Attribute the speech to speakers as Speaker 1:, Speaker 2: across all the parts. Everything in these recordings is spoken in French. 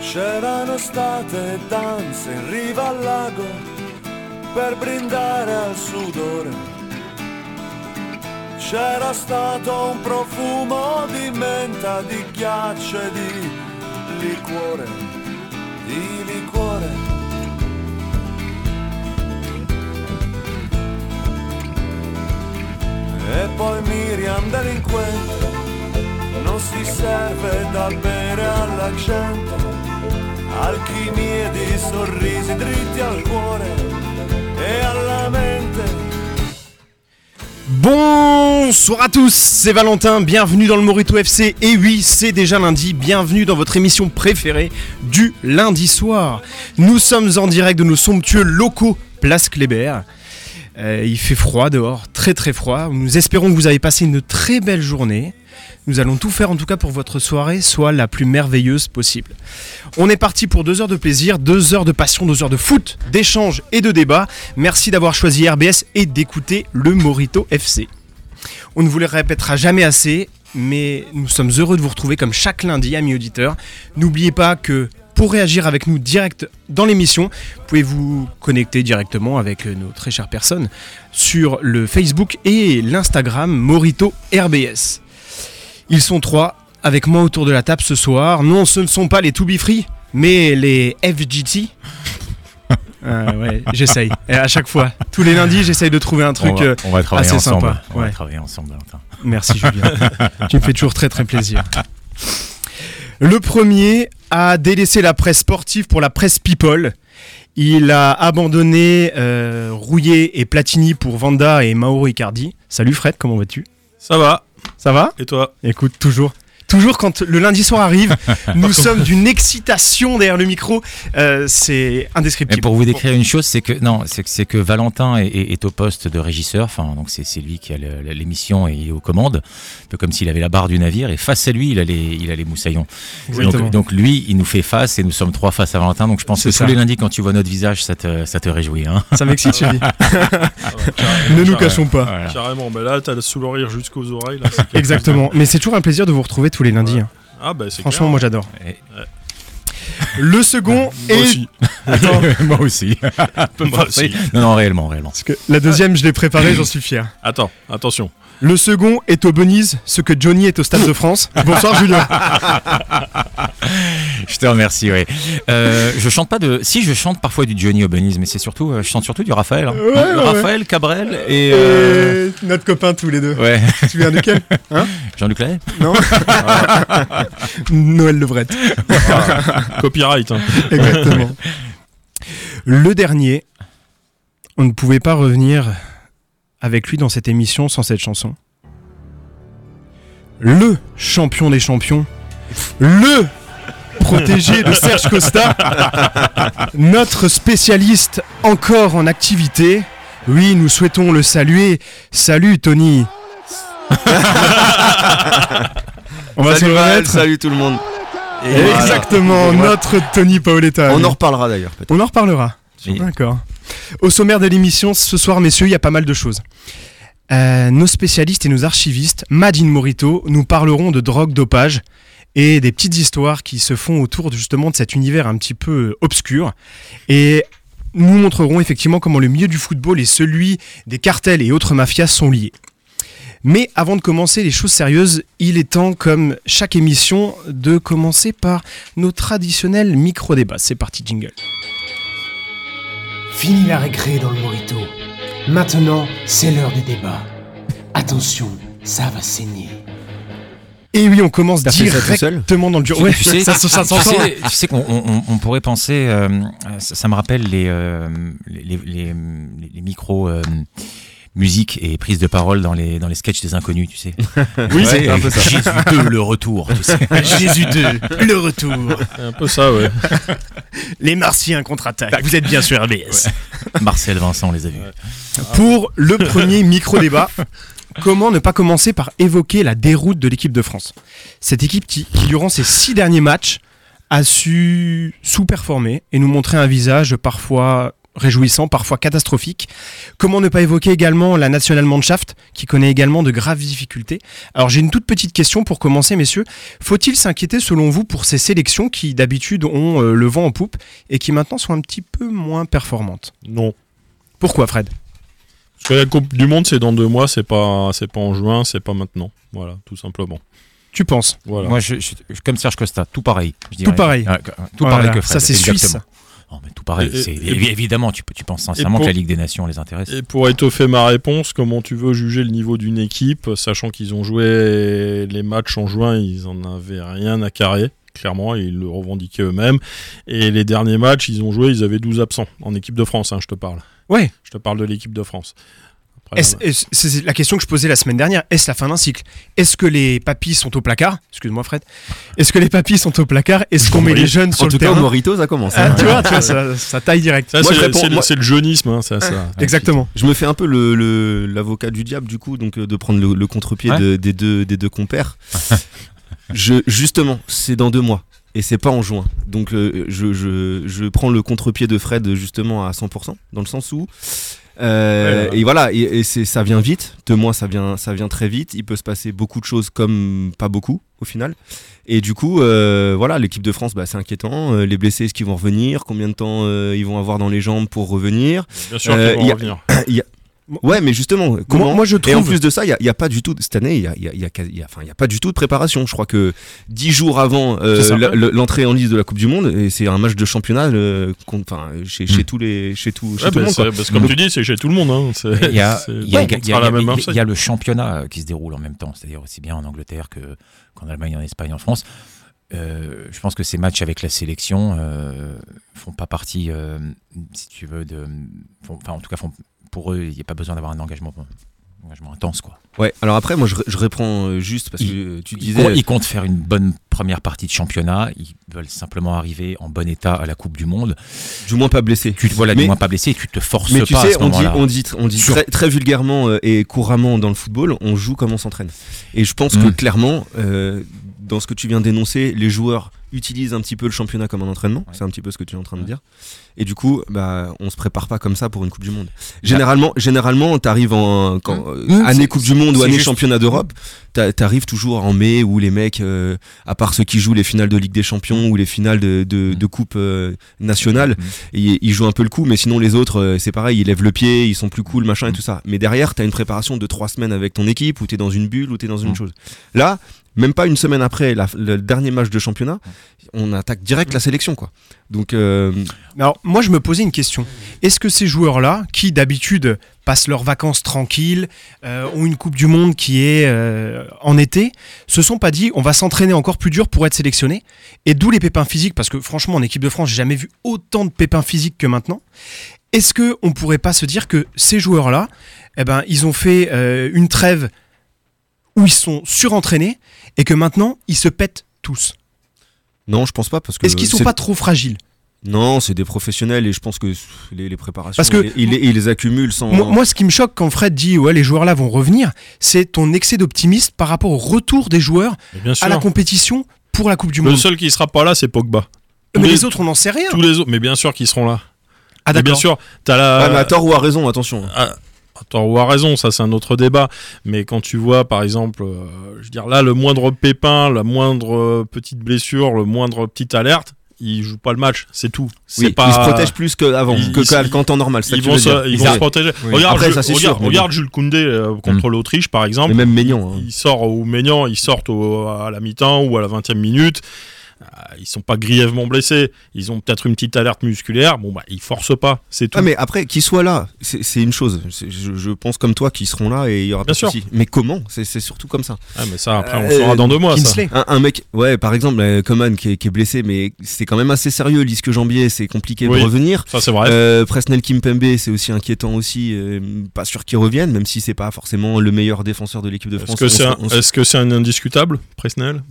Speaker 1: C'erano state danze in riva al lago per brindare al sudore. C'era stato un profumo di menta, di ghiaccio e di liquore, di liquore. E poi Miriam delinquente non si serve da bere alla gente, alchimie e di sorrisi dritti al cuore e alla mente.
Speaker 2: Bonsoir à tous, c'est Valentin, bienvenue dans le Morito FC et oui c'est déjà lundi, bienvenue dans votre émission préférée du lundi soir. Nous sommes en direct de nos somptueux locaux Place Kléber. Euh, il fait froid dehors, très très froid. Nous espérons que vous avez passé une très belle journée. Nous allons tout faire en tout cas pour que votre soirée soit la plus merveilleuse possible. On est parti pour deux heures de plaisir, deux heures de passion, deux heures de foot, d'échanges et de débats. Merci d'avoir choisi RBS et d'écouter le Morito FC. On ne vous le répétera jamais assez, mais nous sommes heureux de vous retrouver comme chaque lundi, amis auditeurs. N'oubliez pas que pour réagir avec nous direct dans l'émission, vous pouvez vous connecter directement avec euh, nos très chères personnes sur le Facebook et l'Instagram Morito RBS. Ils sont trois avec moi autour de la table ce soir. Non, ce ne sont pas les To Be Free, mais les FGT. Euh, ouais, j'essaye. Et à chaque fois, tous les lundis, j'essaye de trouver un truc.
Speaker 3: on, va,
Speaker 2: euh,
Speaker 3: on va travailler
Speaker 2: assez
Speaker 3: ensemble.
Speaker 2: sympa,
Speaker 3: On
Speaker 2: ouais.
Speaker 3: va travailler ensemble, Valentin.
Speaker 2: Merci Julien. tu me fais toujours très très plaisir. Le premier a délaissé la presse sportive pour la presse people. Il a abandonné euh, Rouillet et Platini pour Vanda et Mauro Icardi. Salut Fred, comment vas-tu
Speaker 4: Ça va,
Speaker 2: Ça va
Speaker 4: et toi
Speaker 2: Écoute, toujours. Toujours quand le lundi soir arrive, nous sommes d'une excitation derrière le micro. Euh, c'est
Speaker 3: Mais
Speaker 2: indescriptible.
Speaker 3: pour vous décrire une chose, c'est que non, c'est que, c'est que Valentin est, est- est au poste de régisseur. Enfin, donc c'est, c'est lui qui a le- le- l'émission et il est aux commandes, un peu comme s'il avait la barre du navire. Et face à lui, il a les, il a les moussaillons.
Speaker 2: Exactement.
Speaker 3: Donc, donc lui, il nous fait face et nous sommes trois face à Valentin. Donc je pense
Speaker 2: C'est
Speaker 3: que
Speaker 2: ça.
Speaker 3: tous les lundis, quand tu vois notre visage, ça te, ça te réjouit. hein.
Speaker 2: Ça m'excite, je te dis. Ne nous cachons pas.
Speaker 3: Voilà.
Speaker 4: Carrément, mais là, t'as le sous rire jusqu'aux oreilles. Là, c'est clair.
Speaker 2: Ah. Exactement. Mais c'est toujours un plaisir de vous retrouver tous les lundis. hein.
Speaker 4: Ah, bah, c'est
Speaker 2: Franchement, moi j'adore.
Speaker 3: Et-
Speaker 2: Le second
Speaker 4: clair. Moi
Speaker 2: est
Speaker 4: aussi.
Speaker 2: Attends,
Speaker 3: Moi aussi.
Speaker 4: Moi aussi.
Speaker 3: Non, non, réellement, réellement.
Speaker 2: parce que la deuxième, je l'ai préparée, j'en suis fier.
Speaker 4: Attends, attention.
Speaker 2: Le second est au Benize, ce que Johnny est au Stade de France. Bonsoir Julien.
Speaker 3: Je te remercie, oui. Euh, je chante pas de. Si, je chante parfois du Johnny Obenis, mais c'est surtout. euh, Je chante surtout du Raphaël. hein.
Speaker 2: Ouais,
Speaker 3: Donc,
Speaker 2: ouais, ouais.
Speaker 3: Raphaël, Cabrel et. euh,
Speaker 2: Et notre copain tous les deux.
Speaker 3: Ouais,
Speaker 2: Tu te souviens duquel
Speaker 3: Jean-Luc Lahaye
Speaker 2: Non Noël Levrette.
Speaker 4: Copyright. hein.
Speaker 2: Exactement. Le dernier, on ne pouvait pas revenir avec lui dans cette émission sans cette chanson. Le champion des champions, le protégé de Serge Costa, notre spécialiste encore en activité. Oui, nous souhaitons le saluer. Salut Tony. on va se
Speaker 5: salut
Speaker 2: le
Speaker 5: Val,
Speaker 2: remettre.
Speaker 5: salut tout le monde. Et voilà.
Speaker 2: Exactement,
Speaker 5: Et voilà.
Speaker 2: notre Tony Paoletta.
Speaker 5: On en reparlera d'ailleurs peut-être.
Speaker 2: On en reparlera.
Speaker 3: Oui.
Speaker 2: D'accord. Au sommaire de l'émission, ce soir, messieurs, il y a pas mal de choses. Euh, nos spécialistes et nos archivistes, Madine Morito, nous parleront de drogue, dopage et des petites histoires qui se font autour de- justement de cet univers un petit peu euh, obscur. Et nous montrerons effectivement comment le milieu du football et celui des cartels et autres mafias sont liés. Mais avant de commencer les choses sérieuses, il est temps, comme chaque émission, de commencer par nos traditionnels micro-débats. C'est parti, jingle.
Speaker 6: Fini la récré dans le Morito. Maintenant, c'est l'heure du débat. Attention, ça va saigner.
Speaker 2: Et oui, on commence
Speaker 5: T'as fait ça tout
Speaker 2: directement dans le dur. Ouais,
Speaker 3: tu sais,
Speaker 2: ça, se- ça
Speaker 3: tu
Speaker 2: s'entend.
Speaker 3: sais- tu sais qu'on on- on- on pourrait penser, euh, ça, ça me rappelle les, euh, les, les, les- les micros euh, musique et prise de parole dans les, dans les sketchs des inconnus, tu sais.
Speaker 5: Oui, c'est un peu ça.
Speaker 3: Jésus 2, le retour, tu sais.
Speaker 2: Jésus 2, le retour.
Speaker 4: C'est un peu ça, ouais.
Speaker 2: Les Martiens contre-attaquent. Vous êtes bien sur RBS.
Speaker 3: Marcel Vincent, on les a vus.
Speaker 2: Pour le premier micro-débat, comment ne pas commencer par évoquer la déroute de l'équipe de France Cette équipe qui, qui, durant ses six derniers matchs, a su sous-performer et nous montrer un visage parfois réjouissant, parfois catastrophique. Comment ne pas évoquer également la National Mannschaft, qui connaît également de graves difficultés. Alors j'ai une toute petite question pour commencer, messieurs. Faut-il s'inquiéter selon vous pour ces sélections qui d'habitude ont euh, le vent en poupe et qui maintenant sont un petit peu moins performantes
Speaker 4: Non.
Speaker 2: Pourquoi Fred
Speaker 4: Parce que la Coupe du Monde, c'est dans deux mois, c'est pas, c'est pas en juin, c'est pas maintenant. Voilà, tout simplement.
Speaker 2: Tu penses
Speaker 4: Voilà.
Speaker 3: Moi, je, je- je- comme Serge Costa, tout pareil. je dirais.
Speaker 2: Tout pareil.
Speaker 3: Ah, que- tout
Speaker 2: Voilà,
Speaker 3: pareil que
Speaker 2: ça,
Speaker 3: Fred.
Speaker 2: c'est
Speaker 3: exactement.
Speaker 2: suisse.
Speaker 3: Oh, mais tout pareil.
Speaker 4: Et- et-
Speaker 3: c'est-
Speaker 4: et-
Speaker 3: évi- évidemment, tu, peux- tu penses sincèrement
Speaker 4: pour-
Speaker 3: que la Ligue des Nations les intéresse.
Speaker 4: Et pour étoffer ma réponse, comment tu veux juger le niveau d'une équipe, sachant qu'ils ont joué les matchs en juin, ils en avaient rien à carrer, clairement, ils le revendiquaient eux-mêmes. Et les derniers matchs, ils ont joué, ils avaient 12 absents, en équipe de France, hein, je te parle.
Speaker 2: Ouais.
Speaker 5: Ah,
Speaker 4: Je te parle de l'équipe de France. Après,
Speaker 2: Est-ce-
Speaker 5: bah.
Speaker 4: là-
Speaker 2: est-ce- C'est la question que je posais la semaine dernière. Est-ce la fin d'un cycle Est-ce que les papis sont au placard Excuse-moi Fred. Est-ce que les papis sont au placard Est-ce qu'on met
Speaker 4: Oui.
Speaker 2: les jeunes sur
Speaker 5: En tout
Speaker 2: le
Speaker 5: cas, au
Speaker 2: terrain
Speaker 5: Morito, ça commence.
Speaker 2: Ah,
Speaker 5: hein.
Speaker 2: Tu vois, tu vois, ça, ça taille direct.
Speaker 4: Ça,
Speaker 5: Moi,
Speaker 4: c'est
Speaker 5: je
Speaker 4: le-
Speaker 5: réponds-
Speaker 4: c'est le,
Speaker 5: moi-
Speaker 4: c'est le jeunisme, hein, ça,
Speaker 3: Ah,
Speaker 4: ça.
Speaker 2: Exactement.
Speaker 5: Je me fais un peu le- le- l'avocat du diable du coup, donc euh, de prendre le, le contre-pied
Speaker 3: Ouais.
Speaker 5: de- des, deux, des deux compères. je, justement, c'est dans deux mois et c'est pas en juin. Donc euh, je, je- je prends le contre-pied de Fred justement à 100%, dans le sens où... euh,
Speaker 4: Ouais, voilà.
Speaker 5: Et voilà, et, et c'est- ça vient vite. Deux mois, ça vient, ça vient très vite. Il peut se passer beaucoup de choses comme pas beaucoup au final. Et du coup, euh, voilà, l'équipe de France, bah, c'est inquiétant. Euh, les blessés, est-ce qu'ils vont revenir Combien de temps euh, ils vont avoir dans les jambes pour revenir
Speaker 4: Bien sûr
Speaker 5: Euh,
Speaker 4: qu'ils vont
Speaker 5: y a-
Speaker 4: revenir.
Speaker 5: Ouais, mais justement, comment
Speaker 2: Moi, moi, je trouve.
Speaker 5: et en plus de ça, il n'y a, pas du tout, cette année, il n'y a, y a- y a quasi- y a- enfin, y a pas du tout de préparation. Je crois que dix jours avant euh,
Speaker 2: C'est ça.
Speaker 5: la- le- l'entrée en liste de la Coupe du Monde, et c'est un match de championnat euh, contre- enfin, chez,
Speaker 2: Hmm.
Speaker 5: chez tous les, chez tout, chez
Speaker 4: Ouais,
Speaker 5: tout le
Speaker 4: bah,
Speaker 5: monde.
Speaker 4: c'est-
Speaker 5: quoi.
Speaker 4: parce que comme tu dis, c'est chez tout le monde. hein, c'est-
Speaker 3: Il y a,
Speaker 4: c'est-
Speaker 3: il y a-
Speaker 4: on
Speaker 3: il y a- il y
Speaker 4: sera
Speaker 3: a-
Speaker 4: la même
Speaker 3: il y a- il y
Speaker 4: enseigne.
Speaker 3: a le championnat euh, qui se déroule en même temps, c'est-à-dire aussi bien en Angleterre que- qu'en Allemagne, en Espagne, en France. Euh, je pense que ces matchs avec la sélection euh, font pas partie, euh, si tu veux, de. font- Enfin, en tout cas, font, pour eux, il n'y a pas besoin d'avoir un engagement, un engagement intense, quoi.
Speaker 5: Ouais, alors après, moi, je, je réponds euh, juste parce que euh, tu
Speaker 3: Ils, com-
Speaker 5: disais.
Speaker 3: ils comptent faire une bonne première partie de championnat. Ils veulent simplement arriver en bon état à la Coupe du Monde.
Speaker 5: euh, Du moins pas blessé.
Speaker 3: Tu te voilà du
Speaker 5: Mais-
Speaker 3: moins pas blessé, tu te forces
Speaker 5: Mais
Speaker 3: pas
Speaker 5: tu
Speaker 3: à
Speaker 5: sais,
Speaker 3: ce
Speaker 5: on dit,
Speaker 3: moment-là.
Speaker 5: on dit, on dit
Speaker 3: Sur-
Speaker 5: très, très vulgairement euh, et couramment dans le football, on joue comme on s'entraîne. Et je pense que
Speaker 3: Mm.
Speaker 5: clairement, euh, dans ce que tu viens d'énoncer, les joueurs utilisent un petit peu le championnat comme un entraînement. C'est un petit peu ce que tu es en train de
Speaker 3: Ouais.
Speaker 5: dire. Et du coup, bah, on se prépare pas comme ça pour une Coupe du Monde. Généralement, généralement, t'arrives en quand,
Speaker 3: Bah
Speaker 5: euh,
Speaker 3: Mm, c'est-
Speaker 5: année Coupe du Monde ou
Speaker 3: c'est
Speaker 5: année
Speaker 3: juste-
Speaker 5: Championnat d'Europe, t'a- t'arrives toujours en mai où les mecs, euh, à part ceux qui jouent les finales de Ligue des Champions ou les finales de, de, de Coupe euh, nationale,
Speaker 3: Mm.
Speaker 5: et ils- ils jouent un peu le coup, mais sinon les autres, euh, c'est pareil, ils lèvent le pied, ils sont plus cool, machin et
Speaker 3: Mm.
Speaker 5: tout ça. Mais derrière, t'as une préparation de trois semaines avec ton équipe, où t'es dans une bulle, où t'es dans une
Speaker 3: Mm.
Speaker 5: chose. Là, même pas une semaine après la- le dernier match de championnat, on attaque direct la sélection, quoi. Donc, euh,
Speaker 2: Mais alors, moi, je me posais une question. Est-ce que ces joueurs-là, qui d'habitude passent leurs vacances tranquilles, euh, ont une Coupe du Monde qui est euh, en été, se sont pas dit on va s'entraîner encore plus dur pour être sélectionné Et d'où les pépins physiques, parce que franchement, en équipe de France, j'ai jamais vu autant de pépins physiques que maintenant. Est-ce que on pourrait pas se dire que ces joueurs-là, eh ben, ils ont fait euh, une trêve où ils sont surentraînés et que maintenant ils se pètent tous
Speaker 5: non, je pense pas, parce que.
Speaker 2: Est-ce qu'ils sont
Speaker 5: c'est-
Speaker 2: pas trop fragiles
Speaker 5: Non, c'est des professionnels, et je pense que pff, les, les préparations.
Speaker 2: Parce que-
Speaker 5: ils, ils- ils les accumulent sans.
Speaker 2: Moi, moi, ce qui me choque quand Fred dit ouais, les joueurs là vont revenir, c'est ton excès d'optimisme par rapport au retour des joueurs
Speaker 4: Mais Bien
Speaker 2: à la
Speaker 4: sûr.
Speaker 2: compétition pour la Coupe du
Speaker 4: Le
Speaker 2: Monde.
Speaker 4: seul qui sera pas là, c'est Pogba.
Speaker 3: Ah.
Speaker 2: Mais
Speaker 4: tous
Speaker 2: les
Speaker 4: les-
Speaker 2: autres, on n'en sait rien.
Speaker 4: Tous les autres, mais bien sûr qu'ils seront là.
Speaker 2: Ah
Speaker 4: Mais bien
Speaker 2: d'accord.
Speaker 4: sûr, t'as la.
Speaker 5: Ouais, Ah,
Speaker 3: Ah,
Speaker 5: mais à tort ou à raison, attention. hein.
Speaker 4: Ah, Attends, ou à raison, ça c'est un autre débat. Mais quand tu vois, par exemple, euh, je veux dire là, le moindre pépin, la moindre euh, petite blessure, le moindre petite alerte, ils jouent pas le match, c'est tout. C'est
Speaker 5: Oui,
Speaker 4: pas.
Speaker 5: Ils se protègent plus qu'avant,
Speaker 4: Ils-
Speaker 5: que,
Speaker 4: ils-
Speaker 5: qu'à- qu'en temps normal. c'est ça
Speaker 4: Ils
Speaker 5: que tu
Speaker 4: vont
Speaker 5: veux dire.
Speaker 4: se, ils
Speaker 5: Ils
Speaker 4: vont se
Speaker 5: arrêtent.
Speaker 4: protéger.
Speaker 5: Oui.
Speaker 4: Regarde,
Speaker 5: Après,
Speaker 4: Ju-
Speaker 5: ça, c'est
Speaker 4: regarde,
Speaker 5: sûr, mais Mm.
Speaker 4: regarde Jules Koundé euh, contre l'Autriche, par exemple.
Speaker 5: Mais même Maignan. hein.
Speaker 4: Il sort au Ménian, ils sortent au- à la mi-temps ou à la 20e minute. Ah, Ils sont pas grièvement blessés. Ils ont peut-être une petite alerte musculaire. Bon, bah, ils forcent pas. C'est tout.
Speaker 5: Ah mais après qu'ils soient là, c'est c'est une chose. C'est- Je, je pense comme toi qu'ils seront là et il y aura
Speaker 4: Bien
Speaker 5: pas de
Speaker 4: sûr.
Speaker 5: souci. Mais comment C'est c'est surtout comme ça.
Speaker 4: Ah, mais ça, après, on le
Speaker 5: Euh,
Speaker 4: saura dans deux mois. Ça.
Speaker 2: Kinsley.
Speaker 5: Un, un mec, ouais, par exemple, euh, Coman qui est, qui est blessé, mais c'est quand même assez sérieux. Lisque Jambier, c'est compliqué
Speaker 4: Oui.
Speaker 5: de revenir.
Speaker 4: Ça, c'est vrai.
Speaker 5: Euh, Presnel Kimpembe, c'est aussi inquiétant aussi. euh, pas sûr qu'il revienne, même si c'est pas forcément le meilleur défenseur de l'équipe de
Speaker 4: Est-ce
Speaker 5: France.
Speaker 4: que
Speaker 5: On
Speaker 4: c'est
Speaker 5: s'en-
Speaker 4: un,
Speaker 5: on s'en-
Speaker 4: est-ce que c'est un indiscutable, Presnel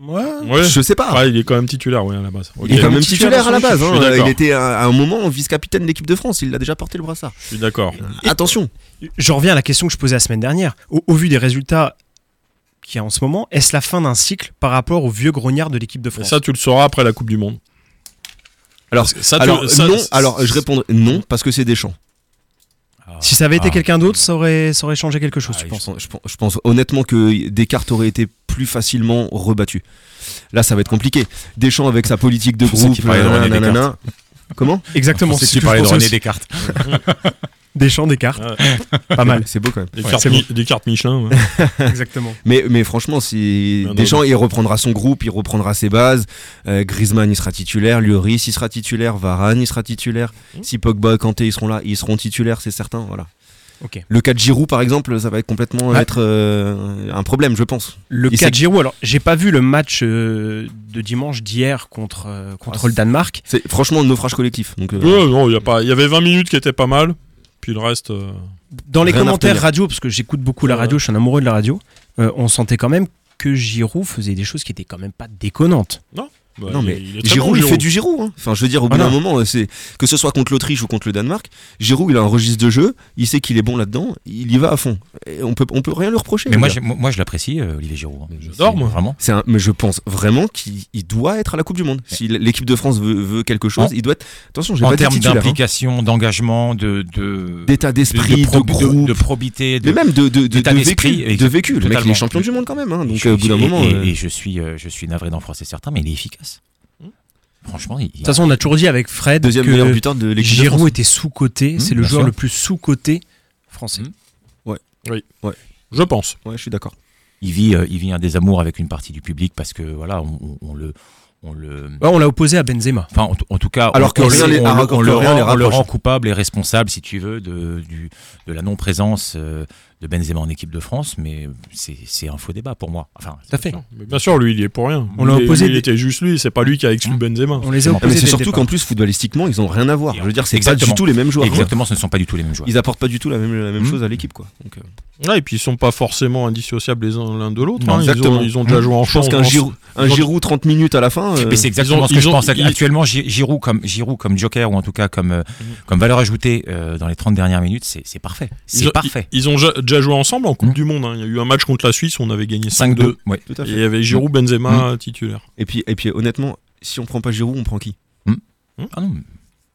Speaker 4: Ouais.
Speaker 5: Je sais pas.
Speaker 4: Ouais, il est quand même titulaire, ouais, à la base. Ok.
Speaker 5: Il est quand
Speaker 2: même
Speaker 5: même
Speaker 2: titulaire
Speaker 5: titulaire à la base.
Speaker 4: je suis
Speaker 5: hein.
Speaker 4: d'accord.
Speaker 5: Il était à, à un moment vice-capitaine de l'équipe de France. Il a déjà porté le brassard.
Speaker 4: Je suis d'accord.
Speaker 5: Attention.
Speaker 2: Je reviens à la question que je posais la semaine dernière. Au, au vu des résultats qu'il y a en ce moment, est-ce la fin d'un cycle par rapport aux vieux grognards de l'équipe de
Speaker 4: Et
Speaker 2: France
Speaker 4: ça, tu le sauras après la Coupe du Monde.
Speaker 5: Alors,
Speaker 4: Ça, Ah, tu-
Speaker 5: alors
Speaker 4: ça-
Speaker 5: non,
Speaker 4: ça-
Speaker 5: alors je réponds non parce que c'est Deschamps.
Speaker 3: Ah.
Speaker 2: Si ça avait été
Speaker 3: Ah.
Speaker 2: quelqu'un d'autre, ça aurait, ça aurait changé quelque chose,
Speaker 3: Ah,
Speaker 2: je
Speaker 3: il-
Speaker 2: pense.
Speaker 5: Je pense, je pense- je pense honnêtement que Descartes aurait été plus facilement rebattu. Là, ça va être compliqué. Deschamps avec sa politique de
Speaker 3: Pour ceux
Speaker 5: groupe. euh,
Speaker 3: qui parlaient de René
Speaker 5: nanana.
Speaker 3: Descartes.
Speaker 5: Comment
Speaker 2: Exactement. c'est
Speaker 3: C'est que
Speaker 2: ce
Speaker 3: tu
Speaker 2: que je
Speaker 3: parlais de
Speaker 2: pensais
Speaker 3: René
Speaker 2: aussi.
Speaker 3: Descartes.
Speaker 2: des champs, des cartes. Pas mal,
Speaker 5: Eh ben, C'est beau quand même.
Speaker 4: Des,
Speaker 3: Ouais,
Speaker 4: cartes
Speaker 3: c'est
Speaker 4: Mi- des cartes Michelin. ouais.
Speaker 2: exactement.
Speaker 5: Mais, mais franchement, si
Speaker 4: Non, non,
Speaker 5: Deschamps, il reprendra son groupe, il reprendra ses bases. Euh, Griezmann, il sera titulaire. Lloris, il sera titulaire. Varane, il sera titulaire.
Speaker 2: Mmh.
Speaker 5: Si Pogba, Kanté, ils seront là, ils seront titulaires, c'est certain. Voilà.
Speaker 2: Ok.
Speaker 5: Le cas de Giroud, par exemple, ça va être complètement
Speaker 2: Ouais.
Speaker 5: être euh, un problème, je pense.
Speaker 2: Le
Speaker 5: Il
Speaker 2: cas
Speaker 5: s'est-
Speaker 2: de Giroud, alors j'ai pas vu le match euh, de dimanche d'hier contre, euh, contre
Speaker 5: Ah,
Speaker 2: le Danemark.
Speaker 5: C'est franchement un naufrage collectif. Donc, euh,
Speaker 4: Ouais, non, il y a pas- il y avait 20 minutes qui étaient pas mal. Puis le reste. euh,
Speaker 2: Dans les
Speaker 5: Rien à
Speaker 2: commentaires
Speaker 5: retenir.
Speaker 2: radio, parce que j'écoute beaucoup la
Speaker 4: Ouais.
Speaker 2: radio, je suis un amoureux de la radio, euh, on sentait quand même que Giroud faisait des choses qui étaient quand même pas déconnantes.
Speaker 4: bah,
Speaker 5: Non, mais
Speaker 4: il est très
Speaker 5: Giroud,
Speaker 4: bon,
Speaker 5: il fait du Giroud. hein. Enfin, je veux dire, au bout
Speaker 2: Voilà.
Speaker 5: d'un moment, euh, c'est que ce soit contre l'Autriche ou contre le Danemark, Giroud, il a un registre de jeu. Il sait qu'il est bon là-dedans. Il y va à fond. Et on peut, on peut rien lui reprocher.
Speaker 3: Mais
Speaker 5: le
Speaker 3: moi,
Speaker 5: gars.
Speaker 3: j'ai- moi, moi, je l'apprécie, euh, Olivier Giroud. hein.
Speaker 4: J'adore,
Speaker 3: C'est-
Speaker 4: moi.
Speaker 3: Vraiment.
Speaker 5: C'est un- mais je pense vraiment qu'il il doit être à la Coupe du Monde. Si l'équipe de France veut, veut quelque chose,
Speaker 3: En-
Speaker 5: il doit être. Attention, j'ai
Speaker 3: En
Speaker 5: pas dit
Speaker 3: termes
Speaker 5: titulaire. hein.
Speaker 3: d'implication, d'engagement, de, de,
Speaker 5: D'état d'esprit, de,
Speaker 3: de, pro- de-
Speaker 5: groupe,
Speaker 3: de probité, de,
Speaker 5: mais même de, de, de,
Speaker 3: d'état
Speaker 5: de
Speaker 3: d'esprit,
Speaker 5: vécu. De
Speaker 3: exactement,
Speaker 5: vécu. Le mec, il est
Speaker 3: totalement.
Speaker 5: champion du monde quand même. hein.
Speaker 3: Et
Speaker 5: Donc,
Speaker 3: je-
Speaker 5: euh, au bout d'un
Speaker 3: et-
Speaker 5: moment.
Speaker 3: Et,
Speaker 5: euh,
Speaker 3: et je suis, euh, je suis navré d'en français, c'est certain, mais il est efficace.
Speaker 4: Hmm.
Speaker 3: Franchement, il.
Speaker 2: De toute façon, on a toujours dit avec Fred
Speaker 5: Deuxième meilleur
Speaker 2: que
Speaker 5: buteur de l'équipe de France.
Speaker 2: Giroud était sous-coté,
Speaker 3: Mmh,
Speaker 2: c'est le
Speaker 3: bien
Speaker 2: joueur
Speaker 3: sûr.
Speaker 2: le plus sous-coté français.
Speaker 3: Mmh.
Speaker 4: Je pense.
Speaker 5: Ouais, je suis d'accord.
Speaker 3: il vit, euh, il vit un désamour avec une partie du public parce que voilà, on, on- on le, on le.
Speaker 2: Ouais, on l'a opposé à Benzema.
Speaker 3: Enfin, en, tout- en tout cas,
Speaker 5: Alors
Speaker 3: on-
Speaker 5: que
Speaker 3: on,
Speaker 5: rien
Speaker 3: le-
Speaker 5: les-
Speaker 3: on
Speaker 5: alors
Speaker 3: le- on
Speaker 5: que
Speaker 3: le
Speaker 5: rien les
Speaker 3: rend, on le
Speaker 5: rapproche.
Speaker 3: rend coupable et responsable, si tu veux, de, du, de la non-présence euh, de Benzema en équipe de France, mais c'est c'est un faux débat pour moi. Enfin,
Speaker 2: Tout à fait.
Speaker 4: Mais bien sûr, lui, il y est pour rien.
Speaker 2: On l'a
Speaker 4: Lui,
Speaker 2: opposé
Speaker 4: lui, Il
Speaker 2: des-
Speaker 4: était juste lui, c'est pas lui qui a exclu Benzema.
Speaker 2: On les a
Speaker 3: Ah, mais
Speaker 5: Ah, mais
Speaker 2: opposés.
Speaker 5: c'est
Speaker 2: dès le
Speaker 5: surtout
Speaker 2: départ.
Speaker 5: qu'en plus, footballistiquement, ils ont rien à voir. Je veux dire, c'est pas du
Speaker 3: Exactement.
Speaker 5: tout les mêmes joueurs. hein.
Speaker 3: exactement, ce ne sont pas du tout les mêmes joueurs.
Speaker 5: Ils apportent pas du tout la même, la même
Speaker 4: Hmm.
Speaker 3: Mhm.
Speaker 5: chose à l'équipe, quoi. Donc, euh,
Speaker 4: Ouais, et puis ils sont pas forcément indissociables les uns l'un de l'autre.
Speaker 3: Non,
Speaker 4: hein. Ils ont-
Speaker 5: exactement.
Speaker 4: Ils, ont, déjà joué en
Speaker 5: je pense
Speaker 4: champ-
Speaker 5: qu'un
Speaker 4: en-
Speaker 5: Giroud, un
Speaker 4: ils ont-
Speaker 5: Giroud 30 minutes à la fin. euh,
Speaker 3: Mais c'est exactement
Speaker 4: ils ont-
Speaker 3: ce que
Speaker 4: ils
Speaker 3: je
Speaker 4: ont-
Speaker 3: pense
Speaker 4: ils-
Speaker 3: actuellement. Gi- Giroud comme Giroud comme Joker ou en tout cas comme euh, comme valeur ajoutée euh, dans les 30 dernières minutes, c'est c'est parfait.
Speaker 4: Ils
Speaker 3: C'est
Speaker 4: ont,
Speaker 3: parfait.
Speaker 4: Ils, ils ont ja- déjà joué ensemble en Coupe
Speaker 3: Mm.
Speaker 4: du Monde. hein. Il y a eu un match contre la Suisse, on avait gagné 5-2.
Speaker 3: 5-2. Ouais.
Speaker 5: tout à
Speaker 4: Et
Speaker 5: fait.
Speaker 4: il y avait Giroud, Benzema titulaire.
Speaker 5: Et puis, et puis, honnêtement, si on prend pas Giroud, on prend qui
Speaker 3: Ah non,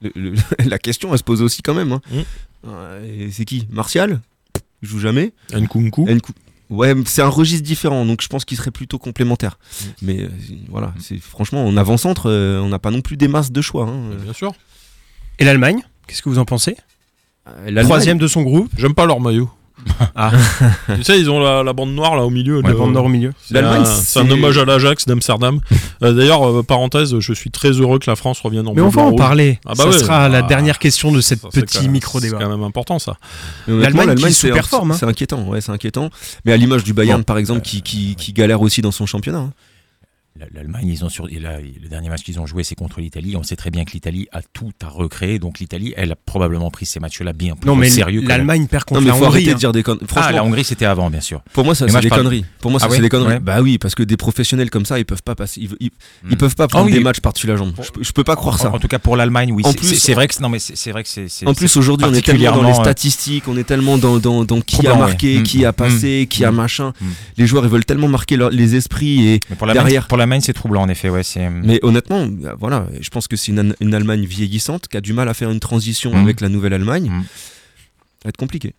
Speaker 5: Le- le- La question, elle se pose aussi quand même. hein.
Speaker 4: Mm.
Speaker 5: Euh, et c'est qui Martial Il joue jamais.
Speaker 4: Nkunku.
Speaker 5: Nkou- Ouais, mais c'est un registre différent, donc je pense qu'il serait plutôt complémentaire. Mais euh, voilà, c'est franchement en avant-centre, euh, on n'a pas non plus des masses de choix. hein.
Speaker 4: Bien sûr.
Speaker 2: Et l'Allemagne, qu'est-ce que vous en pensez
Speaker 5: Euh, l'Allemagne-
Speaker 2: Troisième de son groupe,
Speaker 4: J'aime pas leur maillot.
Speaker 2: Ah.
Speaker 4: tu sais, ils ont la, la bande noire là au milieu.
Speaker 2: la
Speaker 4: de-
Speaker 2: bande nord au milieu.
Speaker 4: C'est
Speaker 5: L'Allemagne,
Speaker 4: un- c'est un
Speaker 5: c'est-
Speaker 4: hommage à l'Ajax d'Amsterdam. Euh, D'ailleurs, euh, parenthèse, je suis très heureux que la France revienne en
Speaker 2: Mais on
Speaker 4: bleu,
Speaker 2: va
Speaker 4: blanc,
Speaker 2: en
Speaker 4: rouge.
Speaker 2: parler.
Speaker 4: Ah bah
Speaker 2: ça
Speaker 4: ouais.
Speaker 2: sera la
Speaker 4: Ah.
Speaker 2: dernière question de ce
Speaker 4: Ça, c'est quand
Speaker 2: petit
Speaker 4: même-
Speaker 2: micro-débat.
Speaker 4: C'est quand même important ça.
Speaker 5: Mais honnêtement,
Speaker 2: L'Allemagne qui
Speaker 5: c'est un-
Speaker 2: sous-performe, hein.
Speaker 5: C'est inquiétant, ouais, c'est inquiétant. Mais à l'image du Bayern,
Speaker 3: Bon,
Speaker 5: par exemple, qui, qui, qui galère aussi dans son championnat. hein.
Speaker 3: L- L'Allemagne, ils ont sur... et là, le dernier match qu'ils ont joué, c'est contre l'Italie. On sait très bien que l'Italie a tout à recréer. Donc l'Italie, elle a probablement pris ces matchs-là bien plus
Speaker 2: Non,
Speaker 3: au
Speaker 2: mais
Speaker 3: sérieux. que la-
Speaker 2: l'Allemagne perd
Speaker 5: Non,
Speaker 2: contre
Speaker 5: mais
Speaker 2: la
Speaker 5: faut arrêter
Speaker 2: Hongrie. hein.
Speaker 5: de dire des conneries.
Speaker 3: Ah, la
Speaker 5: Franchement,
Speaker 3: Hongrie, c'était avant, bien sûr.
Speaker 5: pour moi, ça,
Speaker 3: Mais
Speaker 5: c'est
Speaker 3: moi,
Speaker 5: des
Speaker 3: je parle-
Speaker 5: conneries. Pour moi, ça,
Speaker 3: Ah ouais
Speaker 5: c'est des conneries.
Speaker 3: Ouais.
Speaker 5: Bah oui, parce que des professionnels comme ça, ils peuvent pas passer. Ils, ils- ils
Speaker 3: Hmm.
Speaker 5: peuvent pas prendre
Speaker 3: Ah oui. Oh,
Speaker 5: des matchs par-dessus la jambe. Je, je peux pas croire ça.
Speaker 3: En, en tout cas, pour l'Allemagne, oui.
Speaker 5: En
Speaker 3: c'est-
Speaker 5: plus-
Speaker 3: c'est c'est vrai que non, mais c'est c'est vrai que c'est. oh, c'est-
Speaker 5: En plus, aujourd'hui, on est tellement dans les
Speaker 3: particulièrement, euh,
Speaker 5: statistiques, on est tellement dans, dans, dans qui a
Speaker 3: troublant, ouais.
Speaker 5: marqué,
Speaker 3: Mm.
Speaker 5: qui a passé, qui a machin.
Speaker 3: Mm.
Speaker 5: Les joueurs, ils veulent tellement marquer leur- les esprits. Et...
Speaker 3: c'est- mais pour l'Allemagne,
Speaker 5: derrière.
Speaker 3: pour l'Allemagne, c'est troublant, en effet. Ouais, c'est.
Speaker 5: Mais honnêtement, euh, voilà, je pense que c'est une, An- une Allemagne vieillissante qui a du mal à faire une transition
Speaker 3: Mm.
Speaker 5: avec la nouvelle Allemagne.
Speaker 3: Mm.
Speaker 5: Ça va être compliqué.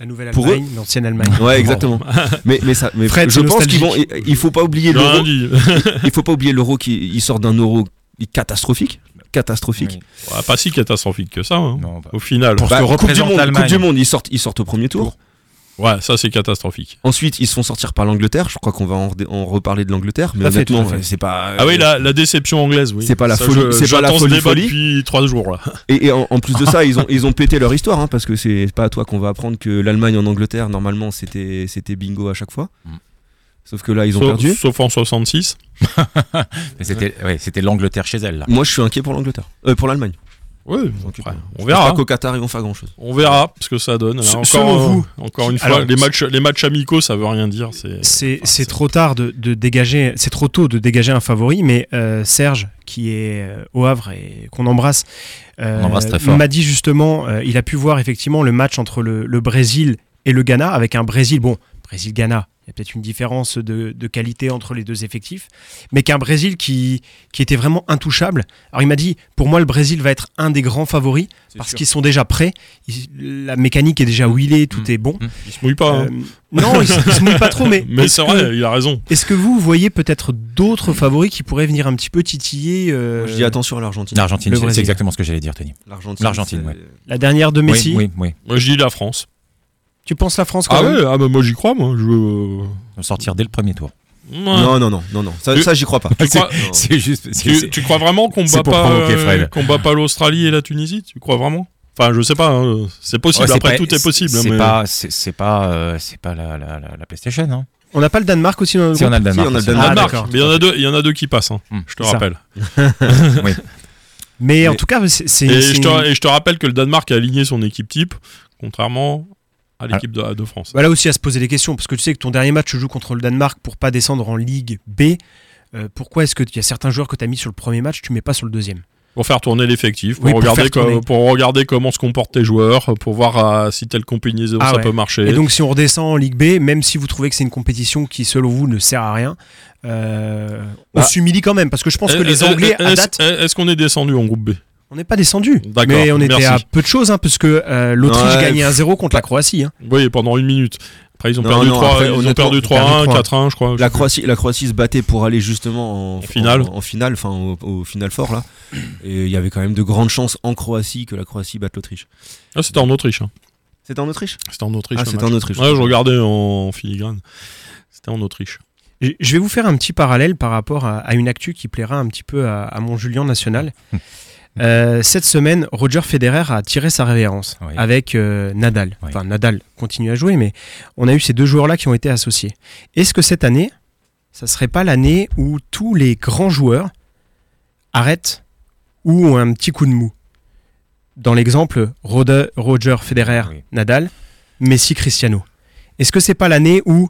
Speaker 2: La nouvelle
Speaker 5: Pour
Speaker 2: Allemagne, l'ancienne Allemagne.
Speaker 5: Ouais, exactement. mais, mais ça, mais
Speaker 2: Fred,
Speaker 5: je
Speaker 2: c'est
Speaker 5: pense qu'ils vont.
Speaker 2: nostalgique.
Speaker 5: Il faut pas oublier
Speaker 4: J'ai rien
Speaker 5: l'euro.
Speaker 4: dit.
Speaker 5: Il faut pas oublier l'euro qui il sort d'un euro catastrophique, catastrophique.
Speaker 3: Oui.
Speaker 4: Ouais, pas si catastrophique que ça. hein.
Speaker 3: Non, bah,
Speaker 4: Au final.
Speaker 3: Pour- ce que
Speaker 5: coupe du
Speaker 3: représente
Speaker 5: monde, coupe
Speaker 3: l'Allemagne.
Speaker 5: du monde, ils sortent, ils sortent au premier tour.
Speaker 4: Ouais, ça c'est catastrophique.
Speaker 5: Ensuite, ils se font sortir par l'Angleterre. Je crois qu'on va en, redé- en reparler de l'Angleterre, mais
Speaker 2: Tout à fait,
Speaker 5: honnêtement,
Speaker 2: tout à fait.
Speaker 5: c'est pas.
Speaker 3: Euh,
Speaker 4: Ah oui, la, la déception anglaise, oui.
Speaker 5: C'est pas la
Speaker 4: Ça,
Speaker 5: folie-
Speaker 4: je-
Speaker 5: c'est pas la
Speaker 4: j'attends ce
Speaker 5: folie
Speaker 4: débat
Speaker 5: folie.
Speaker 4: depuis trois jours là.
Speaker 5: Et, et en, en plus de ça, ils ont, ils ont pété leur histoire, hein, parce que c'est pas à toi qu'on va apprendre que l'Allemagne en Angleterre, normalement, c'était c'était bingo à chaque fois.
Speaker 3: Mm.
Speaker 5: Sauf que là, ils ont
Speaker 4: Sauf,
Speaker 5: perdu.
Speaker 4: sauf en 66.
Speaker 3: C'était ouais, c'était l'Angleterre chez elle. Là.
Speaker 5: Moi, je suis inquiet pour l'Angleterre, Euh, pour l'Allemagne.
Speaker 4: Oui,
Speaker 5: Donc,
Speaker 4: après,
Speaker 5: euh,
Speaker 4: on
Speaker 5: Je pense
Speaker 4: verra.
Speaker 5: pas qu'au Qatar, ils vont faire grand chose.
Speaker 4: On verra ce que ça donne.
Speaker 2: Se-
Speaker 4: encore, euh,
Speaker 2: selon vous,
Speaker 4: encore une
Speaker 2: qui-
Speaker 4: fois,
Speaker 2: alors-
Speaker 4: les matchs, les matchs amicaux, ça veut rien dire. C'est
Speaker 2: C'est
Speaker 4: enfin,
Speaker 2: c'est trop tard de, de dégager, c'est trop tôt de dégager un favori, mais euh, Serge, qui est euh, au Havre et qu'on embrasse, euh,
Speaker 3: On embrasse très fort.
Speaker 2: m'a dit justement, euh, il a pu voir effectivement le match entre le, le Brésil et le Ghana, avec un Brésil, bon, Brésil-Ghana. Il y a peut-être une différence de, de qualité entre les deux effectifs, mais qu'un Brésil qui, qui était vraiment intouchable. Alors il m'a dit, pour moi le Brésil va être un des grands favoris parce qu'ils sont déjà prêts, ils- la mécanique est déjà wheelée, tout
Speaker 3: Mm.
Speaker 2: est bon.
Speaker 4: Il se mouille pas.
Speaker 2: Euh,
Speaker 4: hein.
Speaker 2: non, ils, ils se mouillent pas trop, mais,
Speaker 4: Mais
Speaker 2: Euh, est-ce
Speaker 4: c'est
Speaker 2: que-
Speaker 4: vrai, il a raison.
Speaker 2: Est-ce que vous voyez peut-être d'autres favoris qui pourraient venir un petit peu titiller euh,
Speaker 5: Je dis attention à l'Argentine.
Speaker 3: L'Argentine,
Speaker 2: Le
Speaker 3: c'est-
Speaker 2: Brésil.
Speaker 3: c'est exactement ce que j'allais dire, Tony.
Speaker 5: L'Argentine,
Speaker 3: L'Argentine,
Speaker 5: c'est-
Speaker 3: ouais.
Speaker 2: la dernière de Messi
Speaker 3: Oui, oui,
Speaker 4: Moi, je dis la France.
Speaker 2: Tu penses la France quand
Speaker 4: Ah
Speaker 2: même
Speaker 4: ouais, ah bah moi j'y crois, moi. Je...
Speaker 3: oui. Sortir dès le premier tour.
Speaker 5: Non, non, non, non, non. Ça,
Speaker 4: Tu-
Speaker 5: ça j'y crois pas.
Speaker 4: Tu crois,
Speaker 5: Non.
Speaker 3: C'est juste.
Speaker 4: tu, tu crois vraiment qu'on
Speaker 3: c'est
Speaker 4: bat
Speaker 3: pour
Speaker 4: pas
Speaker 3: provoquer
Speaker 4: euh,
Speaker 3: Fred.
Speaker 4: qu'on bat pas l'Australie et la Tunisie Tu crois vraiment Enfin, je sais pas. hein, C'est possible. Après, tout est possible.
Speaker 3: oh, C'est
Speaker 4: mais-
Speaker 3: pas, c'est c'est pas, euh, c'est pas la, la, la, la PlayStation. Hein.
Speaker 2: On n'a pas le Danemark aussi dans notre
Speaker 3: Si on
Speaker 2: groupe
Speaker 3: a le Danemark.
Speaker 5: on a le
Speaker 3: aussi.
Speaker 4: Il y en a
Speaker 5: Danemark.
Speaker 2: Ah,
Speaker 4: marque,
Speaker 2: d'accord. Hmm,
Speaker 4: mais il y en a deux, il y en a deux qui passent. hein,
Speaker 3: Hum.
Speaker 4: je te
Speaker 2: C'est ça.
Speaker 4: rappelle.
Speaker 2: Mais en tout cas, c'est- c'est
Speaker 4: Et
Speaker 2: c'est
Speaker 4: je te,
Speaker 2: une-
Speaker 4: et je te rappelle que le Danemark a aligné son équipe type, contrairement à
Speaker 2: Ah.
Speaker 4: l'équipe de, de France.
Speaker 2: Bah, là aussi à se poser des questions parce que tu sais que ton dernier match tu joues contre le Danemark pour pas descendre en Ligue B. Euh, pourquoi est-ce que il y a certains joueurs que tu as mis sur le premier match, tu mets pas sur le deuxième
Speaker 4: Pour faire tourner l'effectif, pour,
Speaker 2: Oui, pour
Speaker 4: regarder
Speaker 2: faire tourner.
Speaker 4: comme- pour regarder comment se comportent tes joueurs, pour voir euh, si telle combinaison
Speaker 2: Ah
Speaker 4: ça
Speaker 2: ouais.
Speaker 4: peut marcher.
Speaker 2: Et donc si on redescend en Ligue B, même si vous trouvez que c'est une compétition qui selon vous ne sert à rien, euh, on
Speaker 4: Bah.
Speaker 2: s'humilie quand même parce que je pense
Speaker 4: Euh,
Speaker 2: que les
Speaker 4: euh,
Speaker 2: Anglais
Speaker 4: euh,
Speaker 2: à
Speaker 4: est-ce-
Speaker 2: date
Speaker 4: euh, Est-ce qu'on est descendu en groupe B
Speaker 2: On n'est pas descendu.
Speaker 4: D'accord,
Speaker 2: Mais on était
Speaker 4: merci.
Speaker 2: à peu de choses, hein, parce que euh, l'Autriche
Speaker 5: Ouais,
Speaker 2: gagnait 1-0 contre la Croatie. hein.
Speaker 4: Oui, pendant une minute. Après, ils ont
Speaker 5: Non,
Speaker 4: perdu
Speaker 5: non,
Speaker 4: 3
Speaker 5: après,
Speaker 4: ils ont
Speaker 5: honnêtement,
Speaker 4: perdu
Speaker 5: ils ont
Speaker 4: 3-1,
Speaker 2: perdu
Speaker 4: 4-1, je crois.
Speaker 5: La Croatie, la Croatie se battait pour aller justement en,
Speaker 4: En finale.
Speaker 5: en, en finale, enfin au, au final fort là. Et il y avait quand même de grandes chances en Croatie que la Croatie batte l'Autriche.
Speaker 4: Ah, c'était en Autriche. hein.
Speaker 5: C'était en Autriche
Speaker 4: C'était en Autriche.
Speaker 5: Ah,
Speaker 4: le
Speaker 5: c'était
Speaker 4: match.
Speaker 5: en Autriche.
Speaker 4: Ouais, je regardais en filigrane. C'était en Autriche.
Speaker 2: Je- Je vais vous faire un petit parallèle par rapport à, à une actu qui plaira un petit peu à, à mon Julien National. Euh, cette semaine, Roger Federer a tiré sa révérence
Speaker 3: Oui.
Speaker 2: avec euh, Nadal.
Speaker 3: Oui.
Speaker 2: Enfin, Nadal continue à jouer, mais on a eu ces deux joueurs-là qui ont été associés. Est-ce que cette année, ça serait pas l'année où tous les grands joueurs arrêtent ou ont un petit coup de mou Dans l'exemple, Rode- Roger Federer,
Speaker 3: Oui.
Speaker 2: Nadal, Messi, Cristiano. Est-ce que c'est pas l'année où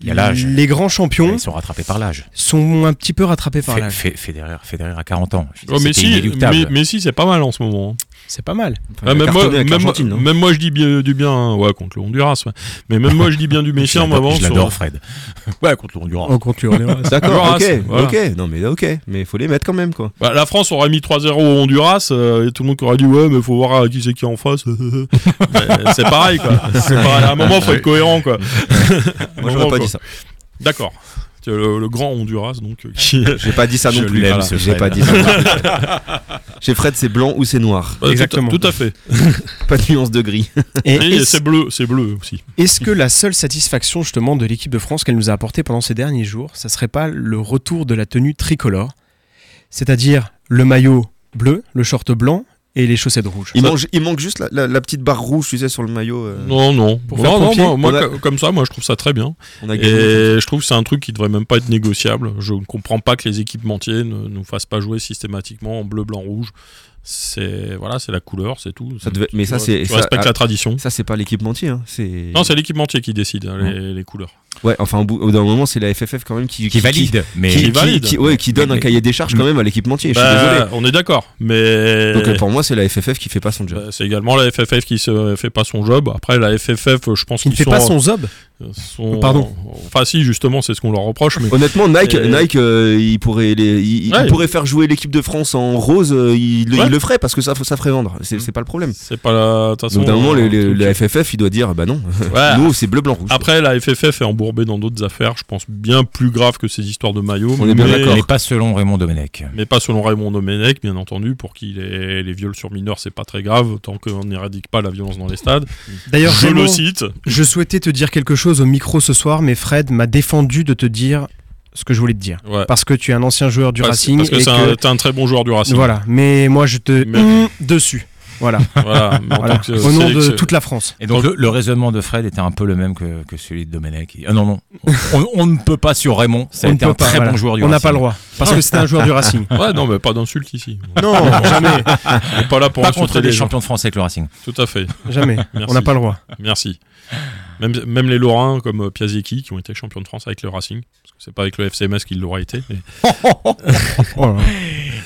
Speaker 3: Il y a l'âge.
Speaker 2: les grands champions
Speaker 3: Ils sont rattrapés par l'âge.
Speaker 2: sont un petit peu rattrapés par
Speaker 3: Fé-
Speaker 2: là.
Speaker 3: Fé- Fédéraire, Fédéraire à 40 ans. Je veux
Speaker 4: Oh,
Speaker 3: dire, c'était
Speaker 4: Messi,
Speaker 3: inéluctable.
Speaker 4: mais- Messi, c'est pas mal en ce moment. hein.
Speaker 2: C'est pas mal.
Speaker 5: Enfin, il
Speaker 4: Ah,
Speaker 5: a
Speaker 4: même, moi,
Speaker 5: cartonné avec
Speaker 4: même,
Speaker 5: l'Argentine, hein. non
Speaker 4: même moi, je dis bien du bien, hein, ouais, contre le Honduras. ouais. Mais même moi, je dis bien du
Speaker 3: Je
Speaker 4: Messi en euh. Oh.
Speaker 3: l'adore-
Speaker 4: moment.
Speaker 3: Je
Speaker 4: sur-
Speaker 3: l'adore, Fred. Ouais, contre le Honduras.
Speaker 2: On compte
Speaker 5: D'accord, ok,
Speaker 4: Honduras, voilà.
Speaker 5: ok. Non mais ok, mais faut les mettre quand même quoi.
Speaker 4: Bah, la France aurait mis 3-0 au Honduras euh, et tout le monde qui aurait dit ouais, mais faut voir euh, qui c'est qui est en face. Mais c'est pareil quoi. C'est pareil. À un moment, faut être cohérent quoi.
Speaker 5: Moi
Speaker 4: Vraiment,
Speaker 5: j'aurais pas
Speaker 4: quoi.
Speaker 5: dit ça.
Speaker 4: D'accord. Tu as Le, le grand Honduras donc. euh, qui-
Speaker 5: J'ai pas dit ça non
Speaker 3: Je
Speaker 5: plus.
Speaker 3: l'aime,
Speaker 5: voilà.
Speaker 3: ce
Speaker 5: J'ai
Speaker 3: Fred.
Speaker 5: pas dit ça. Chez Fred, c'est blanc ou c'est noir.
Speaker 4: Bah, tout-
Speaker 2: Exactement.
Speaker 4: Tout, à fait.
Speaker 5: Pas de nuance de gris.
Speaker 2: Et
Speaker 4: Et
Speaker 2: est-ce
Speaker 4: c'est bleu, c'est bleu aussi.
Speaker 2: est-ce que la seule satisfaction justement de l'équipe de France qu'elle nous a apportée pendant ces derniers jours, ça serait pas le retour de la tenue tricolore, c'est-à-dire le maillot bleu, le short blanc et les chaussettes rouges.
Speaker 5: Il, mange- il manque juste la, la- la petite barre rouge, tu sais, sur le maillot. euh,
Speaker 4: Non, non.
Speaker 2: Pour
Speaker 4: non,
Speaker 2: faire
Speaker 4: non,
Speaker 2: pompier,
Speaker 4: moi- moi,
Speaker 5: on a-
Speaker 4: co- comme ça, moi, je trouve ça très bien.
Speaker 5: On a gagné.
Speaker 4: Et je trouve que c'est un truc qui devrait même pas être négociable. Je ne comprends pas que les équipementiers ne nous fassent pas jouer systématiquement en bleu, blanc, rouge. C'est voilà, c'est la couleur, c'est tout.
Speaker 5: Ça devait- mais
Speaker 4: Tu
Speaker 5: ça,
Speaker 4: vois,
Speaker 5: c'est-
Speaker 4: tu
Speaker 5: ça-
Speaker 4: respectes
Speaker 5: ah,
Speaker 4: la tradition.
Speaker 5: Ça, c'est pas l'équipementier. Hein. C'est.
Speaker 4: Non, c'est l'équipementier qui décide hein, les, les couleurs.
Speaker 5: Ouais, enfin, au bout au bout d'un moment, c'est la FFF quand même qui,
Speaker 3: Qui valide. Mais
Speaker 5: qui,
Speaker 4: Qui
Speaker 5: qui-
Speaker 4: valide. Mm.
Speaker 5: qui- ouais, qui donne
Speaker 3: Mais-
Speaker 5: un cahier des charges quand même à l'équipementier. Je suis
Speaker 4: Bah,
Speaker 5: désolé.
Speaker 4: On est d'accord, mais
Speaker 5: Donc euh, pour moi, c'est la FFF qui fait pas son job.
Speaker 4: bah, c'est également la FFF qui se fait pas son job. Après, la FFF, je pense
Speaker 2: Qui
Speaker 4: qu'ils
Speaker 2: ne fait
Speaker 4: sont-
Speaker 2: pas son zob.
Speaker 4: sont-
Speaker 2: Pardon.
Speaker 4: Enfin, si, justement, c'est ce qu'on leur reproche. Mais
Speaker 5: Honnêtement, Nike,
Speaker 4: Et-
Speaker 5: Nike, euh, il pourrait, les, il, il
Speaker 4: Ouais.
Speaker 5: pourrait faire jouer l'équipe de France en rose. euh, il, le-
Speaker 4: Ouais.
Speaker 5: il le ferait parce que ça, ça ferait vendre. C'est c'est pas le problème.
Speaker 4: c'est pas la. de toute
Speaker 5: Au bout
Speaker 4: façon,
Speaker 5: d'un moment,
Speaker 4: euh,
Speaker 5: le, le-
Speaker 4: tout-
Speaker 5: la FFF, il doit dire, bah non,
Speaker 4: Ouais,
Speaker 5: nous, c'est bleu, blanc, rouge.
Speaker 4: Ah. Après, la FFF est embourbée dans d'autres affaires, je pense bien plus graves que ces histoires de maillots.
Speaker 5: On est bien
Speaker 4: mais-
Speaker 5: d'accord.
Speaker 3: mais pas selon Raymond Domenech.
Speaker 4: Mais pas selon Raymond Domenech, bien entendu, pour qui les, les viols sur mineurs, c'est pas très grave, tant qu'on n'éradique pas la violence dans les stades.
Speaker 2: D'ailleurs,
Speaker 4: je
Speaker 2: Raymond,
Speaker 4: le cite.
Speaker 2: je souhaitais te dire quelque chose au micro ce soir, mais Fred m'a défendu de te dire ce que je voulais te dire.
Speaker 4: Ouais.
Speaker 2: Parce que tu es un ancien joueur du
Speaker 4: Parce-
Speaker 2: Racing.
Speaker 4: parce que
Speaker 2: et
Speaker 4: c'est un, t'es un très bon joueur du Racing.
Speaker 2: Voilà, mais moi je te
Speaker 4: Mais-
Speaker 2: hum dessus. Voilà,
Speaker 4: Voilà, mais en
Speaker 2: Voilà.
Speaker 4: tant que
Speaker 2: au nom de
Speaker 4: sélection-
Speaker 2: toute la France.
Speaker 3: Et donc, le, le raisonnement de Fred était un peu le même que, que celui de Domenech. Ah non, non. On, on ne peut pas sur Raymond. Ça a
Speaker 2: On ne
Speaker 3: été un
Speaker 2: peut pas,
Speaker 3: très
Speaker 2: voilà.
Speaker 3: bon joueur du
Speaker 2: On n'a
Speaker 3: Racing.
Speaker 2: pas le droit, parce que c'était un joueur du Racing.
Speaker 4: Ouais, non, mais pas d'insulte ici.
Speaker 2: Non, jamais,
Speaker 4: On n'est pas là pour
Speaker 3: Pas
Speaker 4: insulter
Speaker 3: contre les
Speaker 4: les gens.
Speaker 3: champions de France avec le Racing.
Speaker 4: Tout à fait,
Speaker 2: jamais.
Speaker 4: Merci.
Speaker 2: On n'a pas le droit.
Speaker 4: merci. Même, même les Lorrains comme euh, Piasecki qui ont été champions de France avec le Racing, parce que c'est pas avec le FCMS qu'ils l'auraient été. mais-
Speaker 2: Oh là là.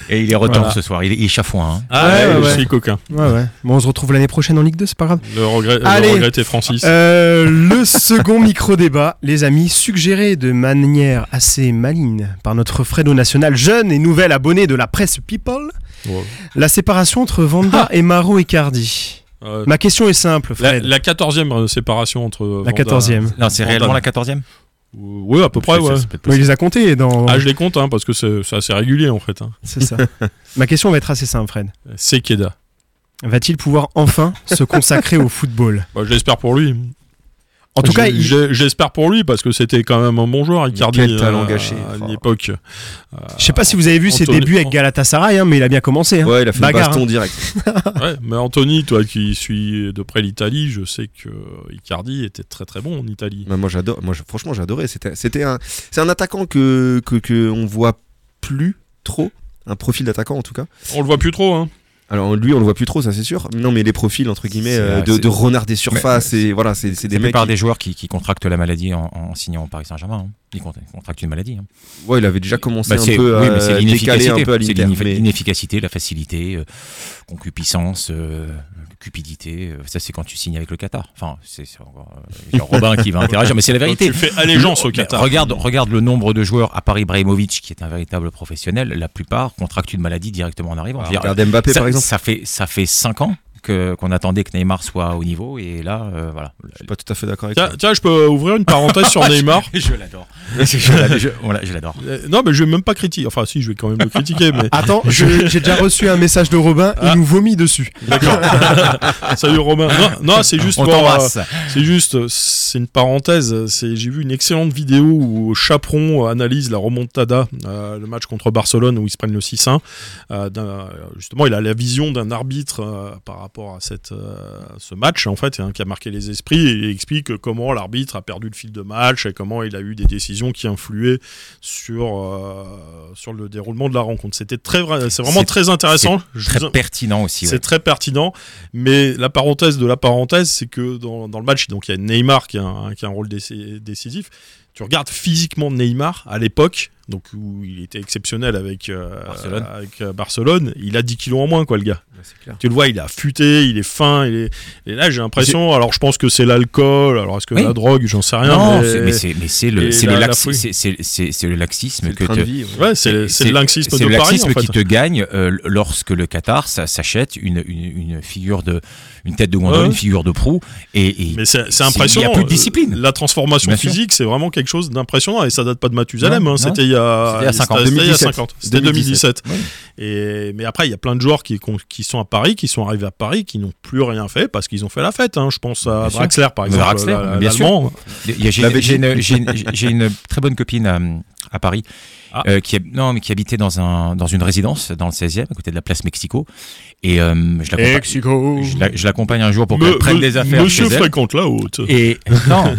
Speaker 3: Et il est retard
Speaker 4: Voilà.
Speaker 3: ce soir, il est, il est chafouin. hein.
Speaker 4: Ah
Speaker 2: ouais,
Speaker 4: ouais,
Speaker 2: ouais.
Speaker 4: je suis coquin.
Speaker 2: Ouais, ouais. Bon, on se retrouve l'année prochaine en Ligue 2, c'est pas grave.
Speaker 4: Le regret,
Speaker 2: Allez.
Speaker 4: le regretté Francis.
Speaker 2: Euh, le second micro-débat, les amis, suggéré de manière assez maligne par notre Fredo National, jeune et nouvel abonné de la presse People,
Speaker 4: Ouais.
Speaker 2: la séparation entre
Speaker 3: Ah.
Speaker 2: Vanda et Maro Icardi.
Speaker 4: Euh,
Speaker 2: Ma question est simple,
Speaker 4: la,
Speaker 2: Fred.
Speaker 4: la 14e séparation entre.
Speaker 2: La quatorzième.
Speaker 3: Non, c'est
Speaker 4: Vandal.
Speaker 3: réellement la 14e
Speaker 4: Oui, à peu près, ouais.
Speaker 2: Ouais, il les a comptés dans.
Speaker 4: Ah, je les compte, hein, parce que c'est c'est assez régulier en fait. hein.
Speaker 2: C'est ça. Ma question va être assez simple, Fred.
Speaker 4: C'est Keda.
Speaker 2: Va-t-il pouvoir enfin se consacrer au football
Speaker 4: Bah, je l'espère pour lui.
Speaker 2: En tout
Speaker 4: Je-
Speaker 2: cas, il-
Speaker 4: je- j'espère pour lui parce que c'était quand même un bon joueur, Icardi.
Speaker 5: quel talent
Speaker 4: euh,
Speaker 5: gâché.
Speaker 4: à
Speaker 5: Enfin.
Speaker 4: l'époque.
Speaker 5: Euh,
Speaker 2: je sais pas si vous avez vu ses
Speaker 4: Anthony-
Speaker 2: débuts avec Galatasaray, hein, mais il a bien commencé. hein.
Speaker 5: Ouais, il a fait le
Speaker 2: Bagarre,
Speaker 5: baston
Speaker 2: hein.
Speaker 5: direct.
Speaker 4: Ouais, mais Anthony, toi qui suis de près l'Italie, je sais que Icardi était très très bon en Italie.
Speaker 5: Bah, moi j'adore, moi je- franchement j'adorais. C'était, c'était un, c'est un attaquant que, que que on voit plus trop, un profil d'attaquant en tout cas.
Speaker 4: On le voit plus trop, hein.
Speaker 5: Alors lui on le voit plus trop, ça c'est sûr. Non mais les profils entre guillemets
Speaker 3: C'est,
Speaker 5: euh,
Speaker 3: euh,
Speaker 5: de,
Speaker 3: c'est-
Speaker 5: de renard des surfaces, et voilà, c'est, c'est des
Speaker 3: La
Speaker 5: mecs.
Speaker 3: plupart
Speaker 5: qui-
Speaker 3: des joueurs qui, qui contractent la maladie en, en signant au Paris Saint-Germain. hein. Ils con- ils contractent une maladie. hein.
Speaker 5: Ouais, il avait déjà commencé
Speaker 3: Bah,
Speaker 5: un
Speaker 3: c'est-
Speaker 5: peu
Speaker 3: oui,
Speaker 5: à
Speaker 3: mais c'est
Speaker 5: décaler un peu à
Speaker 3: l'inefficacité. C'est Ah,
Speaker 5: l'Inter.
Speaker 3: l'ineffi-
Speaker 5: mais-
Speaker 3: l'inefficacité, la facilité, euh, concupiscence, euh, cupidité. euh, ça, c'est quand tu signes avec le Qatar. Enfin, c'est c'est encore, euh, genre Robin qui va interagir, mais c'est la
Speaker 4: Donc,
Speaker 3: vérité.
Speaker 4: tu fais allégeance au
Speaker 3: Mais
Speaker 4: Qatar.
Speaker 3: Regarde, regarde le nombre de joueurs à part Ibrahimovic, qui est un véritable professionnel. La plupart contractent une maladie directement en arrivant. Je veux dire,
Speaker 5: Regarde Ah, Mbappé
Speaker 3: ça,
Speaker 5: par exemple.
Speaker 3: ça fait ça fait cinq ans que qu'on attendait que Neymar soit au niveau et là, euh, voilà.
Speaker 5: Je suis pas tout à fait d'accord avec
Speaker 4: Tiens,
Speaker 5: toi.
Speaker 4: tiens, je peux ouvrir une parenthèse sur Neymar.
Speaker 3: Je l'adore. Je l'adore. Je- voilà, je l'adore.
Speaker 4: Euh, Non, mais je vais même pas critiquer. Enfin, si, je vais quand même le critiquer, mais.
Speaker 2: Attends, je- j'ai déjà reçu un message de Robin,
Speaker 4: Ah.
Speaker 2: il nous vomit dessus.
Speaker 4: D'accord. Salut Romain. Non, non, c'est juste
Speaker 3: On
Speaker 4: pour, euh,
Speaker 3: t'embrasse.
Speaker 4: C'est juste, euh, c'est une parenthèse. C'est, j'ai vu une excellente vidéo où Chaperon analyse la remontada, euh, le match contre Barcelone où ils se prennent le 6-1. Euh, d'un- euh, justement, il a la vision d'un arbitre euh, par rapport à cette, euh, ce match en fait, hein, qui a marqué les esprits et il explique comment l'arbitre a perdu le fil de match et comment il a eu des décisions qui influaient sur euh, sur le déroulement de la rencontre. C'était très, vrai- c'est vraiment
Speaker 3: C'est-
Speaker 4: très intéressant. Je vous
Speaker 3: Très pertinent aussi. ouais.
Speaker 4: c'est très pertinent, mais la parenthèse de la parenthèse, c'est que dans, dans le match, donc il y a Neymar qui a un, qui a un rôle déci- décisif. Tu regardes physiquement Neymar à l'époque, donc où il était exceptionnel avec euh,
Speaker 3: Barcelone.
Speaker 4: avec euh, Barcelone, il a 10 kilos en moins quoi le gars.
Speaker 5: C'est clair.
Speaker 4: Tu le vois, il a futé, il est fin, il est et là j'ai l'impression, alors je pense que c'est l'alcool, alors est-ce que
Speaker 3: Oui.
Speaker 4: la drogue, j'en sais rien.
Speaker 3: non,
Speaker 4: Ah mais-
Speaker 3: c'est- mais c'est mais c'est
Speaker 4: et
Speaker 3: le c'est
Speaker 4: la-
Speaker 3: le,
Speaker 4: la
Speaker 3: laxi-
Speaker 4: fouille.
Speaker 3: c'est- c'est- c'est- c'est le laxisme
Speaker 5: C'est
Speaker 3: que
Speaker 5: le train
Speaker 3: te-
Speaker 5: de vie. ouais.
Speaker 4: Ouais, c'est c'est le laxisme
Speaker 3: c'est
Speaker 4: de
Speaker 3: le
Speaker 4: Paris
Speaker 3: laxisme
Speaker 4: en fait.
Speaker 3: qui te gagne euh, lorsque le Qatar ça, s'achète une, une, une figure de une tête de gondole,
Speaker 4: Ouais.
Speaker 3: une figure de proue et, et
Speaker 4: Mais c'est
Speaker 3: il
Speaker 4: c'est
Speaker 3: y a
Speaker 4: impressionnant.
Speaker 3: plus de discipline.
Speaker 4: La transformation
Speaker 3: Bien sûr.
Speaker 4: physique, c'est vraiment quelque chose d'impressionnant. Et ça date pas de Mathusalem.
Speaker 3: Non,
Speaker 4: hein.
Speaker 3: non.
Speaker 4: C'était il y a
Speaker 3: C'était il y a 50.
Speaker 4: c'était il y a
Speaker 5: 2017.
Speaker 4: 50. C'était 2017.
Speaker 5: 2017.
Speaker 4: Et, mais après, il y a plein de joueurs qui, qui sont à Paris, qui sont arrivés à Paris, qui n'ont plus rien fait parce qu'ils ont fait la fête. hein. Je pense à
Speaker 3: Bien sûr.
Speaker 4: Draxler, par exemple.
Speaker 3: Draxler,
Speaker 4: la-
Speaker 3: bien sûr.
Speaker 4: l'Allemand.
Speaker 3: Il y a- j'ai-
Speaker 5: La Belgique.
Speaker 3: J'ai une, j'ai une- j'ai une très bonne copine à, à Paris
Speaker 4: Ah.
Speaker 3: euh, qui, hab- non, mais qui habitait dans, un, dans une résidence dans le 16e, à côté de la place Mexico. Et euh, je l'accompagne- je la- je l'accompagne un jour pour
Speaker 4: Me-
Speaker 3: qu'elle prenne
Speaker 4: me-
Speaker 3: des affaires
Speaker 4: Monsieur
Speaker 3: chez elle.
Speaker 4: fréquente la haute.
Speaker 3: Et, non.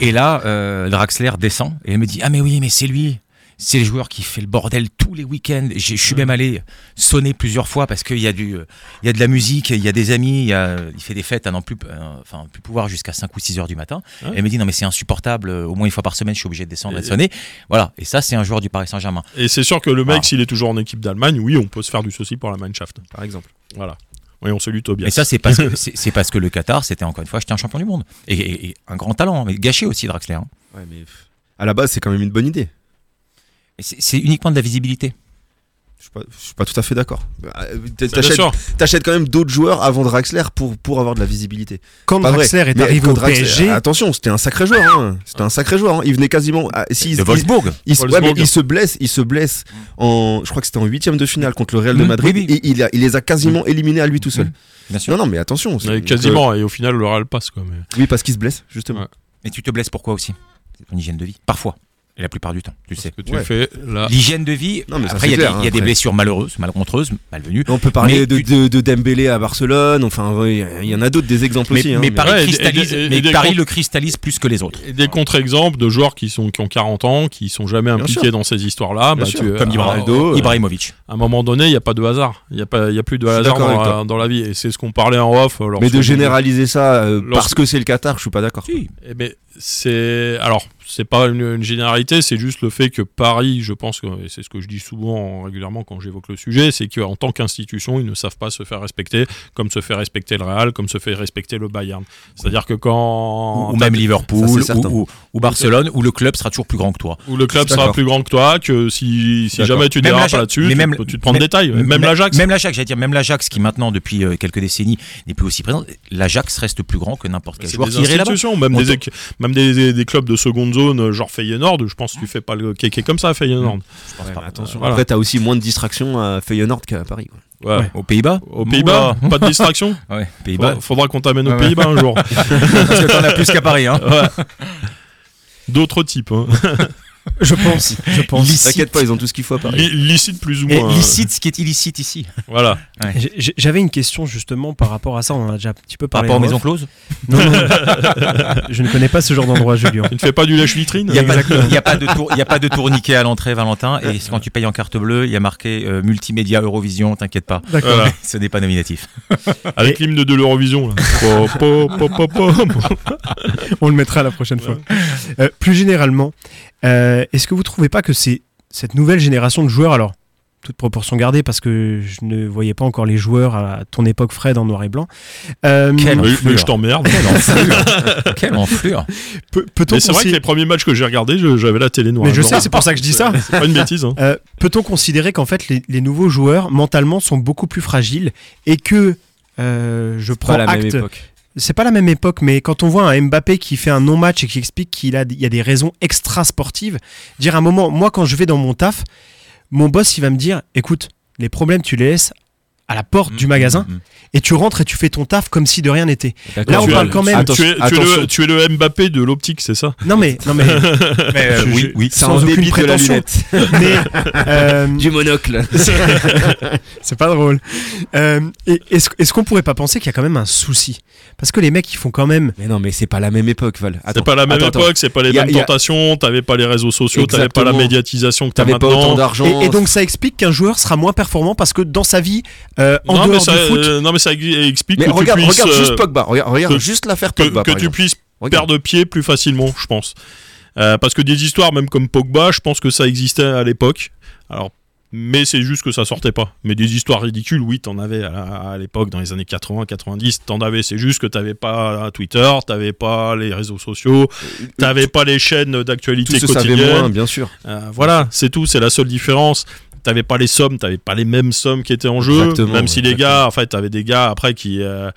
Speaker 3: et là, euh, Draxler descend et elle me dit Ah, mais oui, mais c'est lui. C'est le joueur qui fait le bordel tous les week-ends. J'ai- Je suis même allé sonner plusieurs fois parce qu'il y, a du- il y a de la musique, il y a des amis, il, y a- il fait des fêtes à n'en plus, euh, enfin, plus pouvoir jusqu'à 5 ou 6 heures du matin.
Speaker 4: Ouais.
Speaker 3: Et elle me dit Non, mais c'est insupportable, euh, au moins une fois par semaine, je suis obligé de descendre et de sonner. Voilà, et ça, c'est un joueur du Paris Saint-Germain.
Speaker 4: Et c'est sûr que le mec,
Speaker 3: Ah.
Speaker 4: s'il est toujours en équipe d'Allemagne, oui, on peut se faire du souci pour la Mannschaft.
Speaker 5: Par exemple.
Speaker 4: Voilà. Oui, on salue Tobias.
Speaker 3: Et ça, c'est parce, que- c'est c'est parce que le Qatar, c'était encore une fois, j'étais un champion du monde. Et, et- et un grand talent, mais gâché aussi, Draxler. hein.
Speaker 5: Ouais, mais pff, à la base, c'est quand même une bonne idée.
Speaker 3: Et C'est c'est uniquement de la visibilité.
Speaker 5: Je suis pas, je suis pas tout à fait d'accord. Bah, euh,
Speaker 4: Bien
Speaker 5: t'a- T'achètes
Speaker 4: sûr.
Speaker 5: t'achètes quand même d'autres joueurs avant Draxler pour, pour avoir de la visibilité.
Speaker 2: Quand
Speaker 5: Pas vrai.
Speaker 2: Draxler est
Speaker 5: Mais
Speaker 2: arrivé
Speaker 5: quand
Speaker 2: au
Speaker 5: Draxler-
Speaker 2: PSG,
Speaker 5: Attention, c'était un sacré joueur. hein. C'était un sacré joueur. hein. Il venait quasiment. à- s'il-
Speaker 3: de Wolfsburg.
Speaker 5: il, se- ouais,
Speaker 4: Wolfsburg.
Speaker 5: mais il se blesse. Il se blesse en. Je crois que c'était en huitième de finale contre le Real de
Speaker 3: Mm,
Speaker 5: Madrid.
Speaker 3: oui, oui.
Speaker 5: Et il, a- il les a quasiment éliminés à lui tout seul.
Speaker 3: Mm, Bien sûr.
Speaker 5: Non, non, mais attention. c'est-
Speaker 4: Ouais, Quasiment. Et au final, le Real passe. Quoi, mais-
Speaker 5: que- oui, parce qu'il se blesse justement.
Speaker 4: Ouais.
Speaker 3: Mais tu te blesses pourquoi aussi C'est ton hygiène de vie. Parfois. Et la plupart du temps, tu le sais.
Speaker 4: que tu
Speaker 5: Ouais.
Speaker 4: fais là.
Speaker 3: L'hygiène de vie,
Speaker 5: Non, mais ça,
Speaker 3: après,
Speaker 5: c'est
Speaker 3: il y a, des,
Speaker 5: clair, hein,
Speaker 3: il y a des
Speaker 5: après.
Speaker 3: blessures malheureuses, malcontreuses, malvenues.
Speaker 5: On peut parler
Speaker 3: Mais
Speaker 5: de,
Speaker 3: tu-
Speaker 5: de, de Dembélé à Barcelone. Enfin, ouais, il y- il y en a d'autres des exemples
Speaker 3: Mais,
Speaker 5: aussi. hein,
Speaker 3: mais
Speaker 5: mais-
Speaker 3: Paris,
Speaker 4: Ouais, et-
Speaker 3: cristallise,
Speaker 4: et- et-
Speaker 3: mais
Speaker 4: et des
Speaker 3: Paris
Speaker 4: comptes-
Speaker 3: le cristallise plus que les autres.
Speaker 4: Et des contre-exemples de joueurs qui, sont, qui ont 40 ans, qui sont jamais
Speaker 5: Bien
Speaker 4: impliqués
Speaker 5: sûr.
Speaker 4: dans ces histoires-là.
Speaker 5: Bien
Speaker 4: Bah,
Speaker 5: sûr.
Speaker 4: tu-
Speaker 3: Comme
Speaker 4: à-
Speaker 5: Ibrahimovic.
Speaker 3: Ibrahimovic.
Speaker 4: À un moment donné, il n'y a pas de hasard. Il n'y a, pas- il y a plus de
Speaker 5: Je suis
Speaker 4: hasard
Speaker 5: d'accord
Speaker 4: dans
Speaker 5: avec
Speaker 4: la, dans la vie. Et c'est ce qu'on parlait en off. alors,
Speaker 5: Mais
Speaker 4: sur-
Speaker 5: de généraliser ça euh,
Speaker 4: Lorsque-
Speaker 5: parce que c'est le Qatar, je suis pas d'accord.
Speaker 3: Si.
Speaker 4: Eh ben, c'est. Alors, c'est pas une, une généralité, c'est juste le fait que Paris, je pense, que- et c'est ce que je dis souvent régulièrement quand j'évoque le sujet, c'est qu'en tant qu'institution, ils ne savent pas se faire respecter, comme se fait respecter le Real, comme se fait respecter le Bayern. C'est-à-dire que quand
Speaker 3: ou même
Speaker 5: Ça, c'est
Speaker 3: Liverpool,
Speaker 5: certain.
Speaker 3: ou, ou- ou Barcelone, où le club sera toujours plus grand que toi.
Speaker 4: où le club
Speaker 5: D'accord.
Speaker 4: sera plus grand que toi, que si, si
Speaker 5: D'accord.
Speaker 4: jamais tu
Speaker 3: Même
Speaker 4: dérapes
Speaker 3: l'Ajax-
Speaker 4: là-dessus,
Speaker 3: mais
Speaker 4: tu,
Speaker 3: même-
Speaker 4: peux- tu te prends des tailles. Même, l'Ajax.
Speaker 3: Même l'Ajax, j'allais dire, même l'Ajax qui maintenant, depuis euh, quelques décennies, n'est plus aussi présent. L'Ajax reste plus grand que n'importe quel
Speaker 4: C'est
Speaker 3: joueur
Speaker 4: des
Speaker 3: qui irait là-bas.
Speaker 4: institutions, même,
Speaker 3: On
Speaker 4: des,
Speaker 3: t'en-
Speaker 4: équ- même des, des- des clubs de seconde zone, genre Feyenoord, je pense que tu fais pas le kéké comme ça à Feyenoord.
Speaker 5: attention.
Speaker 4: Voilà.
Speaker 5: Après, t'as aussi moins de distractions à Feyenoord qu'à Paris. quoi.
Speaker 4: Ouais.
Speaker 3: Aux Pays-Bas
Speaker 4: Aux Pays-Bas,
Speaker 3: Oula.
Speaker 4: pas de distraction
Speaker 3: Ouais, Pays-Bas.
Speaker 4: Faudra, faudra qu'on t'amène aux
Speaker 3: Ouais, ouais.
Speaker 4: Pays-Bas un jour.
Speaker 3: Parce que t'en as plus qu'à Paris. Hein.
Speaker 4: Ouais. D'autres types. hein.
Speaker 2: Je pense, je pense.
Speaker 5: T'inquiète pas, ils ont tout ce qu'il faut à Paris.
Speaker 4: Li- Licite plus ou
Speaker 3: Et
Speaker 4: moins. hein.
Speaker 3: licite, ce qui est illicite ici.
Speaker 4: Voilà.
Speaker 2: J'ai- j'ai- J'avais une question justement par rapport à ça, on en a déjà un petit peu
Speaker 3: Par
Speaker 2: parlé.
Speaker 3: rapport aux
Speaker 2: en
Speaker 3: maisons
Speaker 2: off.
Speaker 3: closes
Speaker 2: Non, non, non. je ne connais pas ce genre d'endroit, Julien.
Speaker 4: Tu ne fais pas du lèche vitrine
Speaker 3: Il n'y a, pas- il y a pas de tour- il y a pas de tourniquet à l'entrée, Valentin. Et quand tu payes en carte bleue, il y a marqué euh, multimédia Eurovision, t'inquiète pas.
Speaker 2: D'accord.
Speaker 3: Ce n'est pas nominatif.
Speaker 4: Avec l'hymne de l'Eurovision. là. Po, po, po, po, po.
Speaker 2: On le mettra la prochaine fois. Euh, plus généralement, euh, est-ce que vous trouvez pas que c'est cette nouvelle génération de joueurs, alors, toute proportion gardée, parce que je ne voyais pas encore les joueurs à ton époque, Fred, en noir et blanc. euh,
Speaker 3: Quel
Speaker 4: Mais-
Speaker 3: enflure.
Speaker 4: mais je t'emmerde.
Speaker 3: Quelle enflure Quelle enflure
Speaker 2: peut- Peut-on
Speaker 4: Mais c'est vrai que les
Speaker 2: considérer.
Speaker 4: premiers matchs que j'ai regardés, je- j'avais la télé noire.
Speaker 2: Mais
Speaker 4: et
Speaker 2: je
Speaker 4: blanc.
Speaker 2: sais, c'est pour ça que je dis ça.
Speaker 4: C'est pas une bêtise. hein.
Speaker 2: Euh, Peut-on considérer qu'en fait les, les nouveaux joueurs mentalement sont beaucoup plus fragiles et que euh, je prends
Speaker 5: Pas à la même
Speaker 2: acte.
Speaker 5: époque.
Speaker 2: C'est pas la même époque, mais quand on voit un Mbappé qui fait un non-match et qui explique qu'il a, il y a des raisons extra-sportives, dire à un moment, moi quand je vais dans mon taf, mon boss il va me dire, écoute, les problèmes tu les laisses à la porte
Speaker 4: Mmh,
Speaker 2: du magasin
Speaker 3: Mm, mm,
Speaker 2: et tu rentres et tu fais ton taf comme si de rien n'était. Là on
Speaker 4: Tu
Speaker 2: parle
Speaker 4: as-
Speaker 2: quand même.
Speaker 5: Attention,
Speaker 4: tu, es, tu es
Speaker 5: attention.
Speaker 4: le, tu es le Mbappé de l'optique, c'est ça
Speaker 2: Non mais, non mais,
Speaker 3: mm. Mais, euh,
Speaker 2: Je-
Speaker 3: oui, oui.
Speaker 5: C'est
Speaker 2: sans
Speaker 5: un
Speaker 2: aucune
Speaker 5: débit de la
Speaker 2: prétention.
Speaker 5: lunette.
Speaker 2: mais, euh,
Speaker 5: Du monocle.
Speaker 2: C'est pas drôle. Euh, et est-ce est-ce qu'on pourrait pas penser qu'il y a quand même un souci Parce que les mecs, ils font quand même.
Speaker 5: Mais non, mais c'est pas la même époque, Val.
Speaker 4: C'est
Speaker 5: Attends,
Speaker 4: pas la même
Speaker 5: attends, attends.
Speaker 4: époque, c'est pas les
Speaker 5: Y a-
Speaker 4: mêmes
Speaker 5: y a-
Speaker 4: tentations, t'avais pas les réseaux sociaux, t'avais pas la
Speaker 5: Exactement.
Speaker 4: médiatisation que t'as
Speaker 5: T'avais pas autant
Speaker 4: maintenant.
Speaker 5: d'argent.
Speaker 2: Et, et donc, ça explique qu'un joueur sera moins performant parce que dans sa vie, euh, en
Speaker 4: non, mais
Speaker 2: dehors
Speaker 4: ça,
Speaker 2: du foot.
Speaker 4: euh, non, mais ça explique
Speaker 5: Mais
Speaker 4: que
Speaker 5: regarde,
Speaker 4: tu puisses,
Speaker 5: regarde
Speaker 4: euh,
Speaker 5: juste Pogba. Regarde, regarde
Speaker 4: que-
Speaker 5: juste l'affaire
Speaker 4: que,
Speaker 5: Pogba.
Speaker 4: que
Speaker 5: par
Speaker 4: tu
Speaker 5: exemple.
Speaker 4: puisses
Speaker 5: Regarde.
Speaker 4: perdre pied plus facilement, je pense. Euh, parce que des histoires, même comme Pogba, je pense que ça existait à l'époque. Alors, mais c'est juste que ça sortait pas. Mais des histoires ridicules, oui, t'en avais à, à l'époque, dans les années 80, 90, t'en avais. C'est juste que t'avais pas Twitter, t'avais pas les réseaux sociaux, t'avais pas les chaînes
Speaker 5: Euh, Tout
Speaker 4: d'actualité
Speaker 5: se savait
Speaker 4: quotidienne.
Speaker 5: moins, bien sûr.
Speaker 4: Euh, voilà, c'est tout, c'est la seule différence. T'avais pas les sommes, t'avais pas les mêmes sommes qui étaient en jeu.
Speaker 5: Exactement,
Speaker 4: même si les
Speaker 5: exactement.
Speaker 4: gars, en fait, t'avais des gars après qui. euh,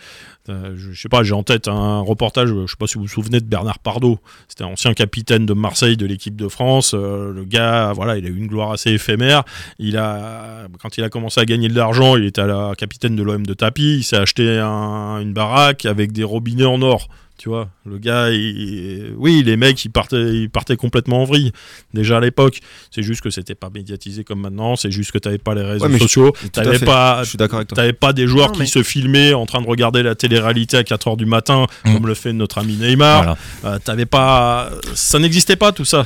Speaker 4: euh, je je sais pas, j'ai en tête un reportage, je sais pas si vous vous souvenez de Bernard Pardo. C'était un ancien capitaine de Marseille de l'équipe de France. Euh, le gars, voilà, il a eu une gloire assez éphémère. Il a, quand il a commencé à gagner de l'argent, il était à la capitaine de l'OM de tapis. Il s'est acheté un- une baraque avec des robinets en or. Tu vois, le gars, il- oui, les mecs, ils partaient, ils partaient complètement en vrille déjà à l'époque. C'est juste que c'était pas médiatisé comme maintenant. C'est juste que t'avais pas les réseaux
Speaker 5: Ouais, mais je-
Speaker 4: sociaux,
Speaker 5: à
Speaker 4: t'avais
Speaker 5: fait.
Speaker 4: pas,
Speaker 5: Je suis d'accord avec toi.
Speaker 4: t'avais pas des joueurs
Speaker 2: Non,
Speaker 4: qui
Speaker 2: mais-
Speaker 4: se filmaient en train de regarder la télé-réalité à 4 heures du matin,
Speaker 3: Mm.
Speaker 4: comme le fait notre ami Neymar.
Speaker 3: Voilà.
Speaker 4: Euh, t'avais pas, ça n'existait pas tout ça.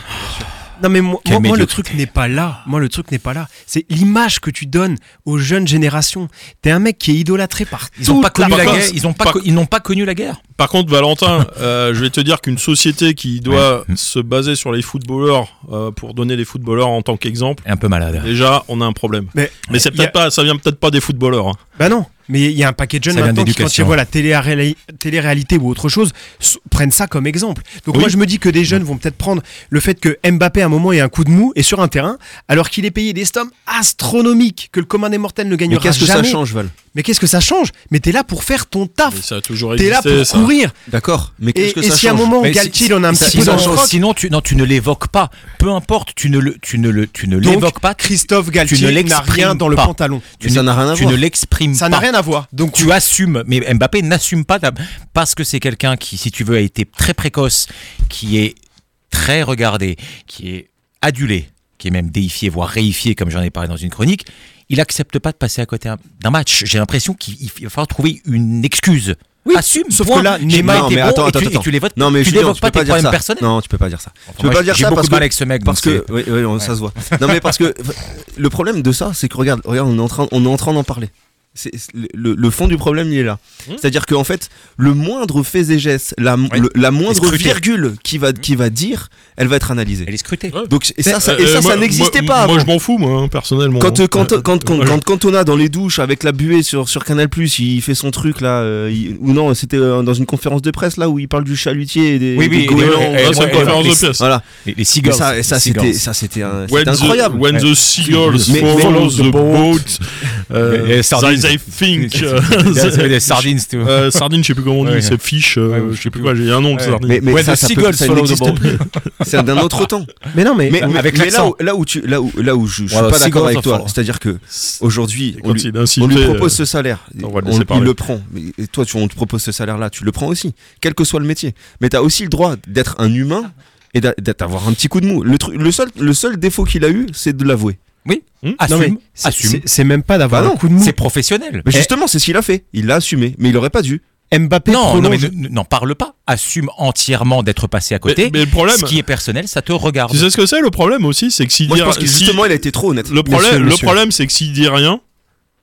Speaker 2: Non, mais moi,
Speaker 3: Quelle
Speaker 2: moi- moi, le
Speaker 3: médiocrité.
Speaker 2: truc n'est pas là. Moi, le truc n'est pas là. C'est l'image que tu donnes aux jeunes générations. T'es un mec qui est idolâtré par
Speaker 3: Ils n'ont pas
Speaker 2: toute la
Speaker 3: connu la
Speaker 2: France.
Speaker 3: guerre. Ils n'ont pas,
Speaker 4: Par-
Speaker 3: co- ils n'ont pas connu la guerre.
Speaker 4: Par contre, Valentin, euh, je vais te dire qu'une société qui doit se baser sur les footballeurs euh, pour donner les footballeurs en tant qu'exemple,
Speaker 3: Un peu malade.
Speaker 4: déjà, on a un problème.
Speaker 2: Mais,
Speaker 4: Mais c'est
Speaker 2: il Ah, y a-
Speaker 4: peut-être pas, ça vient peut-être pas des footballeurs. hein.
Speaker 2: Bah non, mais il y a un paquet de jeunes
Speaker 3: Ça vient
Speaker 2: maintenant qui, quand
Speaker 3: d'éducation.
Speaker 2: ils voient la télé- télé-réalité ou autre chose, s- prennent ça comme exemple. Donc
Speaker 4: Oui.
Speaker 2: moi, je me dis que des jeunes vont peut-être prendre le fait que Mbappé, à un moment, ait un coup de mou et sur un terrain, alors qu'il est payé des sommes astronomiques que le commun des mortels ne
Speaker 5: Mais
Speaker 2: gagnera
Speaker 5: qu'est-ce que ça
Speaker 2: jamais.
Speaker 5: change, Val
Speaker 2: mais qu'est-ce que ça change Mais t'es là pour faire ton
Speaker 4: Mais
Speaker 2: taf.
Speaker 4: ça a toujours
Speaker 2: T'es
Speaker 4: existé.
Speaker 2: là pour
Speaker 4: ça.
Speaker 2: courir.
Speaker 5: D'accord. Mais
Speaker 2: Et,
Speaker 5: qu'est-ce que
Speaker 2: et
Speaker 5: ça
Speaker 2: si à un
Speaker 5: change
Speaker 2: moment, on
Speaker 3: Mais
Speaker 2: Galtil, on a un
Speaker 3: ça-
Speaker 2: petit peu
Speaker 3: sinon,
Speaker 2: dans le froc,
Speaker 3: sinon tu, non, tu ne l'évoques pas. Peu importe, tu ne le- tu ne le- tu ne
Speaker 2: donc
Speaker 3: l'évoques pas.
Speaker 2: Christophe
Speaker 3: ne
Speaker 2: Galtier n'a
Speaker 3: l'exprimes
Speaker 2: rien dans le
Speaker 3: pas.
Speaker 2: pantalon.
Speaker 5: Mais ça n'a rien à
Speaker 3: tu
Speaker 5: voir.
Speaker 3: ne l'exprimes
Speaker 2: Ça
Speaker 3: pas.
Speaker 2: n'a rien à voir. Donc
Speaker 3: tu assumes, mais Mbappé n'assume pas ta- parce que c'est quelqu'un qui, si tu veux, a été très précoce, qui est très regardé, qui est adulé, qui est même déifié, voire réifié, comme j'en ai parlé dans une chronique. Il accepte pas de passer à côté un- d'un match. J'ai l'impression qu'il il va falloir trouver une excuse. Assume.
Speaker 2: sauf
Speaker 3: point.
Speaker 2: que là,
Speaker 3: J'ai
Speaker 2: Neymar-
Speaker 3: pas
Speaker 5: Non,
Speaker 3: été
Speaker 5: mais
Speaker 3: bon
Speaker 5: attends,
Speaker 3: et tu-
Speaker 5: attends,
Speaker 3: et tu,
Speaker 5: attends.
Speaker 3: les votes.
Speaker 5: Non, mais
Speaker 3: tu
Speaker 5: Julien,
Speaker 3: n'évoques
Speaker 5: tu
Speaker 3: pas tes
Speaker 5: peux pas dire
Speaker 3: problèmes
Speaker 5: ça.
Speaker 3: personnels.
Speaker 5: Non, tu peux pas dire ça.
Speaker 3: Enfin,
Speaker 5: tu peux
Speaker 3: moi,
Speaker 5: pas dire
Speaker 3: J'ai
Speaker 5: ça
Speaker 3: beaucoup
Speaker 5: parce
Speaker 3: de mal
Speaker 5: que-
Speaker 3: avec ce mec.
Speaker 5: Parce
Speaker 3: donc
Speaker 5: que, oui, oui, on- ça se voit. Non, mais parce que euh, le problème de ça, c'est que regarde, regarde, on est en train, on est en train d'en parler. c'est- c'est- le, le fond du problème, il est là.
Speaker 3: Hmm
Speaker 4: Mmh.
Speaker 5: C'est-à-dire qu'en fait, le moindre fait et geste, la,
Speaker 7: Ouais.
Speaker 5: le- la moindre
Speaker 7: Scruté.
Speaker 5: virgule qui va, qui va dire, elle va être analysée.
Speaker 7: Elle est scrutée.
Speaker 4: Ouais.
Speaker 5: Donc, et ça, ça,
Speaker 4: Euh,
Speaker 5: et ça,
Speaker 4: moi-
Speaker 5: ça n'existait
Speaker 4: moi-
Speaker 5: pas avant.
Speaker 4: Moi, je m'en fous, moi, hein, personnellement.
Speaker 5: Quand,
Speaker 4: hein.
Speaker 5: euh, quand,
Speaker 4: Euh,
Speaker 5: quand, quand,
Speaker 4: moi, je-
Speaker 5: quand Cantona dans les douches avec la buée sur, sur Canal Plus, il fait son truc là, euh, il- ou non, c'était euh, dans une conférence de presse là où il parle du chalutier et des,
Speaker 7: Oui, oui,
Speaker 5: des
Speaker 7: et
Speaker 5: goélands. euh,
Speaker 7: ouais, ouais,
Speaker 4: Ah, c'est une
Speaker 7: ouais,
Speaker 4: conférence
Speaker 7: ouais,
Speaker 4: de pièce.
Speaker 5: Voilà.
Speaker 7: Les, les
Speaker 5: Et
Speaker 7: seagulls.
Speaker 5: ça, et ça
Speaker 7: les
Speaker 5: c'était,
Speaker 7: seagulls.
Speaker 5: ça c'était, un-
Speaker 4: When
Speaker 5: c'était incroyable.
Speaker 4: The, when the seagulls
Speaker 5: Mais- mais-
Speaker 4: follow the boat, euh,
Speaker 3: Et les sardines.
Speaker 4: I, I think. euh,
Speaker 3: Ça fait des sardines, tout.
Speaker 4: euh, sardine, je sais plus comment on dit,
Speaker 3: Ouais.
Speaker 4: c'est fish, euh,
Speaker 3: Ouais,
Speaker 4: je sais plus quoi, j'ai un nom de
Speaker 3: Ouais.
Speaker 4: sardine.
Speaker 5: Mais, mais
Speaker 3: When
Speaker 5: ça,
Speaker 3: the
Speaker 5: ça, peut-
Speaker 3: seagulls
Speaker 5: ça
Speaker 3: follow the
Speaker 5: n'existe
Speaker 3: boat.
Speaker 5: plus. C'est d'un autre temps.
Speaker 2: Mais non, mais.
Speaker 5: Mais, mais-
Speaker 3: avec
Speaker 5: mais là,
Speaker 3: l'accent.
Speaker 5: où, là où tu, là où, là où je, je suis
Speaker 3: Voilà,
Speaker 5: pas d'accord
Speaker 3: seagulls
Speaker 5: avec
Speaker 3: of
Speaker 5: toi,
Speaker 3: follow.
Speaker 5: c'est-à-dire que aujourd'hui, on
Speaker 4: Quand
Speaker 5: lui,
Speaker 4: il
Speaker 5: on lui
Speaker 4: insulté,
Speaker 5: propose
Speaker 4: euh,
Speaker 5: ce salaire.
Speaker 4: on va le
Speaker 5: On-
Speaker 4: laisser
Speaker 5: il
Speaker 4: parler.
Speaker 5: le prend. Mais- et toi, tu, on te propose ce salaire-là, tu le prends aussi, quel que soit le métier. Mais t'as aussi le droit d'être un humain et d'a- d'a- d'avoir un petit coup de mou. Le, truc- le, seul, le seul défaut qu'il a eu, c'est de l'avouer.
Speaker 2: Non, mais
Speaker 3: Assume.
Speaker 2: c'est-
Speaker 3: Assume.
Speaker 2: c'est- c'est même pas d'avoir
Speaker 5: Bah
Speaker 2: un
Speaker 5: non,
Speaker 2: coup de mou.
Speaker 3: C'est professionnel.
Speaker 4: Eh.
Speaker 5: Mais justement, c'est ce qu'il a fait. Il l'a assumé, mais il aurait pas dû.
Speaker 2: Mbappé
Speaker 3: Non, non, mais
Speaker 2: prolonge.
Speaker 3: ne- ne- n'en parle pas. Assume entièrement d'être passé à côté.
Speaker 4: mais, mais le problème,
Speaker 3: Ce qui est personnel, ça te regarde.
Speaker 4: tu sais ce que c'est le problème aussi, c'est que s'il
Speaker 5: Moi,
Speaker 4: dit
Speaker 5: je pense que
Speaker 4: si-
Speaker 5: justement, il a été trop honnête.
Speaker 4: le problème,
Speaker 2: Monsieur,
Speaker 4: le
Speaker 2: monsieur.
Speaker 4: problème, c'est que s'il dit rien,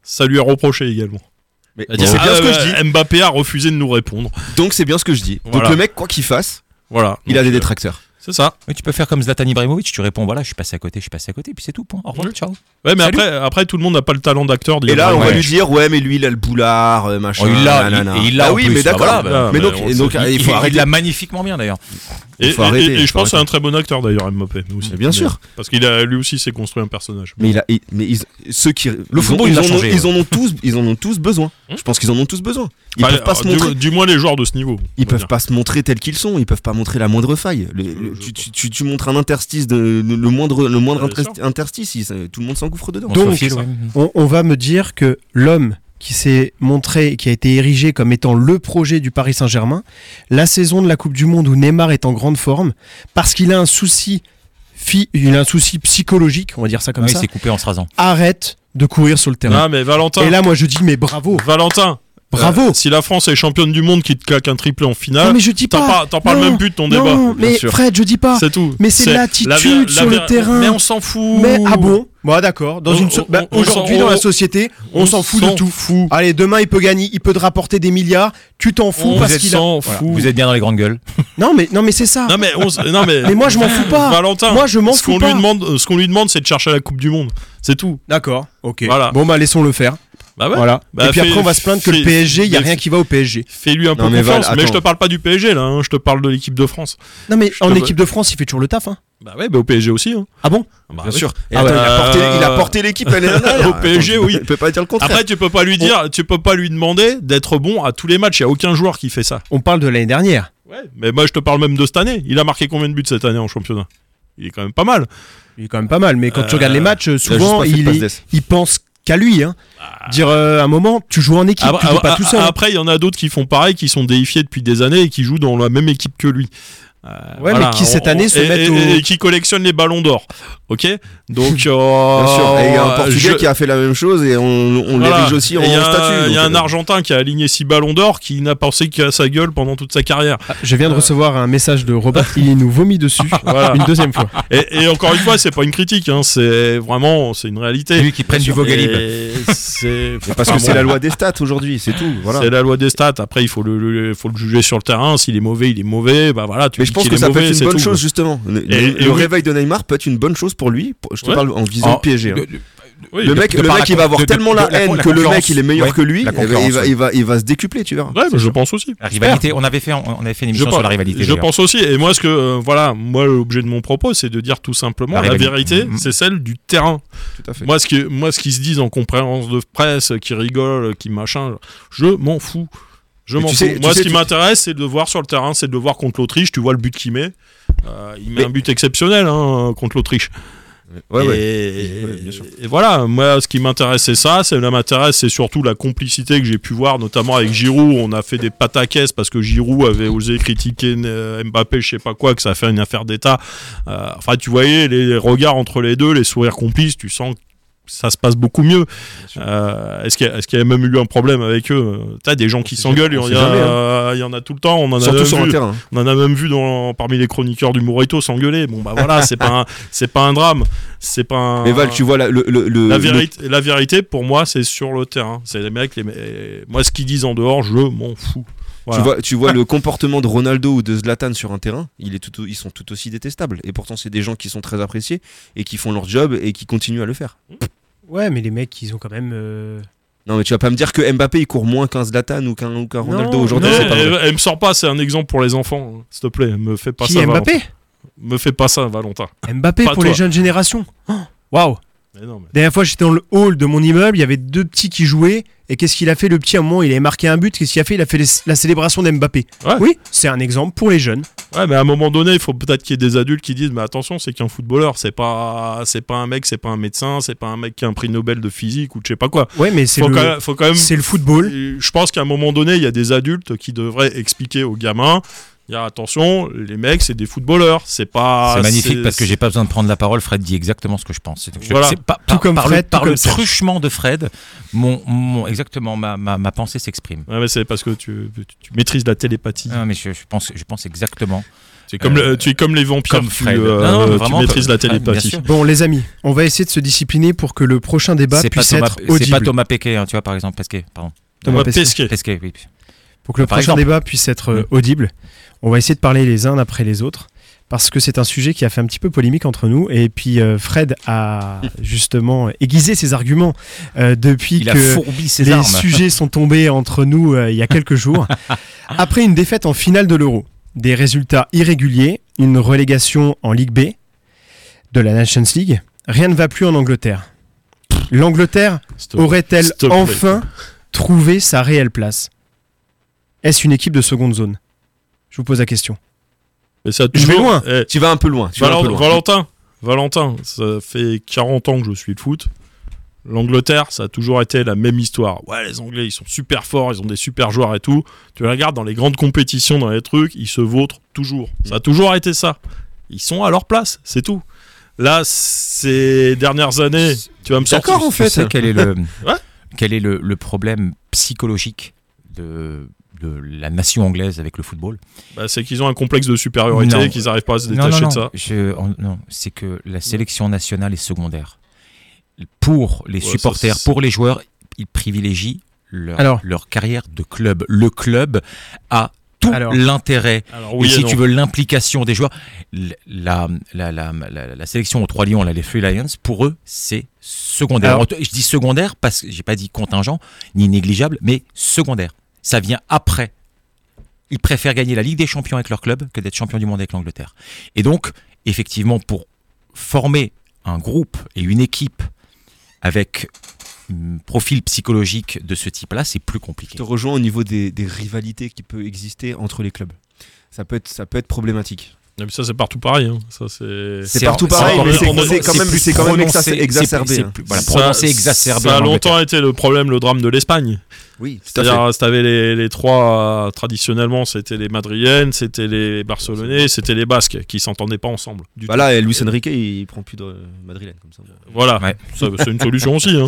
Speaker 4: ça lui est reproché également.
Speaker 5: Mais-
Speaker 4: C'est-à-dire,
Speaker 5: c'est bien
Speaker 4: ah,
Speaker 5: ce que je
Speaker 4: ouais,
Speaker 5: Bah, dis.
Speaker 4: Mbappé a refusé de nous répondre.
Speaker 5: Donc, c'est bien ce que je dis. Donc,
Speaker 4: Voilà.
Speaker 5: le mec, quoi qu'il fasse,
Speaker 4: Voilà.
Speaker 5: il a
Speaker 4: Donc,
Speaker 5: des
Speaker 4: euh,
Speaker 5: détracteurs.
Speaker 4: C'est ça.
Speaker 3: Oui, tu peux faire comme Zlatan Ibrahimovic. Tu réponds, voilà, je suis passé à côté, je suis passé à côté, puis c'est tout. Point. Au revoir, ciao.
Speaker 4: Ouais, mais
Speaker 3: Salut.
Speaker 4: après, après, tout le monde n'a pas le talent d'acteur. de
Speaker 5: Et là, on va
Speaker 4: l'Ibrahimovic.
Speaker 5: lui dire, ouais, mais lui, il a le boulard, euh, machin.
Speaker 3: Oh, il l'a,
Speaker 5: nanana.
Speaker 3: il- et il l'a
Speaker 5: Ah
Speaker 3: en
Speaker 5: oui,
Speaker 3: plus,
Speaker 5: mais
Speaker 3: bah
Speaker 5: d'accord.
Speaker 4: voilà, bah,
Speaker 5: mais
Speaker 4: bah,
Speaker 5: donc,
Speaker 4: on
Speaker 5: et
Speaker 4: sait.
Speaker 5: donc,
Speaker 3: Il,
Speaker 5: il
Speaker 3: il-
Speaker 5: faut
Speaker 3: il
Speaker 5: arrêter.
Speaker 3: l'a magnifiquement bien d'ailleurs.
Speaker 4: Et,
Speaker 5: faut
Speaker 4: et-
Speaker 5: arrêter,
Speaker 4: et- et je
Speaker 5: faut
Speaker 4: pense que c'est
Speaker 5: arrêter.
Speaker 4: un très bon acteur d'ailleurs, Mbappé. nous aussi.
Speaker 5: Mais bien sûr.
Speaker 4: Parce qu'il a lui aussi s'est construit un personnage.
Speaker 5: Mais, il a, il- mais ils- ceux qui le
Speaker 3: football, il
Speaker 5: ils,
Speaker 3: l'a
Speaker 5: en ont-
Speaker 3: changé,
Speaker 4: hein.
Speaker 5: ils en ont tous, ils en ont tous besoin. Je pense qu'ils en ont tous besoin. Ils
Speaker 4: Hmm. Enfin, euh,
Speaker 5: peuvent pas se
Speaker 4: du,
Speaker 5: montrer.
Speaker 4: du moins les joueurs de ce niveau.
Speaker 5: Ils
Speaker 4: on va
Speaker 5: peuvent
Speaker 4: dire.
Speaker 5: pas se montrer tels qu'ils sont. Ils peuvent pas montrer la moindre faille. Le- le- tu, tu- tu- tu montres un interstice de le, le moindre le moindre
Speaker 4: Ouais, bien
Speaker 5: intersti- interstice, il- ça- tout le monde s'engouffre dedans.
Speaker 3: On
Speaker 2: Donc,
Speaker 3: se refile,
Speaker 2: ça.
Speaker 3: ouais.
Speaker 2: on, on va me dire que l'homme qui s'est montré, qui a été érigé comme étant le projet du Paris Saint-Germain, la saison de la Coupe du Monde où Neymar est en grande forme, parce qu'il a un souci, fi- il a un souci psychologique, on va dire ça comme
Speaker 3: Ouais, il
Speaker 2: ça,
Speaker 3: s'est Ah coupé en se rasant.
Speaker 2: arrête de courir sur le terrain.
Speaker 4: Ah mais Valentin.
Speaker 2: Et là, moi, je dis, mais bravo,
Speaker 4: Valentin.
Speaker 2: bravo.
Speaker 4: euh, si la France est championne du monde qui te claque un triplé en
Speaker 2: non,
Speaker 4: finale,
Speaker 2: mais je dis
Speaker 4: t'en
Speaker 2: pas.
Speaker 4: par- t'en parles
Speaker 2: non,
Speaker 4: même plus de ton
Speaker 2: non,
Speaker 4: débat. bien
Speaker 2: mais
Speaker 4: sûr.
Speaker 2: Fred, je dis pas.
Speaker 4: C'est tout.
Speaker 2: Mais c'est l'attitude
Speaker 4: la ver-
Speaker 2: sur
Speaker 4: la
Speaker 2: le
Speaker 4: ver-
Speaker 2: terrain.
Speaker 4: Mais on s'en fout.
Speaker 2: Mais ah bon Bon, d'accord. Dans
Speaker 4: On-
Speaker 2: une so-
Speaker 4: on-
Speaker 2: bah,
Speaker 4: on
Speaker 2: aujourd'hui,
Speaker 4: s'en-
Speaker 2: dans la
Speaker 4: on-
Speaker 2: société, on, s'en fout de tout.
Speaker 4: Fout.
Speaker 2: Allez, demain il peut gagner, il peut te rapporter des milliards. Tu t'en fous
Speaker 4: On
Speaker 2: parce qu'il a.
Speaker 4: s'en
Speaker 3: Voilà.
Speaker 4: fout.
Speaker 3: Vous êtes bien dans les grandes gueules.
Speaker 2: Non mais non mais c'est ça.
Speaker 4: Non mais on s- non mais.
Speaker 2: mais moi je m'en fous pas.
Speaker 4: Valentin.
Speaker 2: moi je m'en
Speaker 4: ce
Speaker 2: fous
Speaker 4: qu'on lui
Speaker 2: pas.
Speaker 4: demande, ce qu'on lui demande, c'est de chercher la Coupe du Monde. C'est tout.
Speaker 2: D'accord. Ok.
Speaker 4: Voilà.
Speaker 2: Bon bah laissons le faire.
Speaker 4: Bah ouais.
Speaker 2: Voilà.
Speaker 4: Bah,
Speaker 2: Et puis
Speaker 4: fais-
Speaker 2: après on va se plaindre que
Speaker 4: fais-
Speaker 2: le PSG, il y a
Speaker 4: mais-
Speaker 2: rien qui va au PSG.
Speaker 4: Fais-lui un peu
Speaker 5: Non, mais Val,
Speaker 4: confiance. Mais, je te
Speaker 5: attends.
Speaker 4: parle pas du PSG là. hein, Je te parle de l'équipe de France.
Speaker 2: Non mais en
Speaker 4: te-
Speaker 2: équipe de France, il fait toujours le taf. Hein.
Speaker 4: Bah ouais, bah au PSG aussi. hein.
Speaker 2: Ah bon
Speaker 4: Bah oui.
Speaker 5: Bien sûr. Et
Speaker 4: Ah
Speaker 5: attends,
Speaker 4: ouais.
Speaker 5: il a porté-
Speaker 4: Euh,
Speaker 5: il a porté l'équipe à l'année dernière.
Speaker 4: Au PSG, oui.
Speaker 5: Il peut pas dire le contraire.
Speaker 4: Après, tu peux pas lui dire, tu peux pas lui demander d'être bon à tous les matchs. Il y a aucun joueur qui fait ça.
Speaker 2: On parle de l'année dernière.
Speaker 4: Ouais. Mais moi, je te parle même de cette année. Il a marqué combien de buts cette année en championnat Il est quand même pas mal.
Speaker 2: Il est quand même pas mal. Mais quand tu
Speaker 4: Euh,
Speaker 2: regardes les matchs, euh,
Speaker 5: Il a juste
Speaker 2: souvent
Speaker 5: pas fait de
Speaker 2: il,
Speaker 5: passe
Speaker 2: est-
Speaker 5: d'ess.
Speaker 2: il pense qu'à lui. Hein.
Speaker 4: Ah.
Speaker 2: Dire euh, un moment, tu joues en équipe, tu
Speaker 4: Après,
Speaker 2: joues pas
Speaker 4: a-
Speaker 2: tout seul. hein.
Speaker 4: après, il y en a d'autres qui font pareil, qui sont déifiés depuis des années et qui jouent dans la même équipe que lui. Euh,
Speaker 2: Ouais, mais qui, cette année, se
Speaker 4: et-
Speaker 2: mettent
Speaker 4: et-
Speaker 2: au-
Speaker 4: et, qui collectionnent les ballons d'or. Ok, donc euh,
Speaker 5: Bien sûr. Et il y
Speaker 4: oh,
Speaker 5: a un Portugais qui
Speaker 4: a
Speaker 5: a fait la même chose et on, on l'érige aussi en
Speaker 4: il y a un- Il
Speaker 5: statut.
Speaker 4: y
Speaker 5: donc,
Speaker 4: a
Speaker 5: euh,
Speaker 4: un Argentin qui a aligné 6 ballons d'or qui n'a pensé qu'à sa gueule pendant toute sa carrière.
Speaker 2: Ah, je viens de recevoir un message de Robert. il nous vomit dessus
Speaker 4: Voilà.
Speaker 2: une deuxième fois.
Speaker 4: Et, et encore une fois, c'est pas une critique, hein, c'est vraiment c'est une réalité.
Speaker 3: Lui qui prenne du Vogalib.
Speaker 4: Et C'est
Speaker 5: mais Parce que c'est la loi des stats aujourd'hui, c'est tout. Voilà.
Speaker 4: Ah C'est la loi des stats. Après, il faut le, le- faut le juger sur le terrain. S'il est mauvais, il est mauvais. Bah voilà, tu
Speaker 5: Mais
Speaker 4: dis
Speaker 5: je pense
Speaker 4: qu'il
Speaker 5: que
Speaker 4: est
Speaker 5: ça peut
Speaker 4: mauvais,
Speaker 5: être
Speaker 4: c'est
Speaker 5: une bonne
Speaker 4: tout.
Speaker 5: chose justement. Le,
Speaker 4: Et-
Speaker 5: le-
Speaker 4: et
Speaker 5: le
Speaker 4: oui.
Speaker 5: réveil de Neymar peut être une bonne chose pour lui. pour- Je te
Speaker 4: Ouais.
Speaker 5: parle en visant
Speaker 3: En-
Speaker 5: le PSG. hein.
Speaker 3: de- de-
Speaker 4: oui,
Speaker 5: le
Speaker 3: de-
Speaker 5: mec,
Speaker 3: de
Speaker 5: le
Speaker 3: par
Speaker 5: mec,
Speaker 3: la
Speaker 5: il va
Speaker 3: con-
Speaker 5: avoir
Speaker 3: de- de-
Speaker 5: tellement la,
Speaker 3: de la-
Speaker 5: haine
Speaker 3: la
Speaker 5: que le
Speaker 3: concurrence.
Speaker 5: mec il est meilleur
Speaker 3: Ouais,
Speaker 5: que lui.
Speaker 3: la
Speaker 5: eh ben,
Speaker 3: concurrence,
Speaker 5: il, va,
Speaker 3: ouais.
Speaker 5: il, va, il va se décupler, tu verras.
Speaker 4: Ouais, mais je pense aussi.
Speaker 3: La rivalité, on avait fait, on avait fait une
Speaker 4: Je
Speaker 3: émission
Speaker 4: pense,
Speaker 3: sur la rivalité.
Speaker 4: je
Speaker 3: d'ailleurs.
Speaker 4: pense aussi. Et moi, ce que euh, voilà, moi l'objet de mon propos, c'est de dire tout simplement
Speaker 3: La
Speaker 4: la,
Speaker 3: rivalité.
Speaker 4: vérité,
Speaker 3: Mhm.
Speaker 4: c'est celle du terrain.
Speaker 5: Tout à fait.
Speaker 4: Moi, ce qui, moi, ce qui se disent en conférence de presse, qui rigolent, qui machin, je m'en fous. Je
Speaker 5: Mais
Speaker 4: m'en
Speaker 5: tu
Speaker 4: fous.
Speaker 5: sais- tu
Speaker 4: moi,
Speaker 5: sais,
Speaker 4: ce qui
Speaker 5: tu-
Speaker 4: m'intéresse, c'est de le voir sur le terrain, c'est de le voir contre l'Autriche. Tu vois le but qu'il met. Euh, il met
Speaker 5: Mais-
Speaker 4: un but exceptionnel hein, contre l'Autriche.
Speaker 5: Ouais,
Speaker 4: et,
Speaker 5: ouais.
Speaker 4: et- et voilà, moi, ce qui m'intéresse, c'est ça. Ça m'intéresse, c'est surtout la complicité que j'ai pu voir, notamment avec Giroud. On a fait des pataquès parce que Giroud avait osé critiquer euh, Mbappé, je sais pas quoi, que ça a fait une affaire d'État. Euh, enfin, tu voyais les regards entre les deux, les sourires complices, tu sens ça se passe beaucoup mieux. Euh, Est-ce qu'il y, a- est-ce qu'il y a même eu un problème avec eux Euh, T'as des gens qui
Speaker 5: sait
Speaker 4: s'engueulent, il y,
Speaker 5: jamais, on
Speaker 4: en
Speaker 5: sait jamais, hein.
Speaker 4: a- euh, il y en a tout le temps. On en a
Speaker 5: Surtout
Speaker 4: même vu,
Speaker 5: sur un terrain.
Speaker 4: on en a même vu dans, parmi les chroniqueurs du Morito s'engueuler. Bon bah voilà, c'est pas un- c'est pas un drame, c'est pas. Un,
Speaker 5: Mais Val, tu vois la, le, le- le-
Speaker 4: Ah. la
Speaker 5: le-
Speaker 4: vérité, la vérité, pour moi, c'est sur le terrain. C'est les mecs, les me- moi, ce qu'ils disent en dehors, je m'en fous.
Speaker 5: tu
Speaker 4: Voilà.
Speaker 5: vois, tu vois le comportement de Ronaldo ou de Zlatan sur un terrain, il est tout- ils sont tout aussi détestables. Et pourtant, c'est des gens qui sont très appréciés et qui font leur job et qui continuent à le faire.
Speaker 2: Ouais, mais les mecs, ils ont quand même. euh,
Speaker 5: Non, mais tu vas pas me dire que Mbappé il court moins qu'un Zlatan ou qu'un ou qu'un
Speaker 2: Non,
Speaker 5: Ronaldo aujourd'hui,
Speaker 4: Non,
Speaker 5: Ah, c'est pas
Speaker 4: elle,
Speaker 5: vrai.
Speaker 4: Eh, elle me sort pas, c'est un exemple pour les enfants. hein. S'il te plaît, me fais pas
Speaker 2: Qui
Speaker 4: ça. Valentin.
Speaker 2: Mbappé
Speaker 4: Me fais pas ça, Valentin.
Speaker 2: Mbappé
Speaker 4: Pas
Speaker 2: pour
Speaker 4: toi.
Speaker 2: les jeunes générations. Oh, Waouh
Speaker 4: Mais non, mais-
Speaker 2: Dernière fois, j'étais dans le hall de mon immeuble, il y avait deux petits qui jouaient. Et qu'est-ce qu'il a fait le petit à un moment Il avait marqué un but. Qu'est-ce qu'il a fait Il a fait les- la célébration d'Mbappé.
Speaker 4: Ouais.
Speaker 2: Oui, c'est un exemple pour les jeunes.
Speaker 4: Ouais, mais à un moment donné, il faut peut-être qu'il y ait des adultes qui disent, mais attention, c'est qu'un footballeur, c'est pas, c'est pas un mec, c'est pas un médecin, c'est pas un mec qui a un prix Nobel de physique ou de je sais pas quoi.
Speaker 2: Ouais, mais c'est
Speaker 4: Faut,
Speaker 2: le,
Speaker 4: quand, faut quand même.
Speaker 2: c'est le football.
Speaker 4: Je pense qu'à un moment donné, il y a des adultes qui devraient expliquer aux gamins. dire attention, les mecs, c'est des footballeurs, Ah, c'est pas.
Speaker 3: c'est magnifique parce que j'ai pas besoin de prendre la parole. Fred dit exactement ce que je pense. Donc, je-
Speaker 4: Voilà.
Speaker 3: c'est pas- par-
Speaker 2: comme
Speaker 3: par
Speaker 2: Fred,
Speaker 3: le,
Speaker 2: tout
Speaker 3: par
Speaker 2: comme
Speaker 3: le
Speaker 2: Serge.
Speaker 3: truchement de Fred, mon, mon- exactement ma, ma, ma pensée s'exprime.
Speaker 4: Ouais, mais c'est parce que tu, tu- tu maîtrises la télépathie.
Speaker 3: Ah, mais je, je pense, je pense exactement
Speaker 4: C'est comme
Speaker 3: Euh,
Speaker 4: le- tu es comme les vampires,
Speaker 3: comme
Speaker 4: tu,
Speaker 3: Fred.
Speaker 4: euh,
Speaker 3: Non, non, mais
Speaker 4: tu
Speaker 3: vraiment,
Speaker 4: maîtrises la
Speaker 3: Fred, bien
Speaker 4: télépathie.
Speaker 3: sûr.
Speaker 2: Bon, les amis, on va essayer de se discipliner pour que le prochain débat
Speaker 3: c'est pas,
Speaker 2: puisse
Speaker 3: Thomas,
Speaker 2: être
Speaker 3: c'est
Speaker 2: audible.
Speaker 3: pas Thomas Pesquet, hein, tu vois, par exemple. Pesquet, pardon.
Speaker 2: Thomas
Speaker 4: Ouais,
Speaker 2: Pesquet.
Speaker 4: Pesquet.
Speaker 3: Pesquet, oui.
Speaker 2: Pour que le
Speaker 3: Par
Speaker 2: prochain
Speaker 3: exemple. Mm.
Speaker 2: débat puisse être euh, audible, on va essayer de parler les uns après les autres. Parce que c'est un sujet qui a fait un petit peu polémique entre nous. Et puis euh, Fred a justement aiguisé ses arguments euh, depuis
Speaker 3: Il a
Speaker 2: que
Speaker 3: fourbi ses
Speaker 2: les
Speaker 3: armes.
Speaker 2: sujets sont tombés entre nous euh, il y a quelques jours. Après une défaite en finale de l'Euro, des résultats irréguliers, une relégation en Ligue B de la Nations League, rien ne va plus en Angleterre. L'Angleterre
Speaker 4: S'il te plaît.
Speaker 2: aurait-elle
Speaker 4: S'il te plaît.
Speaker 2: enfin trouvé sa réelle place Est-ce une équipe de seconde zone Je vous pose la question.
Speaker 4: Mais ça a
Speaker 2: Je vais
Speaker 4: toujours-
Speaker 2: loin.
Speaker 4: Eh,
Speaker 5: Tu vas un peu loin. Tu vas un
Speaker 4: Valen-
Speaker 5: peu loin.
Speaker 4: Valentin, Valentin, ça fait 40 ans que je suis le foot. L'Angleterre, ça a toujours été la même histoire. Ouais, les Anglais, ils sont super forts, ils ont des super joueurs et tout. Tu les regardes dans les grandes compétitions, dans les trucs, ils se vautrent toujours. Ça a toujours été ça. Ils sont à leur place, c'est tout. Là, ces dernières années, tu vas me sortir.
Speaker 5: D'accord, en
Speaker 3: Tu
Speaker 5: fait.
Speaker 3: sais quel est le,
Speaker 4: Ouais.
Speaker 3: quel est le, le problème psychologique de, de la nation anglaise avec le football
Speaker 4: Bah, c'est qu'ils ont un complexe de supériorité,
Speaker 3: Non.
Speaker 4: qu'ils n'arrivent pas à se
Speaker 3: Non, non,
Speaker 4: détacher
Speaker 3: non.
Speaker 4: de ça. Mm.
Speaker 3: Je- en- non, c'est que la sélection nationale est secondaire. Pour les
Speaker 4: ça,
Speaker 3: supporters,
Speaker 4: c'est-
Speaker 3: pour les joueurs, ils privilégient leur,
Speaker 2: Alors.
Speaker 3: leur carrière de club. Le club a tout
Speaker 2: Alors.
Speaker 3: l'intérêt
Speaker 4: Alors oui,
Speaker 3: et
Speaker 4: et
Speaker 3: si
Speaker 4: non.
Speaker 3: tu veux l'implication des joueurs, l- la, la, la, la, la sélection aux trois lions, là, les Free Lions, pour eux, c'est secondaire.
Speaker 2: Alors-
Speaker 3: Alors, je dis secondaire parce que j'ai pas dit contingent ni négligeable, mais secondaire. Ça vient après. Ils préfèrent gagner la Ligue des Champions avec leur club que d'être champion du monde avec l'Angleterre. Et donc, effectivement, pour former un groupe et une équipe avec un profil psychologique de ce type-là, c'est plus
Speaker 5: Je
Speaker 3: compliqué.
Speaker 5: te rejoins au niveau des, des rivalités qui peuvent exister entre les clubs. Ça peut être, ça peut être problématique.
Speaker 4: Mais ça, c'est partout pareil. hein. Ça, c'est.
Speaker 5: C'est partout
Speaker 3: c'est
Speaker 5: pareil,
Speaker 3: encore-
Speaker 5: mais
Speaker 4: c'est-
Speaker 3: encore-
Speaker 4: c'est quand
Speaker 5: même-
Speaker 3: plus
Speaker 5: c'est quand même
Speaker 3: prononcé,
Speaker 5: exacerbé,
Speaker 3: c'est- c'est
Speaker 5: hein.
Speaker 3: plus- voilà,
Speaker 4: Ça-
Speaker 3: prononcé, exacerbé.
Speaker 4: Ça a
Speaker 3: en Angleterre.
Speaker 4: longtemps été le problème, le drame de l'Espagne.
Speaker 5: Oui,
Speaker 4: C'est-à-dire, t'avais les, les trois, euh, traditionnellement, c'était les Madriennes, c'était les Barcelonais, c'était les Basques qui s'entendaient pas ensemble. Du
Speaker 5: Bah là, Luis Enrique, il prend plus de euh, madrilène comme ça.
Speaker 4: tout. Voilà,
Speaker 3: Ouais.
Speaker 4: Ça, c'est une solution aussi. hein.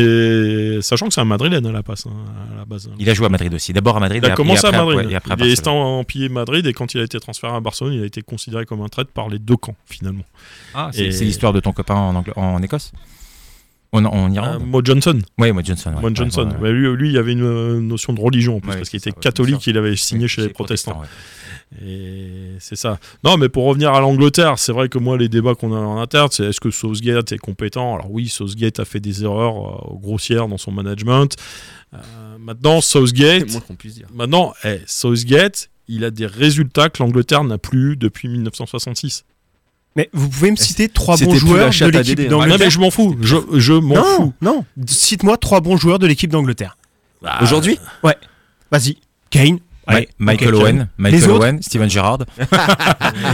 Speaker 4: C'est sachant que c'est un Madrilène à la passe, hein, à la base. hein.
Speaker 3: Il a joué à Madrid aussi. D'abord à Madrid.
Speaker 4: Il a
Speaker 3: et
Speaker 4: commencé
Speaker 3: et après,
Speaker 4: à Madrid.
Speaker 3: ouais, et après à
Speaker 4: il est
Speaker 3: Barcelone.
Speaker 4: estampillé Madrid et quand il a été transféré à Barcelone, il a été considéré comme un traître par les deux camps finalement.
Speaker 3: Ah,
Speaker 4: et-
Speaker 3: c'est c'est l'histoire de ton copain en, Angl- en Écosse en, en
Speaker 4: Euh,
Speaker 3: Irlande
Speaker 4: Mo Johnson,
Speaker 3: Oui, moi Johnson. Ah, ouais.
Speaker 4: Mo
Speaker 3: Ouais,
Speaker 4: Johnson.
Speaker 3: ouais, ouais.
Speaker 4: Ouais, lui, lui, il y avait une euh, notion de religion en plus
Speaker 3: Ouais,
Speaker 4: parce
Speaker 3: c'est
Speaker 4: qu'il
Speaker 3: ça,
Speaker 4: était
Speaker 3: ouais,
Speaker 4: catholique,
Speaker 3: c'est ça.
Speaker 4: il avait signé
Speaker 3: Oui,
Speaker 4: chez les protestants.
Speaker 3: ouais.
Speaker 4: Et c'est ça. Non, mais pour revenir à l'Angleterre, c'est vrai que moi, les débats qu'on a en interne, c'est est-ce que Southgate est compétent Alors oui, Southgate a fait des erreurs euh, grossières dans son management. Euh, maintenant,
Speaker 5: C'est
Speaker 4: Southgate,
Speaker 5: moins qu'on puisse dire.
Speaker 4: maintenant, eh, Southgate, il a des résultats que l'Angleterre n'a plus eu depuis 1966.
Speaker 2: Mais vous pouvez me citer trois
Speaker 5: c'était
Speaker 2: bons
Speaker 5: plus la
Speaker 2: joueurs de
Speaker 5: chatte à
Speaker 2: l'équipe
Speaker 5: Dédé, hein.
Speaker 4: non,
Speaker 2: d'Angleterre.
Speaker 4: mais je m'en fous. Je, je m'en fous.
Speaker 2: Ah, Non, non. Cite-moi trois bons joueurs de l'équipe d'Angleterre.
Speaker 4: Bah,
Speaker 5: Aujourd'hui
Speaker 2: Vas-y. Kane.
Speaker 3: Ma- Michael
Speaker 2: ok,
Speaker 3: Owen,
Speaker 2: Les
Speaker 3: Michael
Speaker 2: autres
Speaker 3: Owen, Steven Gerrard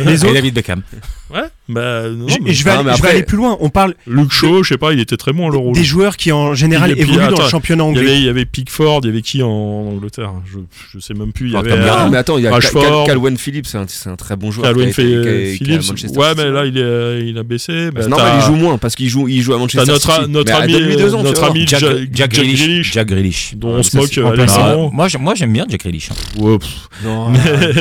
Speaker 2: Les
Speaker 3: et
Speaker 2: autres
Speaker 3: David Beckham.
Speaker 4: Ouais. Bah, non,
Speaker 7: J-
Speaker 4: mais
Speaker 7: Et je vais,
Speaker 5: non,
Speaker 7: aller,
Speaker 5: mais
Speaker 7: je vais
Speaker 5: après-
Speaker 7: aller plus loin. On parle
Speaker 4: Luke Shaw, je sais pas, il était très bon à l'Euro.
Speaker 7: des joueurs qui en général
Speaker 4: Et puis,
Speaker 7: évoluent dans
Speaker 4: attends,
Speaker 7: le championnat
Speaker 4: Il y,
Speaker 7: anglais.
Speaker 4: avait, il y avait Pickford, il y avait qui en Angleterre je, je sais même plus. Il y avait
Speaker 3: Tom
Speaker 4: euh,
Speaker 5: Ah, mais attends, il y a Cal-
Speaker 4: Rashford.
Speaker 5: Cal- Calwen Phillips, c'est un, c'est un très bon joueur.
Speaker 4: Calhoun
Speaker 5: qui a été- qui a- qui a-
Speaker 4: Phil-
Speaker 5: qui a
Speaker 4: Phillips.
Speaker 5: Manchester
Speaker 4: Ouais,
Speaker 5: City. hein.
Speaker 4: mais là, il, est, euh, il a baissé. Bah,
Speaker 5: Bah, non,
Speaker 4: t'as-
Speaker 5: mais il joue moins parce qu'il joue, il joue à
Speaker 4: t'as
Speaker 5: Manchester
Speaker 4: notre,
Speaker 5: City.
Speaker 4: notre
Speaker 5: Mais
Speaker 4: ami, euh,
Speaker 5: donne-lui deux ans, tu
Speaker 4: notre
Speaker 5: vois.
Speaker 4: ami
Speaker 3: Jack,
Speaker 4: Ja-
Speaker 3: Jack Grealish. Jack Grealish.
Speaker 4: dont
Speaker 5: Ah,
Speaker 4: on se
Speaker 5: ça,
Speaker 4: moque
Speaker 5: c'est
Speaker 4: euh,
Speaker 5: remplaçant.
Speaker 3: Ah,
Speaker 4: récemment.
Speaker 3: moi, j'aime- moi, j'aime bien Jack Grealish. hein.
Speaker 4: Ouais, pff.
Speaker 5: Non,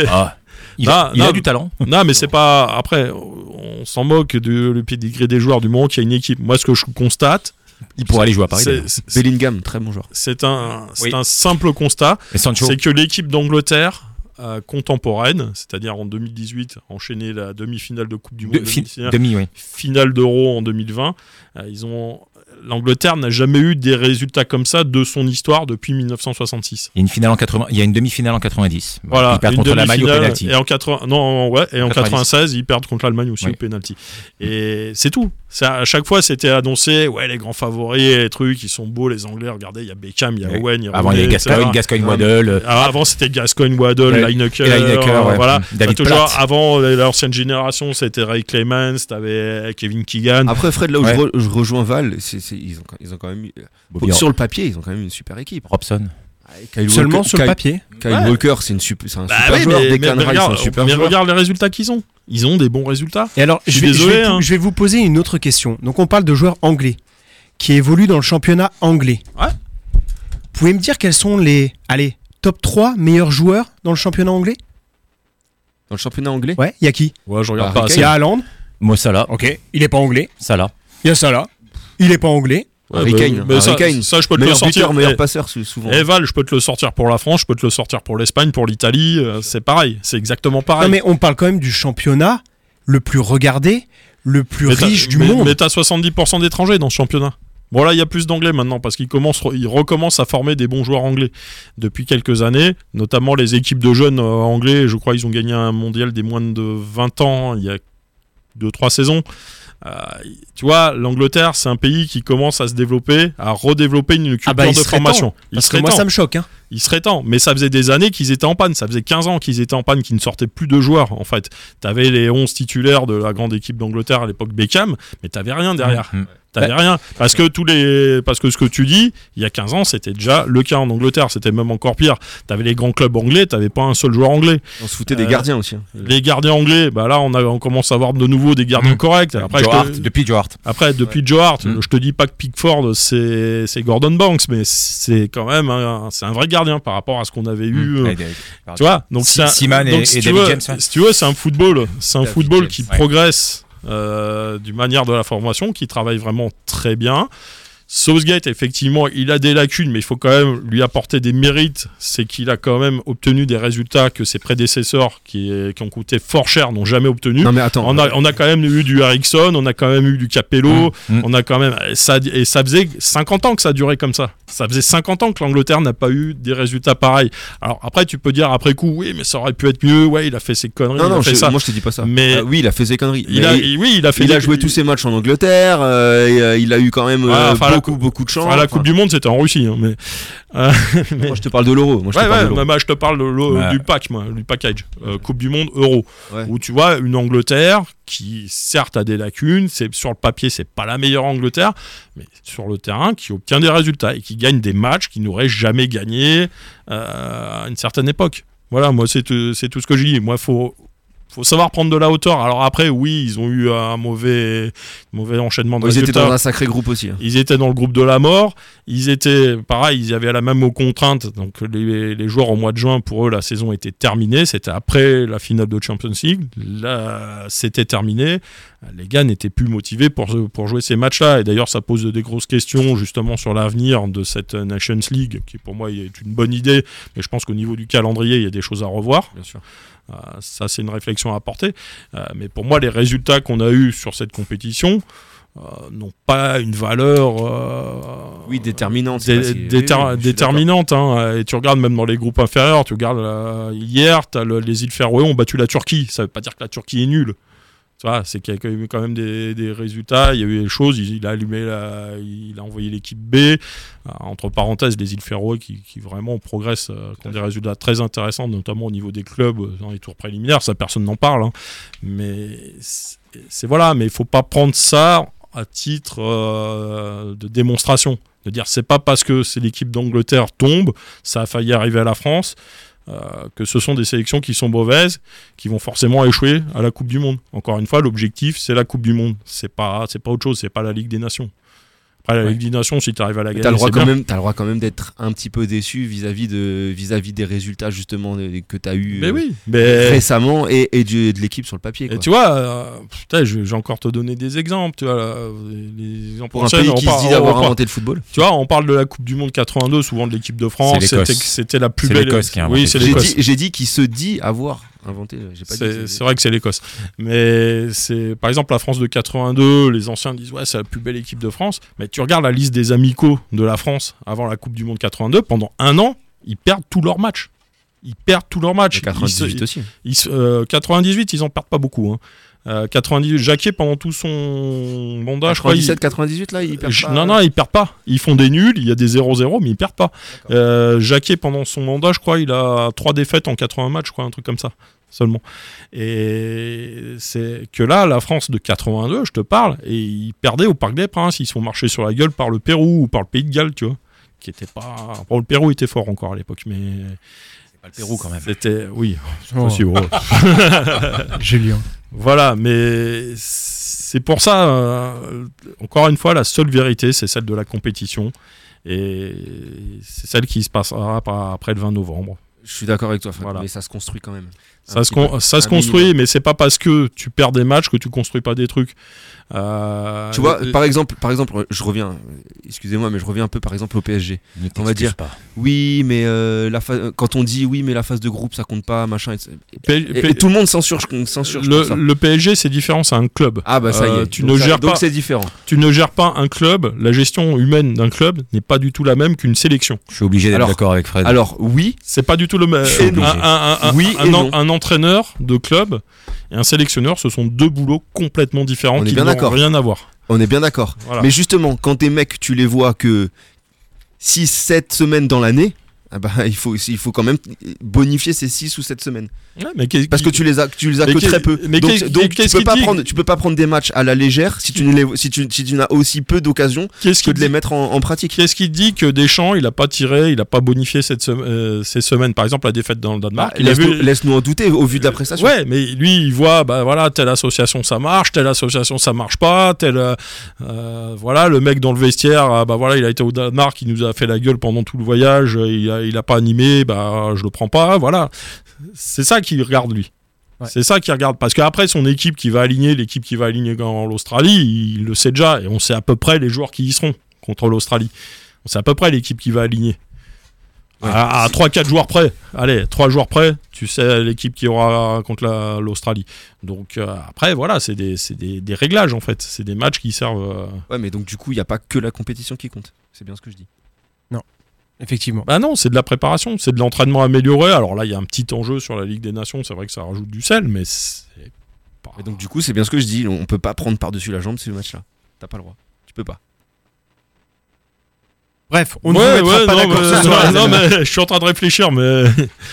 Speaker 3: Ah, il
Speaker 4: Non,
Speaker 3: a, il a
Speaker 4: non.
Speaker 3: du talent.
Speaker 4: Non, mais c'est pas. Après, on s'en moque du le pedigree des joueurs du moment qu'il y a une équipe. Moi, ce que je constate,
Speaker 3: Il pourrait aller jouer à Paris.
Speaker 4: c'est-
Speaker 3: d'ailleurs.
Speaker 4: c'est
Speaker 5: Bellingham, très bon joueur.
Speaker 4: c'est un, c'est
Speaker 3: Oui.
Speaker 4: un simple constat
Speaker 3: Et Sancho.
Speaker 4: c'est que l'équipe d'Angleterre euh, contemporaine, c'est-à-dire en 2018, enchaîné la demi-finale de Coupe du Monde,
Speaker 3: de- fi-
Speaker 4: demi-finale-
Speaker 3: demi, oui.
Speaker 4: finale d'Euro en 2020. Euh, ils ont l'Angleterre n'a jamais eu des résultats comme ça de son histoire depuis 1966.
Speaker 3: Il y a une finale en 80, il y a une demi-finale en 90.
Speaker 4: Voilà,
Speaker 3: Bah, ils perdent
Speaker 4: une
Speaker 3: contre la Maille au
Speaker 4: demi-finale,
Speaker 3: penalty.
Speaker 4: Et en 80, non, ouais, et en
Speaker 3: 90.
Speaker 4: 96, ils perdent contre l'Allemagne aussi
Speaker 3: Oui.
Speaker 4: au penalty. Et c'est tout. Ça, à chaque fois, c'était annoncé, ouais, les grands favoris, les trucs, ils sont beaux, les Anglais. Regardez, il y a Beckham, il y a
Speaker 3: Ouais.
Speaker 4: Owen, il y a
Speaker 3: Avant, il y avait
Speaker 4: Rooney, etc.
Speaker 3: Gascoigne, Gascoigne-Waddle. euh,
Speaker 4: Ah, avant, c'était Gascoigne, Waddle,
Speaker 3: Ouais.
Speaker 4: Lineker,
Speaker 3: Et Lineker,
Speaker 4: euh,
Speaker 3: ouais.
Speaker 4: voilà.
Speaker 3: Mm.
Speaker 4: T'as
Speaker 3: David
Speaker 4: toujours,
Speaker 3: Platt.
Speaker 4: avant euh, l'ancienne génération, c'était Ray Clemens, t'avais Kevin Keegan.
Speaker 5: Après, Fred, là où je
Speaker 3: Ouais.
Speaker 5: re- je rejoins Val, c'est- c'est- ils, ont, quand- ils ont quand même eu-
Speaker 3: Bobby
Speaker 5: Sur le papier, ils ont quand même une super équipe.
Speaker 3: Robson.
Speaker 5: Kyle
Speaker 7: Seulement
Speaker 5: Walker-
Speaker 7: sur le
Speaker 5: Kyle-
Speaker 7: papier.
Speaker 5: Kyle
Speaker 4: Ouais.
Speaker 5: Walker, c'est une super, c'est un
Speaker 4: Bah
Speaker 5: super
Speaker 4: oui,
Speaker 5: joueur.
Speaker 4: mais- mais
Speaker 5: Declan Rice, c'est un
Speaker 4: regarde,
Speaker 5: super
Speaker 4: mais
Speaker 5: joueur.
Speaker 4: regarde les résultats qu'ils ont. Ils ont des bons résultats.
Speaker 7: Et alors,
Speaker 4: Je
Speaker 7: je,
Speaker 4: suis
Speaker 7: vais, je
Speaker 4: désolé,
Speaker 7: vais-
Speaker 4: hein.
Speaker 7: je vais vous poser une autre question. Donc, on parle de joueurs anglais qui évoluent dans le championnat anglais.
Speaker 4: Ouais.
Speaker 7: Vous pouvez me dire quels sont les, allez, top 3 meilleurs joueurs dans le championnat anglais
Speaker 5: Dans le championnat anglais
Speaker 7: Ouais, il y a qui
Speaker 4: Ouais, je regarde
Speaker 5: Bah,
Speaker 4: pas
Speaker 5: Rick
Speaker 7: Il y a
Speaker 4: assez.
Speaker 7: Haaland.
Speaker 3: Mossala.
Speaker 7: Ah, Ok, il est pas anglais.
Speaker 3: Salah.
Speaker 7: Il y a Salah. Il est pas anglais.
Speaker 4: Ouais,
Speaker 5: Harry
Speaker 4: bah,
Speaker 5: Kane,
Speaker 4: bah,
Speaker 5: Harry
Speaker 4: ça,
Speaker 5: Kane.
Speaker 4: ça, je peux te le
Speaker 5: Meilleur
Speaker 4: sortir.
Speaker 5: buteur, meilleur
Speaker 4: Eh,
Speaker 5: passeur, sou- souvent.
Speaker 4: eh, Val, je peux te le sortir pour la France, je peux te le sortir pour l'Espagne, pour l'Italie. euh, c'est pareil, c'est exactement pareil.
Speaker 7: Non, mais on parle quand même du championnat le plus regardé, le plus
Speaker 4: Mais t'as-
Speaker 7: riche du
Speaker 4: mais-
Speaker 7: monde.
Speaker 4: Mais t'as 70% d'étrangers dans ce championnat. Bon là, il y a plus d'anglais maintenant parce qu'ils commencent, ils recommencent à former des bons joueurs anglais depuis quelques années, notamment les équipes de jeunes euh, anglais. Je crois ils ont gagné un mondial des moins de 20 ans il y a deux trois saisons. Euh, tu vois, l'Angleterre, c'est un pays qui commence à se développer, à redévelopper une culture
Speaker 7: Ah bah, il
Speaker 4: de
Speaker 7: serait
Speaker 4: formation. il
Speaker 7: Parce que
Speaker 4: serait
Speaker 7: moi,
Speaker 4: temps.
Speaker 7: ça me choque. hein.
Speaker 4: Il serait temps, mais ça faisait des années qu'ils étaient en panne, ça faisait 15 ans qu'ils étaient en panne, qu'ils ne sortaient plus de joueurs en fait. T'avais les 11 titulaires de la grande équipe d'Angleterre à l'époque Beckham, mais t'avais rien derrière.
Speaker 3: Mm.
Speaker 4: T'avais rien parce que tous les parce que ce que tu dis, il y a 15 ans, c'était déjà le cas en Angleterre, c'était même encore pire. T'avais les grands clubs anglais, t'avais pas un seul joueur anglais.
Speaker 5: On se foutait
Speaker 4: Euh,
Speaker 5: des gardiens aussi. hein.
Speaker 4: Les gardiens anglais, bah là on, a, on commence à avoir de nouveau des gardiens
Speaker 3: Mm.
Speaker 4: corrects. Après,
Speaker 3: Joe
Speaker 4: je te-
Speaker 3: Hart, Depuis Joe Hart.
Speaker 4: après, depuis Joe Hart,
Speaker 3: Mm.
Speaker 4: je te dis pas que Pickford c'est c'est Gordon Banks, mais c'est quand même un, c'est un vrai gardien par rapport à ce qu'on avait eu. euh,
Speaker 3: Mm. Ouais,
Speaker 4: tu vois, donc
Speaker 3: Si-
Speaker 4: c'est un-
Speaker 3: Seaman et-
Speaker 4: donc si
Speaker 3: et
Speaker 4: tu
Speaker 3: David
Speaker 4: veux,
Speaker 3: James, ouais.
Speaker 4: si tu veux, c'est un football, c'est un
Speaker 5: David
Speaker 4: football
Speaker 5: James,
Speaker 4: qui
Speaker 3: ouais.
Speaker 4: progresse euh, d'une manière de la formation, qui travaille vraiment très bien. Southgate, effectivement, il a des lacunes, mais il faut quand même lui apporter des mérites. C'est qu'il a quand même obtenu des résultats que ses prédécesseurs, qui, qui ont coûté fort cher, n'ont jamais obtenu.
Speaker 5: Non mais attends,
Speaker 4: On a, on a quand même eu du Ericsson, on a quand même eu du Capello,
Speaker 3: Mm. Mm.
Speaker 4: on a quand même. Ça, et ça faisait 50 ans que ça durait comme ça. Ça faisait 50 ans que l'Angleterre n'a pas eu des résultats pareils. Alors après, tu peux dire après coup, oui, mais ça aurait pu être mieux, ouais, il a fait ses conneries,
Speaker 5: non
Speaker 4: il
Speaker 5: non,
Speaker 4: a fait
Speaker 5: je-
Speaker 4: ça.
Speaker 5: moi je te dis pas ça.
Speaker 4: Mais-
Speaker 5: Euh, oui, il a fait ses conneries.
Speaker 4: il
Speaker 5: Mais
Speaker 4: a,
Speaker 5: il-
Speaker 4: oui, il a fait.
Speaker 5: il
Speaker 4: des-
Speaker 5: a joué tous ses matchs en Angleterre, euh, et, euh, il a eu quand même euh,
Speaker 4: Ouais, enfin, la
Speaker 5: beaucoup, beaucoup de chance.
Speaker 4: Enfin, la Coupe du Monde, c'était en Russie, hein, mais. euh, mais-
Speaker 5: Moi je te parle de l'euro. Moi je
Speaker 4: ouais,
Speaker 5: te parle
Speaker 4: ouais,
Speaker 5: de l'euro.
Speaker 4: bah, bah, je te parle de l'eau-
Speaker 3: Ouais.
Speaker 4: du pack, moi, du package. Euh, coupe du Monde, Euro.
Speaker 5: Ouais.
Speaker 4: Où tu vois une Angleterre qui, certes, a des lacunes. C'est, sur le papier, c'est pas la meilleure Angleterre, mais sur le terrain, qui obtient des résultats et qui gagne des matchs qui n'aurait jamais gagné euh, à une certaine époque. Voilà, moi, c'est, tout- c'est tout ce que je dis. Moi, faut. Faut savoir prendre de la hauteur. Alors après, oui, ils ont eu un mauvais, mauvais enchaînement de
Speaker 5: Ils étaient
Speaker 4: résultats.
Speaker 5: dans un sacré groupe aussi. hein.
Speaker 4: Ils étaient dans le groupe de la mort. Ils étaient, pareil, ils avaient la même aux contraintes. Donc les, les joueurs au mois de juin, pour eux, la saison était terminée. C'était après la finale de Champions League. Là, c'était terminé. Les gars n'étaient plus motivés pour, pour jouer ces matchs-là. Et d'ailleurs, ça pose des grosses questions justement sur l'avenir de cette Nations League, qui pour moi est une bonne idée. Mais je pense qu'au niveau du calendrier, il y a des choses à revoir.
Speaker 5: Bien sûr.
Speaker 4: Euh, ça, c'est une réflexion à apporter. Euh, mais pour moi, les résultats qu'on a eus sur cette compétition euh, n'ont pas une valeur euh,
Speaker 5: Oui,
Speaker 4: dé-
Speaker 5: déterminante. c'est pas si- oui,
Speaker 4: déter-
Speaker 5: oui, je suis
Speaker 4: déterminante. hein. Et tu regardes même dans les groupes inférieurs, tu regardes euh, hier, t'as le- les îles Ferroé ont battu la Turquie. Ça veut pas dire que la Turquie est nulle. Tu Voilà, c'est qu'il y a quand même- quand même des, des résultats. Il y a eu des choses. Il, il a allumé, la, il a envoyé l'équipe B. Euh, Entre parenthèses, les îles Féroé qui, qui vraiment progressent, euh, qui ont des résultats très intéressants, notamment au niveau des clubs euh, dans les tours préliminaires. Ça, personne n'en parle. hein. Mais c'est c'est- voilà. Mais il faut pas prendre ça à titre euh, de démonstration. De dire, c'est pas parce que c'est l'équipe d'Angleterre tombe, ça a failli arriver à la France, euh, que ce sont des sélections qui sont mauvaises, qui vont forcément échouer à la Coupe du Monde. Encore une fois, l'objectif, c'est la Coupe du Monde. C'est pas, c'est pas autre chose, c'est pas la Ligue des Nations. Après, la
Speaker 3: Ouais.
Speaker 4: Ligue des Nations, si tu arrives à la
Speaker 5: Mais
Speaker 4: gagner,
Speaker 5: T'as le droit
Speaker 4: c'est
Speaker 5: quand
Speaker 4: bien.
Speaker 5: même, t'as le droit quand même d'être un petit peu déçu vis-à-vis de, vis-à-vis des résultats justement euh, que t'as eu
Speaker 4: Mais
Speaker 5: euh,
Speaker 4: oui, mais
Speaker 5: récemment et, et du- de l'équipe sur le papier.
Speaker 4: et
Speaker 5: quoi.
Speaker 4: tu vois, euh, putain, je, je vais encore te donner des exemples. Tu vois, là, euh, les exemples
Speaker 5: Pour un
Speaker 4: anciens,
Speaker 5: pays
Speaker 4: on
Speaker 5: qui
Speaker 4: parle-
Speaker 5: se dit
Speaker 4: on
Speaker 5: d'avoir
Speaker 4: parle-
Speaker 5: inventé le football,
Speaker 4: Tu vois, on parle de la Coupe du Monde 82, souvent de l'équipe de France.
Speaker 3: C'est l'Écosse.
Speaker 4: C'était c'était la plus
Speaker 3: C'est
Speaker 4: belle.
Speaker 3: l'Écosse qui a
Speaker 4: oui,
Speaker 3: inventé
Speaker 4: c'est
Speaker 3: le
Speaker 5: j'ai
Speaker 4: l'Écosse.
Speaker 5: dit, j'ai dit qu'il se dit avoir inventé. euh, J'ai pas dit
Speaker 4: C'est
Speaker 5: que
Speaker 4: c'est vrai que c'est l'Écosse. Mais c'est par exemple la France de 82, les anciens disent ouais, c'est la plus belle équipe de France, mais tu regardes la liste des amicaux de la France avant la Coupe du monde 82, pendant un an, ils perdent tous leurs matchs. Ils perdent tous leurs matchs.
Speaker 5: Le 98
Speaker 4: Ils se-
Speaker 5: aussi.
Speaker 4: ils se- euh, 98, ils en perdent pas beaucoup hein. Euh, 98, Jacquet pendant tout son mandat, je crois, il-
Speaker 5: 97, 98 là, il perd
Speaker 4: je-
Speaker 5: pas.
Speaker 4: Non, non, ils perdent pas. Ils font des nuls, il y a des 0-0, mais ils perdent pas. Euh, Jacquet, pendant son mandat, je crois, il a trois défaites en 80 matchs, je crois, un truc comme ça, seulement. Et c'est que là, la France de 82, je te parle, et ils perdaient au Parc des Princes. Ils se font marcher sur la gueule par le Pérou ou par le Pays de Galles, tu vois. Qui était pas. Bon, le Pérou était fort encore à l'époque, mais.
Speaker 3: Pas le Pérou quand même.
Speaker 4: C'était. Oui, c'est
Speaker 7: Oh.
Speaker 4: aussi, oh. hein.
Speaker 7: Julien.
Speaker 4: Voilà, mais c'est pour ça, euh, encore une fois, la seule vérité, c'est celle de la compétition. Et c'est celle qui se passera par- après le 20 novembre.
Speaker 5: Je suis d'accord avec toi, Fred,
Speaker 4: Voilà.
Speaker 5: mais ça se construit quand même. Un
Speaker 4: Ça se,
Speaker 5: petit
Speaker 4: con-
Speaker 5: peu.
Speaker 4: ça se
Speaker 5: Un
Speaker 4: construit,
Speaker 5: minimum.
Speaker 4: mais c'est pas parce que tu perds des matchs que tu construis pas des trucs. Euh,
Speaker 5: Tu vois,
Speaker 4: euh,
Speaker 5: par exemple, par exemple, je reviens, euh, excusez-moi, mais je reviens un peu par exemple au PSG.
Speaker 3: Ne
Speaker 5: on va
Speaker 3: t'excuse
Speaker 5: dire-
Speaker 3: pas.
Speaker 5: Oui, mais euh, la phase- quand on dit oui, mais la phase de groupe ça compte pas, machin. et-
Speaker 4: P-
Speaker 5: Et,
Speaker 4: P-
Speaker 5: et tout le monde censure, je- censure. je hein. trouve
Speaker 4: le,
Speaker 5: ça.
Speaker 4: le PSG, c'est différent, c'est un club.
Speaker 5: Ah bah ça y est.
Speaker 4: Euh, tu
Speaker 5: Donc
Speaker 4: ne
Speaker 5: ça-
Speaker 4: gères
Speaker 5: donc
Speaker 4: pas-
Speaker 5: c'est différent.
Speaker 4: Tu ne gères pas un club, la gestion humaine d'un club n'est pas du tout la même qu'une sélection.
Speaker 3: Je suis obligé d'être
Speaker 5: Alors-
Speaker 3: d'accord avec Fred.
Speaker 5: Alors oui,
Speaker 4: C'est pas du tout le même.
Speaker 5: Et
Speaker 4: un,
Speaker 5: non.
Speaker 4: un- un-
Speaker 5: Oui
Speaker 4: un-
Speaker 5: et
Speaker 4: un-
Speaker 5: non.
Speaker 4: un entraîneur de club et un sélectionneur, ce sont deux boulots complètement différents
Speaker 5: On est
Speaker 4: qui
Speaker 5: bien
Speaker 4: n'ont
Speaker 5: d'accord.
Speaker 4: rien à voir.
Speaker 5: on est bien d'accord.
Speaker 4: Voilà.
Speaker 5: Mais justement, quand tes mecs, tu les vois que 6 7 semaines dans l'année, ah bah, il faut il faut quand même bonifier ces 6 ou 7 semaines
Speaker 4: Ouais, mais qu'est-
Speaker 5: parce que tu les as tu les as
Speaker 4: Mais
Speaker 5: que
Speaker 4: qu'est-
Speaker 5: très peu.
Speaker 4: mais
Speaker 5: donc
Speaker 4: qu'est-
Speaker 5: donc tu
Speaker 4: qu'est-ce
Speaker 5: peux
Speaker 4: qu'il
Speaker 5: pas
Speaker 4: dit
Speaker 5: prendre tu peux pas prendre des matchs à la légère si tu ne les si tu si tu n'as aussi peu d'occasions
Speaker 4: qu'est-ce
Speaker 5: que
Speaker 4: qui
Speaker 5: de les
Speaker 4: dit-
Speaker 5: mettre en, en pratique.
Speaker 4: qu'est-ce qui dit que Deschamps, il n'a pas tiré, il n'a pas bonifié cette sem- euh, ces semaines Par exemple, la défaite dans le Danemark.
Speaker 5: Bah,
Speaker 4: il a
Speaker 5: Laisse-nous
Speaker 4: vu- Euh,
Speaker 5: laisse-nous en douter au vu de la prestation.
Speaker 4: Ouais, mais lui, il voit, bah voilà, telle association ça marche, telle association ça marche pas, telle, euh, euh, voilà, le mec dans le vestiaire, ah, bah voilà, il a été au Danemark, il nous a fait la gueule pendant tout le voyage, euh, il a, il a pas animé, bah je le prends pas, voilà. C'est ça qu'il regarde lui.
Speaker 7: Ouais.
Speaker 4: C'est ça qu'il regarde parce qu'après son équipe qui va aligner, l'équipe qui va aligner en l'Australie, il le sait déjà et on sait à peu près les joueurs qui y seront contre l'Australie. On sait à peu près l'équipe qui va aligner.
Speaker 5: Ouais.
Speaker 4: À, 3-4 joueurs près. Allez, 3 joueurs près, tu sais l'équipe qui aura contre la- l'Australie. Donc euh, après, voilà, c'est des, c'est des- des réglages en fait. C'est des matchs qui servent. euh,
Speaker 5: Ouais, mais donc du coup, il n'y a pas que la compétition qui compte. C'est bien ce que je dis.
Speaker 7: Effectivement.
Speaker 4: Bah non, c'est de la préparation, c'est de l'entraînement amélioré. Alors là, il y a un petit enjeu sur la Ligue des Nations. C'est vrai que ça rajoute du sel, mais c'est pas.
Speaker 5: Et donc du coup, c'est bien ce que je dis. On peut pas prendre par-dessus la jambe ces matchs-là. T'as pas le droit. Tu peux pas.
Speaker 7: Bref, on
Speaker 4: Ouais,
Speaker 7: ne vous mettra
Speaker 4: ouais,
Speaker 7: pas
Speaker 4: non,
Speaker 7: d'accord
Speaker 4: mais-
Speaker 7: ce soir, les
Speaker 4: non,
Speaker 7: amis.
Speaker 4: mais je suis en train de réfléchir, mais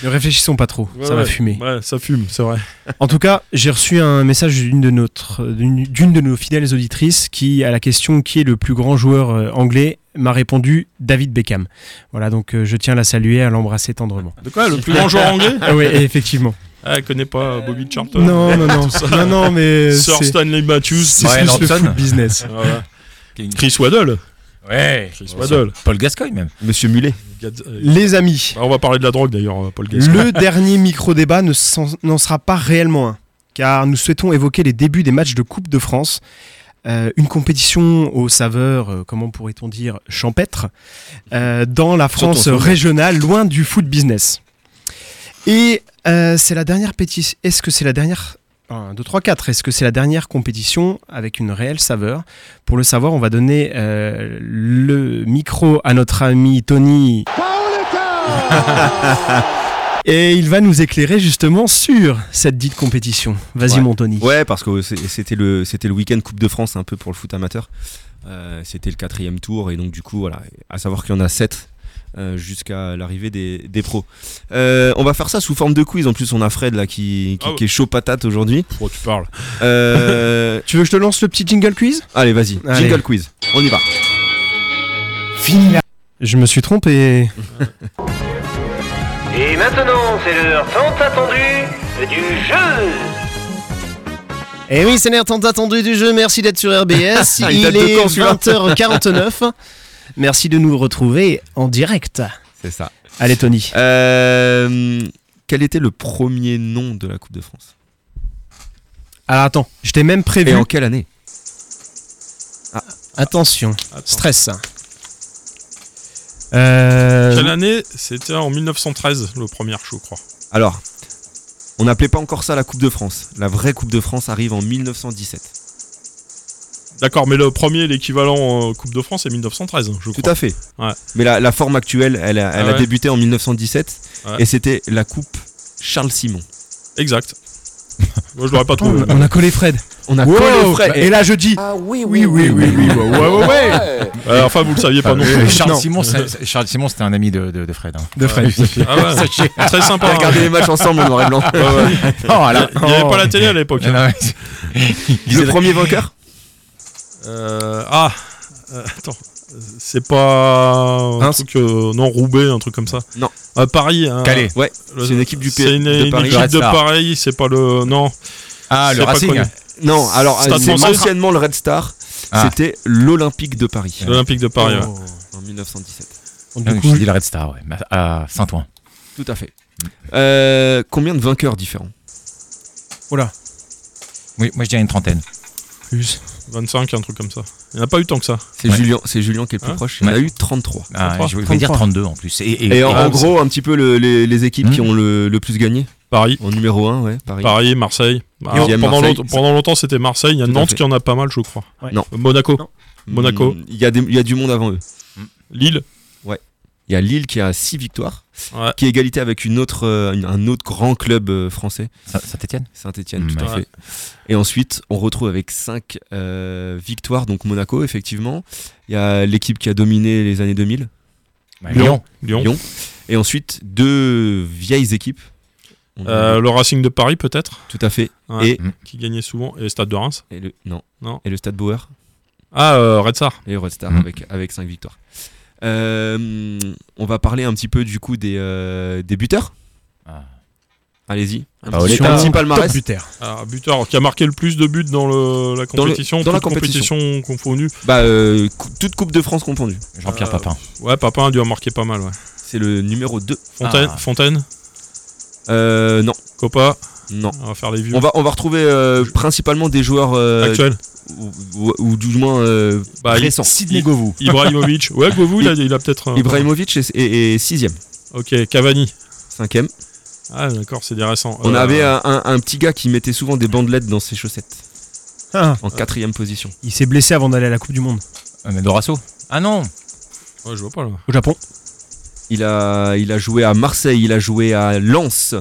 Speaker 7: Ne réfléchissons pas trop,
Speaker 4: Ouais,
Speaker 7: ça va
Speaker 4: ouais.
Speaker 7: fumer.
Speaker 4: ouais, ça fume, c'est vrai.
Speaker 7: En tout cas, j'ai reçu un message d'une de, notre- d'une d'une de nos fidèles auditrices qui, à la question qui est le plus grand joueur euh, anglais, m'a répondu David Beckham. Voilà, donc euh, je tiens à la saluer, à l'embrasser tendrement.
Speaker 4: De quoi Le plus grand joueur anglais
Speaker 7: Ah oui, effectivement.
Speaker 4: Ah, elle connaît pas Bobby Charlton.
Speaker 7: Non, non, non, non, non, mais
Speaker 4: Sir
Speaker 7: c'est
Speaker 4: Stanley Matthews.
Speaker 7: c'est
Speaker 3: Brian
Speaker 7: plus le
Speaker 3: Robson.
Speaker 7: foot business.
Speaker 4: Chris Waddle.
Speaker 3: Ouais.
Speaker 4: Chris Waddle.
Speaker 3: Paul Gascoigne même.
Speaker 5: Monsieur Mulet.
Speaker 4: Gad- euh,
Speaker 7: Les amis,
Speaker 4: bah, on va parler de la drogue d'ailleurs, euh, Paul Gascoigne.
Speaker 7: le dernier micro-débat ne s'en- n'en sera pas réellement un, car nous souhaitons évoquer les débuts des matchs de Coupe de France. Euh, une compétition aux saveurs, euh, comment pourrait-on dire, champêtre, euh, dans la France
Speaker 5: sommet.
Speaker 7: régionale, loin du foot business. Et euh, c'est la dernière pétition. Est-ce que c'est la dernière 1, 2, 3, 4. Est-ce que c'est la dernière compétition avec une réelle saveur Pour le savoir, on va donner euh, le micro à notre ami Tony
Speaker 2: Et il va nous éclairer justement sur cette dite compétition. Vas-y, mon Tony.
Speaker 5: Ouais, parce que c'est- c'était le, c'était le week-end Coupe de France un peu pour le foot amateur. Euh, c'était le quatrième tour et donc du coup, voilà, à savoir qu'il y en a sept euh, jusqu'à l'arrivée des, des pros. Euh, on va faire ça sous forme de quiz. En plus, on a Fred là qui, qui,
Speaker 4: Ah ouais.
Speaker 5: qui est chaud patate aujourd'hui.
Speaker 4: Pourquoi tu parles
Speaker 5: Euh,
Speaker 2: Tu veux que je te lance le petit jingle quiz
Speaker 5: allez, vas-y,
Speaker 2: Allez.
Speaker 5: jingle quiz. On y va.
Speaker 6: Fini la
Speaker 2: Je me suis trompé.
Speaker 8: Et maintenant, c'est l'heure tant attendue du jeu
Speaker 2: Et Eh oui, c'est l'air tant attendu du jeu. Merci d'être sur RBS.
Speaker 5: Il
Speaker 2: Ah, il
Speaker 5: date de
Speaker 2: est
Speaker 5: quand, celui-là
Speaker 2: 20h49. Merci de nous retrouver en direct.
Speaker 5: C'est ça.
Speaker 2: Allez, Tony.
Speaker 5: Euh, quel était le premier nom de la Coupe de France
Speaker 2: Alors attends, je t'ai même
Speaker 5: Et
Speaker 2: prévu.
Speaker 5: en quelle année
Speaker 2: Attention,
Speaker 4: Attends.
Speaker 2: stress. Euh,
Speaker 4: Quelle année C'était en 1913, le premier, je crois.
Speaker 5: Alors, on n'appelait pas encore ça la Coupe de France. La vraie Coupe de France arrive en 1917.
Speaker 4: D'accord, mais le premier, l'équivalent euh, Coupe de France, c'est 1913, je crois.
Speaker 5: Tout à fait.
Speaker 4: Ouais.
Speaker 5: Mais la, la forme actuelle, elle a, elle
Speaker 4: Ah
Speaker 5: a
Speaker 4: ouais.
Speaker 5: débuté en 1917
Speaker 4: Ouais.
Speaker 5: et c'était la coupe Charles Simon.
Speaker 4: Exact. Moi, je l'aurais pas trouvé.
Speaker 2: on on a collé Fred.
Speaker 5: On a
Speaker 2: Wow,
Speaker 4: bah,
Speaker 5: collé Fred.
Speaker 2: Et là je dis
Speaker 6: Ah
Speaker 2: oui oui oui oui. oui, ouais, ouais, ouais.
Speaker 4: Euh, enfin, vous le saviez
Speaker 5: Ah,
Speaker 4: pas non plus.
Speaker 3: Charles
Speaker 2: Non.
Speaker 3: Simon, c'est- c'est- Charles Simon, c'était un ami de, de- de Fred. hein.
Speaker 2: De Fred.
Speaker 4: Ah ouais. Très sympa. hein.
Speaker 5: Regardez les matchs ensemble en noir et blanc.
Speaker 2: Oh,
Speaker 4: Il
Speaker 2: là.
Speaker 4: n'y avait pas la télé à l'époque. hein.
Speaker 3: Non, ouais, c'est-
Speaker 5: le premier vainqueur
Speaker 4: Euh, ah, euh, attends. C'est pas un
Speaker 5: Reims
Speaker 4: truc, euh, non Roubaix un truc comme ça.
Speaker 5: Non.
Speaker 4: Euh, Paris. hein.
Speaker 3: Calais.
Speaker 5: Ouais,
Speaker 4: Le-
Speaker 5: c'est une équipe du P-
Speaker 4: C'est une,
Speaker 5: de
Speaker 4: une
Speaker 5: Paris.
Speaker 4: équipe
Speaker 3: Red
Speaker 4: de
Speaker 3: Star.
Speaker 4: Paris. C'est pas le non.
Speaker 3: Ah,
Speaker 4: C'est
Speaker 3: le
Speaker 4: pas
Speaker 3: Racing.
Speaker 4: connu.
Speaker 5: Non, alors euh,
Speaker 4: Stade
Speaker 5: c'est
Speaker 4: français.
Speaker 5: anciennement le Red Star,
Speaker 3: Ah.
Speaker 5: c'était l'Olympique de Paris
Speaker 4: L'Olympique de Paris. ouais.
Speaker 5: en 1917.
Speaker 3: Non, Je dis le Red Star, ouais, mais à à Saint-Ouen.
Speaker 5: Tout à fait. Euh, combien de vainqueurs différents
Speaker 3: Oui, moi je dirais une trentaine.
Speaker 4: 25, un truc comme ça. Il n'y en a pas eu tant que ça.
Speaker 5: C'est
Speaker 3: Ouais.
Speaker 5: Julien, c'est Julien qui est le plus
Speaker 4: Hein
Speaker 5: proche. Il y en a
Speaker 3: Ouais.
Speaker 5: eu 33.
Speaker 3: Ah,
Speaker 4: 33,
Speaker 3: je voulais dire 32 en plus. Et, et-
Speaker 5: Et en,
Speaker 3: et-
Speaker 5: en gros, un petit peu le- les, les équipes qui
Speaker 3: Mhm.
Speaker 5: ont le, le plus gagné
Speaker 4: Paris.
Speaker 5: en numéro 1, ouais, Paris.
Speaker 4: Paris, Marseille. Bah,
Speaker 5: Deuxième,
Speaker 4: pendant,
Speaker 5: Marseille.
Speaker 4: longtemps- pendant longtemps, c'était Marseille. Il y a
Speaker 5: Tout à
Speaker 4: Nantes
Speaker 5: fait.
Speaker 4: qui en a pas mal, je crois.
Speaker 7: Ouais.
Speaker 5: Non.
Speaker 4: Monaco, Monaco.
Speaker 5: Mm, Il y, a des- il y a du monde avant eux.
Speaker 4: Lille.
Speaker 5: Il y a Lille qui a 6 victoires,
Speaker 4: Ouais.
Speaker 5: qui est égalité avec une autre, euh, une- un autre grand club euh, français,
Speaker 3: Saint-Etienne
Speaker 5: Saint-Etienne, tout à
Speaker 4: Ouais.
Speaker 5: fait. Et ensuite, on retrouve avec 5 victoires, donc Monaco, effectivement. Il y a l'équipe qui a dominé les années 2000.
Speaker 4: Lyon.
Speaker 3: Lyon.
Speaker 4: Lyon.
Speaker 5: Lyon. Et ensuite, deux vieilles équipes. On a-
Speaker 4: Euh, le Racing de Paris, peut-être,
Speaker 5: tout à fait.
Speaker 4: Ouais.
Speaker 5: Et,
Speaker 4: qui gagnait souvent. Et Stade de Reims.
Speaker 5: et le, non.
Speaker 4: Non.
Speaker 5: Et le Stade Bauer
Speaker 4: Ah, euh, Red Star.
Speaker 5: et Red Star
Speaker 3: Mm.
Speaker 5: avec, avec 5 victoires. Euh, on va parler un petit peu du coup des, euh, des buteurs.
Speaker 3: Ah.
Speaker 5: Allez-y. Un
Speaker 3: Ah,
Speaker 5: petit,
Speaker 3: Oleta.
Speaker 5: un petit palmarès.
Speaker 7: buteur.
Speaker 4: Ah, buteur qui a marqué le plus de buts dans le- la
Speaker 5: le-
Speaker 4: compétition.
Speaker 5: dans la
Speaker 4: toute
Speaker 5: compétition.
Speaker 4: confondue.
Speaker 5: Bah, euh, cou- toute Coupe de France confondue.
Speaker 3: Jean-Pierre
Speaker 4: Euh,
Speaker 3: Papin.
Speaker 4: Ouais, Papin a dû en marquer pas mal. ouais.
Speaker 5: C'est le numéro 2.
Speaker 4: Fontaine,
Speaker 3: Ah.
Speaker 4: Fontaine,
Speaker 5: Euh, non,
Speaker 4: Copa.
Speaker 5: non.
Speaker 4: On va faire les vieux.
Speaker 5: On va, on va retrouver euh, principalement des joueurs euh,
Speaker 4: Actuel.
Speaker 5: ou, ou- ou du moins euh,
Speaker 4: Bah, il-
Speaker 5: récents.
Speaker 2: Sidney Govou.
Speaker 4: Ibrahimovic. Ouais, Govou, il a, il a peut-être. un-
Speaker 5: Ibrahimovic est, est- est sixième,
Speaker 4: Ok, Cavani.
Speaker 5: cinquième.
Speaker 4: Ah, d'accord, c'est des récents.
Speaker 5: On
Speaker 4: Euh,
Speaker 5: avait un, un- un petit gars qui mettait souvent des bandelettes dans ses chaussettes
Speaker 7: Ah,
Speaker 5: en quatrième position.
Speaker 7: il s'est blessé avant d'aller à la Coupe du Monde.
Speaker 3: Euh, mais Dorasso Ah non
Speaker 4: Ouais, je vois pas là.
Speaker 7: Au Japon.
Speaker 5: Il a, il a joué à Marseille, il a joué à Lens,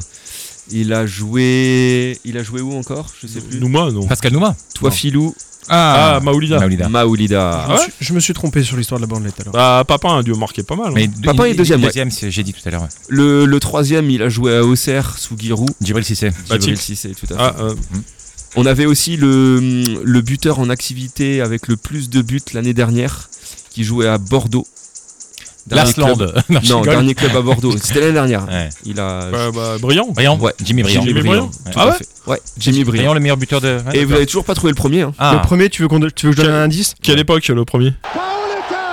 Speaker 5: il a joué, il a joué où encore Je sais plus.
Speaker 4: Nouma, non.
Speaker 3: Pascal Nouma
Speaker 5: Toi Filou,
Speaker 4: Ah, Maoulida.
Speaker 3: Maoulida.
Speaker 5: Maoulida.
Speaker 4: Ah ouais
Speaker 7: je me suis trompé sur l'histoire de la bandelette alors.
Speaker 4: Bah, Papin a dû en marquer pas mal. hein.
Speaker 3: Mais de-
Speaker 5: Papin est
Speaker 3: il- il-
Speaker 5: deuxième, ouais.
Speaker 3: c'est- j'ai dit tout à l'heure. ouais.
Speaker 5: Le, le troisième, il a joué à Auxerre sous Giroud.
Speaker 3: Djibril Cissé.
Speaker 5: Bah, Djibril
Speaker 4: Batik.
Speaker 5: Cissé, tout à fait.
Speaker 4: Bah, Ah, euh,
Speaker 5: On avait aussi le, le buteur en activité avec le plus de buts l'année dernière, qui jouait à Bordeaux. Dernier club-
Speaker 3: L'Aslande. Non, je
Speaker 5: Non,
Speaker 3: rigole.
Speaker 5: dernier club à Bordeaux. C'était l'année dernière.
Speaker 3: Ouais.
Speaker 5: Il a.
Speaker 4: bah, bah, brillant.
Speaker 3: Briand
Speaker 5: Ouais.
Speaker 3: Jimmy Briand.
Speaker 4: Jimmy Briand. Ah
Speaker 3: Ouais.
Speaker 5: Tout à fait. Ouais, Jimmy Briand.
Speaker 3: Briand, le meilleur buteur de. ouais,
Speaker 5: Et vous
Speaker 3: d'accord.
Speaker 5: n'avez toujours pas trouvé le premier. hein.
Speaker 3: Ah.
Speaker 7: Le premier, tu veux, qu'on do- tu veux que je donne un indice
Speaker 4: Quelle époque, le premier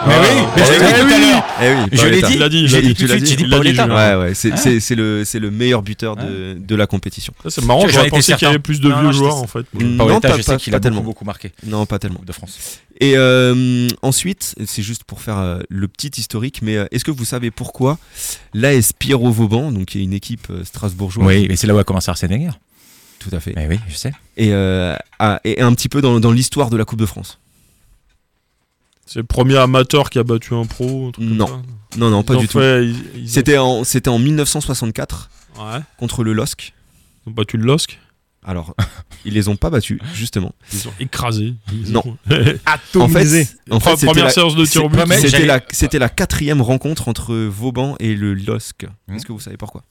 Speaker 3: Mais oui, mais je l'ai dit tout à l'heure.
Speaker 5: Eh oui,
Speaker 3: Je l'ai
Speaker 5: Paoletta.
Speaker 3: dit.
Speaker 4: Il l'a dit, il
Speaker 3: J'ai
Speaker 4: l'a
Speaker 3: dit
Speaker 4: dit,
Speaker 3: tout de
Speaker 4: tu l'as
Speaker 3: suite,
Speaker 4: dit.
Speaker 3: j'ai dit
Speaker 4: Il l'a dit,
Speaker 3: Paoletta.
Speaker 5: Ouais, ouais, c'est c'est- c'est le, c'est le meilleur buteur de, de la compétition.
Speaker 4: Ça, C'est marrant,
Speaker 3: J'en
Speaker 4: j'aurais
Speaker 3: étais
Speaker 4: pensé qu'il y avait
Speaker 3: certain.
Speaker 4: plus de
Speaker 3: Non,
Speaker 4: vieux
Speaker 3: non,
Speaker 4: joueurs
Speaker 3: j'étais-
Speaker 4: en fait.
Speaker 5: non,
Speaker 3: Paoletta,
Speaker 5: pas,
Speaker 3: je
Speaker 5: pas-
Speaker 3: sais qu'il
Speaker 5: pas
Speaker 3: a beaucoup,
Speaker 5: tellement.
Speaker 3: beaucoup marqué.
Speaker 5: Non, pas tellement.
Speaker 3: Coupe de France.
Speaker 5: Et euh, ensuite, c'est juste pour faire euh, le petit historique, mais euh, est-ce que vous savez pourquoi l'AS Pierrot Vauban, donc qui est une équipe euh, strasbourgeoise,
Speaker 3: Oui, mais c'est là où a commencé Arsène Wenger.
Speaker 5: tout à fait,
Speaker 3: Mais oui, je sais.
Speaker 5: et, euh, ah, et un petit peu dans, dans l'histoire de la Coupe de France
Speaker 4: C'est le premier amateur qui a battu un pro. Un truc
Speaker 5: Non,
Speaker 4: comme ça.
Speaker 5: Non, non, pas
Speaker 4: Ils ont
Speaker 5: du tout.
Speaker 4: fait- ils- ils ont-
Speaker 5: C'était en, c'était en 1964.
Speaker 4: Ouais.
Speaker 5: contre le LOSC.
Speaker 4: Ils ont battu le LOSC.
Speaker 5: Alors, ils les ont pas battus, justement.
Speaker 4: Ils ont écrasé. Ils
Speaker 5: Non.
Speaker 4: ont-
Speaker 5: En fait, en
Speaker 4: Pre-
Speaker 5: fait, c'était
Speaker 4: première
Speaker 5: la-
Speaker 4: séance de tir au but.
Speaker 5: c'est-
Speaker 3: mec,
Speaker 5: c'était
Speaker 3: j'allais-
Speaker 5: la, c'était la quatrième rencontre entre Vauban et le LOSC.
Speaker 3: Hmm.
Speaker 5: Est-ce que vous savez pourquoi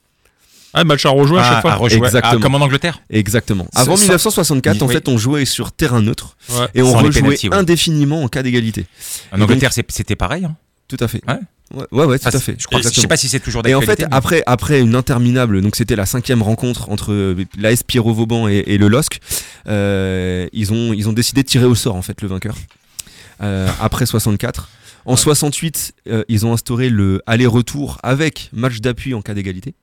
Speaker 4: Ah, match à rejouer à chaque fois.
Speaker 3: à rejouer.
Speaker 5: Exactement.
Speaker 3: Ah, comme en Angleterre.
Speaker 5: Exactement. Avant
Speaker 3: Sans-
Speaker 5: 1964, en
Speaker 3: Oui.
Speaker 5: fait, on jouait sur terrain neutre
Speaker 4: Ouais.
Speaker 5: et on
Speaker 3: Sans les
Speaker 5: rejouait
Speaker 3: pénaltys, ouais.
Speaker 5: indéfiniment en cas d'égalité.
Speaker 3: En Angleterre, c'est- c'était pareil. hein.
Speaker 5: Tout à fait.
Speaker 3: Ouais.
Speaker 5: Ouais, ouais, ouais, tout
Speaker 3: Enfin,
Speaker 5: à fait.
Speaker 3: Je, crois, je
Speaker 5: Exactement.
Speaker 3: sais pas si c'est toujours
Speaker 5: Et en fait,
Speaker 3: d'actualité. mais-
Speaker 5: après, après une interminable, donc c'était la cinquième rencontre entre euh, l'AS Pierrot Vauban et, et le LOSC, euh, ils, ont, ils ont décidé de tirer au sort en fait le vainqueur. Euh, après 64. En 68, euh, ils ont instauré le aller-retour avec match d'appui en cas d'égalité.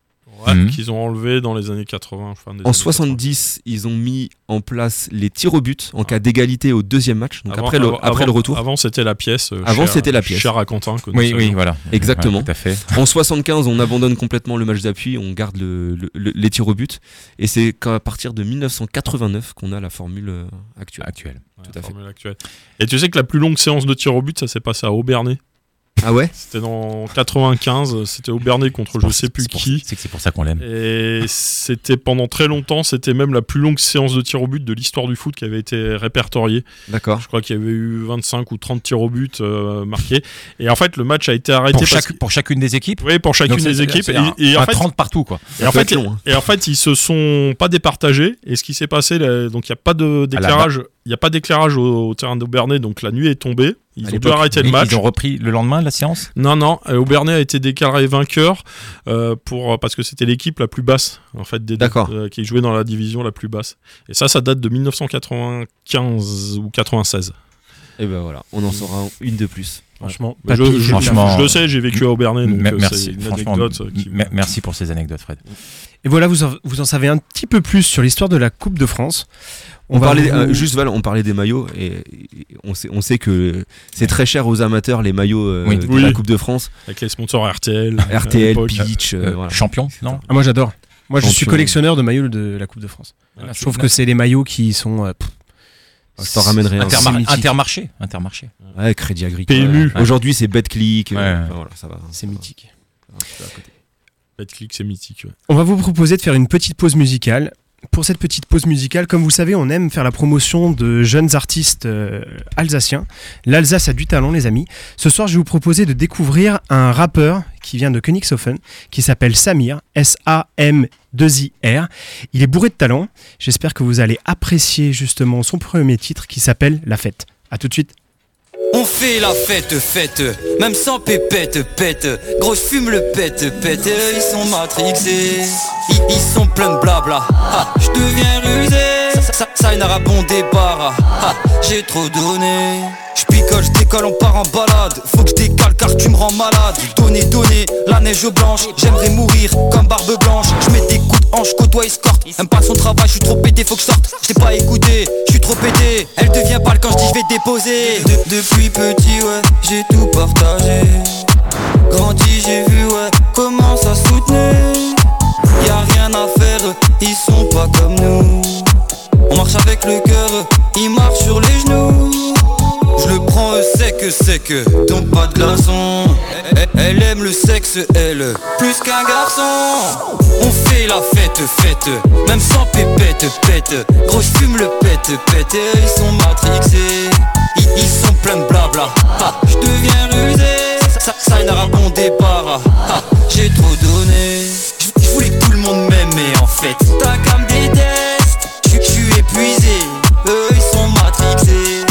Speaker 4: Ouais,
Speaker 3: Mhm.
Speaker 4: Qu'ils ont enlevé dans les années 80. fin des
Speaker 5: En
Speaker 4: années
Speaker 5: 70, ils ont mis en place les tirs au but en cas d'égalité au deuxième match, donc
Speaker 4: 80.
Speaker 5: après, le, après
Speaker 4: Ah. avant-
Speaker 5: le retour.
Speaker 4: Avant, c'était la pièce. euh,
Speaker 5: Avant,
Speaker 4: chère-
Speaker 5: c'était la pièce.
Speaker 4: Chère à Quentin. que nous
Speaker 3: Oui, oui,
Speaker 4: saluons.
Speaker 3: voilà.
Speaker 5: Exactement.
Speaker 3: Ouais, tout à fait.
Speaker 5: En 75, on abandonne complètement le match d'appui, on garde le- le- le- les tirs au but. Et c'est qu'à partir de 1989 qu'on a la formule euh, actuelle.
Speaker 3: Actuel.
Speaker 4: Ouais,
Speaker 5: tout à fait.
Speaker 4: formule actuelle. Et tu sais que la plus longue séance de tir au but, ça s'est passé à Aubernay.
Speaker 5: Ah ouais
Speaker 4: C'était dans 95. C'était Aubernay contre je sais plus
Speaker 3: C'est pour-
Speaker 4: qui.
Speaker 3: C'est que c'est pour ça qu'on l'aime.
Speaker 4: Et c'était pendant très longtemps, c'était même la plus longue séance de tir au but de l'histoire du foot qui avait été répertoriée.
Speaker 5: D'accord.
Speaker 4: Je crois qu'il y avait eu 25 ou 30 tirs au but euh, marqués. Et en fait, le match a été arrêté
Speaker 3: Pour,
Speaker 4: parce
Speaker 3: chaque-
Speaker 4: que-
Speaker 3: pour chacune des équipes.
Speaker 4: Oui, pour chacune
Speaker 3: Donc, c'est-
Speaker 4: des équipes.
Speaker 3: c'est
Speaker 4: Et,
Speaker 3: un-
Speaker 4: et en
Speaker 3: un
Speaker 4: fait,
Speaker 3: 30 partout, quoi.
Speaker 4: et en
Speaker 5: peut
Speaker 4: fait,
Speaker 5: être long, hein.
Speaker 4: et en fait, ils se sont pas départagés. Et ce qui s'est passé, là, donc il n'y a pas de d'éclairage, il y a pas d'éclairage au, au terrain d'Aubernay. Donc la nuit est tombée.
Speaker 5: À
Speaker 4: Ils ont dû
Speaker 5: l'époque,
Speaker 4: arrêter le
Speaker 3: Ils-
Speaker 4: match.
Speaker 3: Ils ont repris le lendemain la séance.
Speaker 4: Non, non, euh, Aubernay a été déclaré vainqueur euh, pour, parce que c'était l'équipe la plus basse, en fait, des deux,
Speaker 5: D'accord.
Speaker 4: euh, qui jouait dans la division la plus basse. Et ça, ça date de 1995 ou 96.
Speaker 5: Et ben voilà, on en saura une de plus.
Speaker 4: Franchement,
Speaker 3: Pas
Speaker 4: je,
Speaker 3: pire.
Speaker 4: je-
Speaker 3: Franchement,
Speaker 4: je le sais, j'ai vécu à Aubernay, donc
Speaker 3: Me-
Speaker 4: euh, c'est
Speaker 3: merci.
Speaker 4: une
Speaker 3: Franchement,
Speaker 4: anecdote euh, qui.
Speaker 3: me- merci pour ces anecdotes, Fred.
Speaker 7: Et voilà, vous en, vous en savez un petit peu plus sur l'histoire de la Coupe de France.
Speaker 5: On,
Speaker 7: va
Speaker 5: parlait,
Speaker 7: vous-
Speaker 5: euh, juste Val, on parlait des maillots et, et on, sait, on sait que c'est très cher aux amateurs les maillots euh,
Speaker 3: Oui.
Speaker 5: de
Speaker 4: Oui.
Speaker 5: la Coupe de France,
Speaker 4: Avec les sponsors RTL, à
Speaker 5: RTL,
Speaker 4: l'époque.
Speaker 5: Beach, euh,
Speaker 3: Euh,
Speaker 5: voilà.
Speaker 3: Champion, non
Speaker 7: Ah, moi j'adore. Moi je
Speaker 5: Champion.
Speaker 7: suis collectionneur de maillots de la Coupe de France.
Speaker 4: Voilà,
Speaker 7: Je trouve que c'est des maillots qui sont. euh, pff,
Speaker 5: Je t'en ramènerai un.
Speaker 3: Intermar-
Speaker 7: C'est mythique.
Speaker 3: Intermarché. Intermarché.
Speaker 5: Ouais, Crédit Agricole.
Speaker 4: PMU.
Speaker 5: Ouais. Aujourd'hui, c'est BetClick. euh,
Speaker 3: Ouais.
Speaker 5: enfin, voilà, ça va.
Speaker 7: c'est mythique.
Speaker 5: Un petit peu à côté.
Speaker 4: Betclic, c'est mythique. ouais.
Speaker 7: On va vous proposer de faire une petite pause musicale. Pour cette petite pause musicale, comme vous savez, on aime faire la promotion de jeunes artistes euh, alsaciens. L'Alsace a du talent, les amis. Ce soir, je vais vous proposer de découvrir un rappeur qui vient de Königshofen, qui s'appelle Samir, S-A-M-2-I-R. Il est bourré de talent. J'espère que vous allez apprécier justement son premier titre qui s'appelle La Fête. A tout de suite.
Speaker 9: On fait la fête, fête, même sans pépette, pète. Grosse fume le pète, pète. Ils sont matrixés, ils, ils sont pleins de blabla. Ah, je deviens rusé, ça, ça, ça, il n'aura bon départ. Ah, j'ai trop donné. Je picole, je décolle, on part en balade. Faut que je décale car tu me rends malade. Donner, donner, la neige blanche. J'aimerais mourir comme barbe blanche. Je mets des coups de hanche, côtoie escorte. Aime pas son travail, je suis trop pété, faut que je sorte. Je t'ai pas écouté, je suis trop pété. Elle devient pâle quand je dis je vais déposer. De- depuis petit, ouais, j'ai tout partagé. Grandi, j'ai vu, ouais, comment ça soutenait. Y a rien à faire, ils sont pas comme nous. On marche avec le cœur, il marche sur les genoux. Je le prends euh, sec, euh, sec, euh, donc pas de glaçon. Elle- Elle aime le sexe, elle, plus qu'un garçon. On fait la fête, fête, même sans pépette, pète. Gros, je fume le pète, pète. Et Ils sont matrixés, ils, ils sont pleins de blabla. Ah, je deviens rusé, ça, ça, ça il n'aura bon départ. Ah, j'ai trop donné. Je- Je voulais que tout le monde m'aime, mais en fait, ta gamme déteste. Je suis- je suis épuisé, eux ils sont matrixés.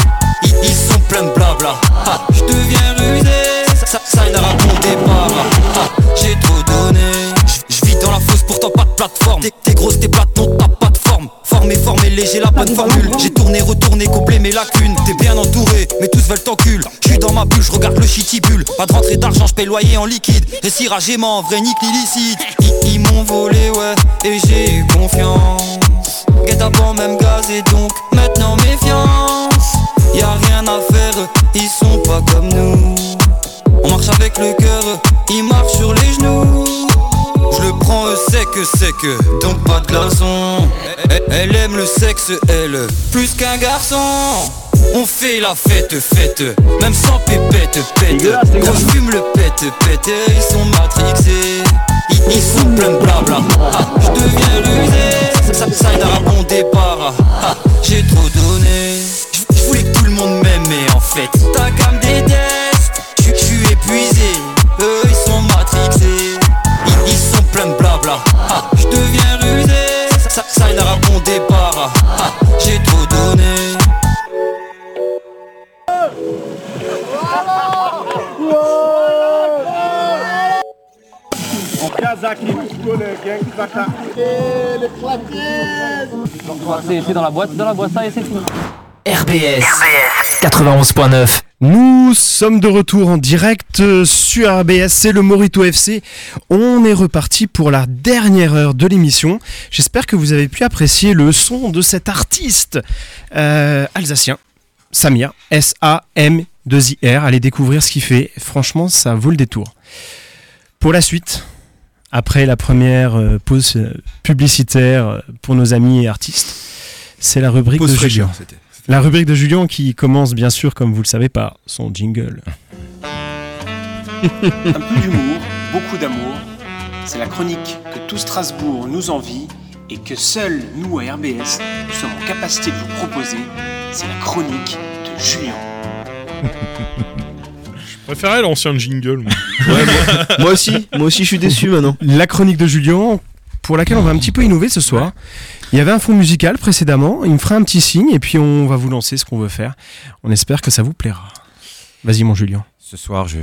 Speaker 9: Ils, ils sont pleins de blabla. Ah, je deviens rusé, ça, ça, ça il n'aura bon départ. Ah, j'ai trop donné. Je vis dans la fosse, pourtant pas de plateforme. T'es, t'es grosse, t'es plate, non, t'as pas de forme. Formé, formé, léger, la bonne formule. J'ai tourné, retourné, complet mes lacunes. T'es bien entouré, mais tous veulent t'encul. Je suis dans ma bulle, je regarde le chitibule. Pas de rentrée d'argent, je paye loyer en liquide. Et si rageement, en vrai, nique l'illicite. Ils, ils m'ont volé, ouais, et j'ai eu confiance. Guette avant même gaz et donc maintenant méfiance. Y a rien à faire, ils sont pas comme nous. On marche avec le cœur, ils marchent sur les genoux. Je le prends euh, sec, euh, sec, euh, donc pas de glaçon. Elle, elle aime le sexe, elle, plus qu'un garçon. On fait la fête, fête, même sans pépette, pète. Quand je fume le pète, pète, ils sont matrixés. Ils, ils sont pleins de blabla. Ah, blabla. Ah, J'ai trop donné.
Speaker 10: RBS 91.9
Speaker 2: Nous sommes de retour en direct euh, sur RBS, c'est le Morito FC. On est reparti pour la dernière heure de l'émission. J'espère que vous avez pu apprécier le son de cet artiste euh, alsacien, Samir, S-A-M-2-I-R. Allez découvrir ce qu'il fait, franchement ça vaut le détour. Pour la suite, après la première euh, pause euh, publicitaire euh, pour nos amis et artistes, c'est la rubrique
Speaker 5: Pause
Speaker 2: de Julien.
Speaker 5: fraîcheur, c'était.
Speaker 2: La rubrique de Julien qui commence bien sûr, comme vous le savez, par son jingle.
Speaker 6: Un peu d'humour, beaucoup d'amour. C'est la chronique que tout Strasbourg nous envie et que seuls nous à RBS nous sommes en capacité de vous proposer. C'est la chronique de Julien.
Speaker 4: Je préférais l'ancien jingle. moi.
Speaker 5: moi aussi, moi aussi, je suis déçu maintenant.
Speaker 2: La chronique de Julien, pour laquelle on va un petit peu innover ce soir. Il y avait un fond musical précédemment, il me fera un petit signe et puis on va vous lancer ce qu'on veut faire. On espère que ça vous plaira. Vas-y mon Julien.
Speaker 3: Ce soir, je,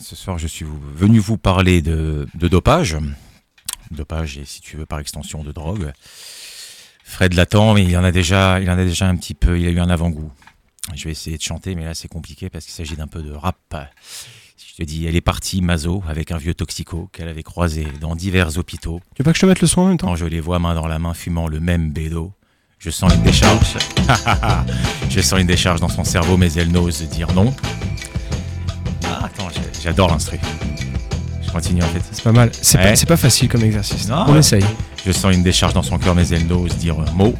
Speaker 3: ce soir, je suis vous- venu vous parler de, de dopage. Dopage et, si tu veux, par extension, de drogue. Fred l'attend, mais il en a déjà, il en a déjà un petit peu. Il a eu un avant-goût. Je vais essayer de chanter, mais là, c'est compliqué parce qu'il s'agit d'un peu de rap. Si je te dis, elle est partie, Mazo, avec un vieux toxico qu'elle avait croisé dans divers hôpitaux.
Speaker 2: Tu veux pas que je te mette le son en même temps
Speaker 3: Quand je les vois main dans la main fumant le même bédo, je sens une décharge. je sens une décharge dans son cerveau, mais elle n'ose dire non. Ah, attends, j'ai- j'adore l'instru. Je continue en fait.
Speaker 2: C'est pas mal. C'est pas,
Speaker 3: Ouais.
Speaker 2: c'est pas facile comme exercice.
Speaker 3: Non,
Speaker 2: on
Speaker 3: ouais.
Speaker 2: essaye.
Speaker 3: Je sens une décharge dans son cœur, mais elle n'ose dire un mot.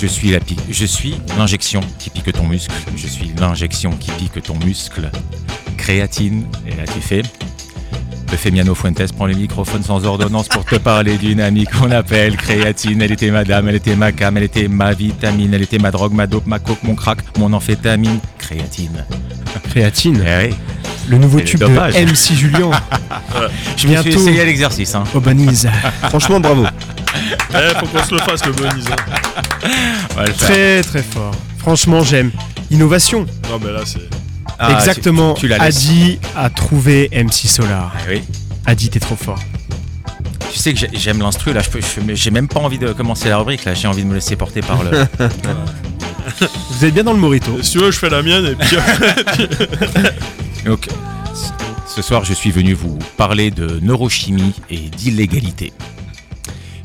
Speaker 3: Je suis la pi- je suis l'injection qui pique ton muscle. Je suis l'injection qui pique ton muscle. Créatine, et là tu fais. Eufemiano Fuentes prend le microphone sans ordonnance pour te parler d'une amie qu'on appelle créatine. Elle était madame, elle était ma cam, elle était ma vitamine, elle était ma drogue, ma dope, ma coke, mon crack, mon amphétamine. Créatine.
Speaker 2: Créatine,
Speaker 3: Eh oui.
Speaker 2: le nouveau
Speaker 3: C'est
Speaker 2: tube
Speaker 3: dommage.
Speaker 2: de MC Julien.
Speaker 3: Je me suis
Speaker 2: Bientôt.
Speaker 3: essayé à l'exercice. Hein.
Speaker 2: Obanise.
Speaker 5: Franchement, bravo.
Speaker 4: Eh, faut qu'on se le fasse, le bonus. hein.
Speaker 3: On va le faire.
Speaker 2: Très très fort. Franchement j'aime. Innovation.
Speaker 4: Non, mais là, c'est.
Speaker 3: Ah, tu-
Speaker 2: Exactement.
Speaker 3: Tu, tu la laisses.
Speaker 2: Adi a trouvé MC Solar.
Speaker 3: Ah oui.
Speaker 2: Adi t'es trop fort.
Speaker 3: Tu sais que j'ai- j'aime l'instru là, je peux- je- mais j'ai même pas envie de commencer la rubrique là, j'ai envie de me laisser porter par le.
Speaker 2: Vous êtes bien dans le Morito.
Speaker 4: Si tu veux, je fais la mienne et puis.
Speaker 3: Donc, c- ce soir, je suis venu vous parler de neurochimie et d'illégalité.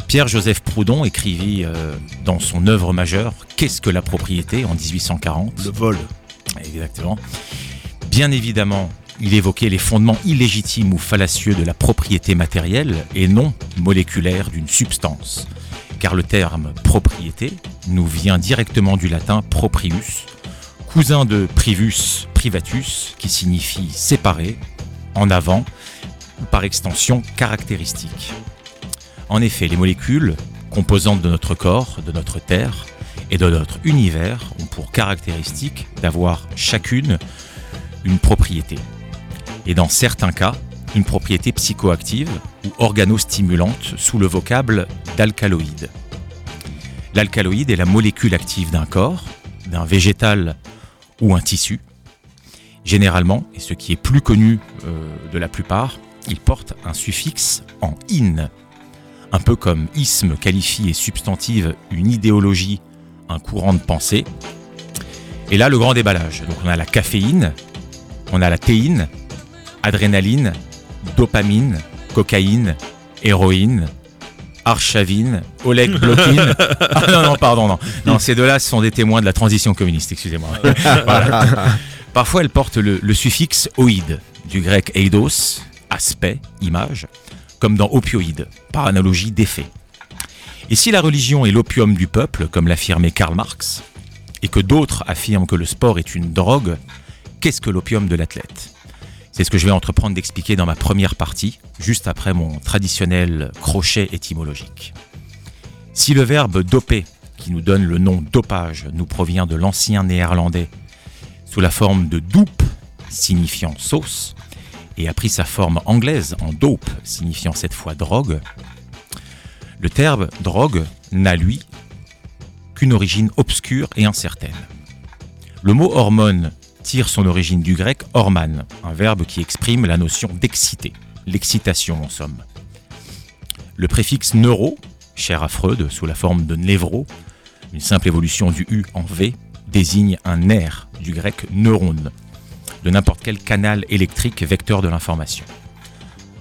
Speaker 3: Pierre-Joseph Proudhon écrivit euh, dans son œuvre majeure Qu'est-ce que la propriété en 1840
Speaker 5: Le vol.
Speaker 3: Exactement. Bien évidemment, il évoquait les fondements illégitimes ou fallacieux de la propriété matérielle et non moléculaire d'une substance. Car le terme propriété nous vient directement du latin proprius, cousin de privus privatus, qui signifie séparé, en avant, ou par extension caractéristique. En effet, les molécules, composantes de notre corps, de notre terre, et de notre univers ont pour caractéristique d'avoir chacune une propriété. Et dans certains cas, une propriété psychoactive ou organostimulante sous le vocable d'alcaloïde. L'alcaloïde est la molécule active d'un corps, d'un végétal ou un tissu. Généralement, et ce qui est plus connu euh, de la plupart, il porte un suffixe en in, un peu comme isme qualifie et substantive une idéologie un courant de pensée. Et là, le grand déballage. Donc, on a la caféine, on a la théine, adrénaline, dopamine, cocaïne, héroïne, archavine, Oleg Blokin. Ah non, non, pardon, non. Non, ces deux-là ce sont des témoins de la transition communiste, excusez-moi. Voilà. Parfois, elles portent le, le suffixe oïde, du grec eidos, aspect, image, comme dans opioïde, par analogie d'effet. Et si la religion est l'opium du peuple, comme l'affirmait Karl Marx, et que d'autres affirment que le sport est une drogue, qu'est-ce que l'opium de l'athlète C'est ce que je vais entreprendre d'expliquer dans ma première partie, juste après mon traditionnel crochet étymologique. Si le verbe doper, qui nous donne le nom dopage, nous provient de l'ancien néerlandais, sous la forme de doupe, signifiant sauce, et a pris sa forme anglaise en dope, signifiant cette fois drogue, le terme drogue n'a, lui, qu'une origine obscure et incertaine. Le mot hormone tire son origine du grec horman, un verbe qui exprime la notion d'excité, l'excitation en somme. Le préfixe neuro, cher à Freud sous la forme de névro, une simple évolution du U en V, désigne un nerf, du grec neurone, de n'importe quel canal électrique vecteur de l'information.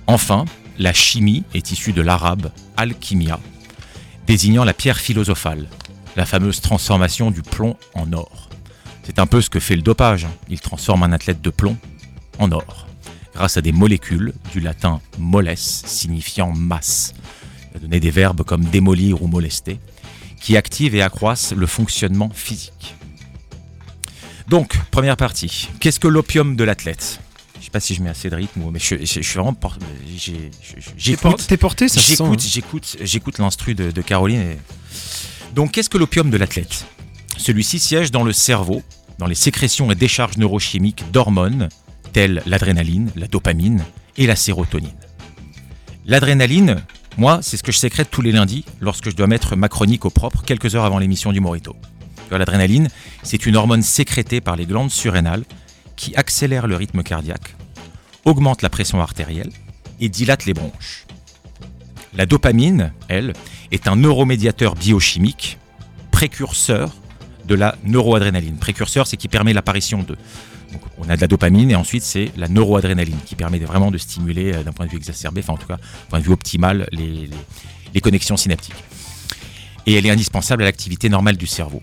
Speaker 3: Enfin, la chimie est issue de l'arabe alchimia, désignant la pierre philosophale, la fameuse transformation du plomb en or. C'est un peu ce que fait le dopage, hein. il transforme un athlète de plomb en or, grâce à des molécules, du latin moles signifiant masse, ça donnait des verbes comme démolir ou molester, qui activent et accroissent le fonctionnement physique. Donc, première partie, qu'est-ce que l'opium de l'athlète je sais pas si je mets assez de rythme, ou- mais je, je- je suis vraiment. por- j'ai- je- je-
Speaker 7: T'es
Speaker 3: j'écoute-
Speaker 7: por- T'es porté, ça se sent. hein.
Speaker 3: J'écoute, j'écoute, j'écoute l'instru de, de Caroline. et- Donc, qu'est-ce que l'opium de l'athlète Celui-ci siège dans le cerveau, dans les sécrétions et décharges neurochimiques d'hormones telles l'adrénaline, la dopamine et la sérotonine. L'adrénaline, moi, c'est ce que je sécrète tous les lundis lorsque je dois mettre ma chronique au propre quelques heures avant l'émission du Morito. Tu vois, L'adrénaline, c'est une hormone sécrétée par les glandes surrénales qui accélère le rythme cardiaque, augmente la pression artérielle et dilate les bronches. La dopamine, elle, est un neuromédiateur biochimique précurseur de la neuroadrénaline. Précurseur, c'est qui permet l'apparition de. Donc, on a de la dopamine et ensuite c'est la neuroadrénaline qui permet de- vraiment de stimuler euh, d'un point de vue exacerbé, enfin en tout cas d'un point de vue optimal, les, les- les connexions synaptiques. Et elle est indispensable à l'activité normale du cerveau.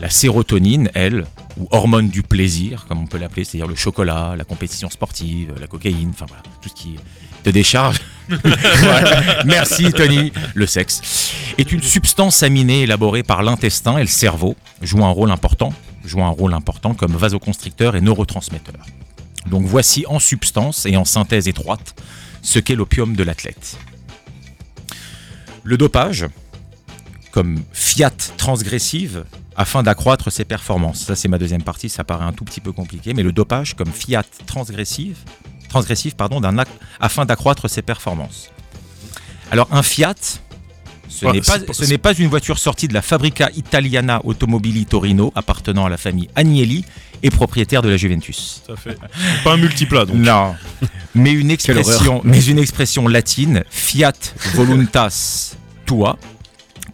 Speaker 3: La sérotonine, elle, ou hormone du plaisir, comme on peut l'appeler, c'est-à-dire le chocolat, la compétition sportive, la cocaïne, enfin voilà, tout ce qui te décharge voilà. Merci Tony. Le sexe est une substance aminée élaborée par l'intestin et le cerveau, joue un rôle important, joue un rôle important comme vasoconstricteur et neurotransmetteur. Donc voici en substance et en synthèse étroite ce qu'est l'opium de l'athlète. Le dopage comme fiat transgressive afin d'accroître ses performances. Ça c'est ma deuxième partie, ça paraît un tout petit peu compliqué, mais le dopage comme fiat transgressive, transgressive pardon, d'un ac- afin d'accroître ses performances. Alors un Fiat, ce
Speaker 4: Ouais,
Speaker 3: n'est pas,
Speaker 4: Oh, c'est pas-
Speaker 3: ce n'est pas une voiture sortie de la Fabrica Italiana Automobili Torino appartenant à la famille Agnelli et propriétaire de la Juventus.
Speaker 4: Ça fait. C'est pas un multiplat donc.
Speaker 3: Non, mais une
Speaker 5: Quelle horreur.
Speaker 3: expression, mais une expression latine, Fiat voluntas tua,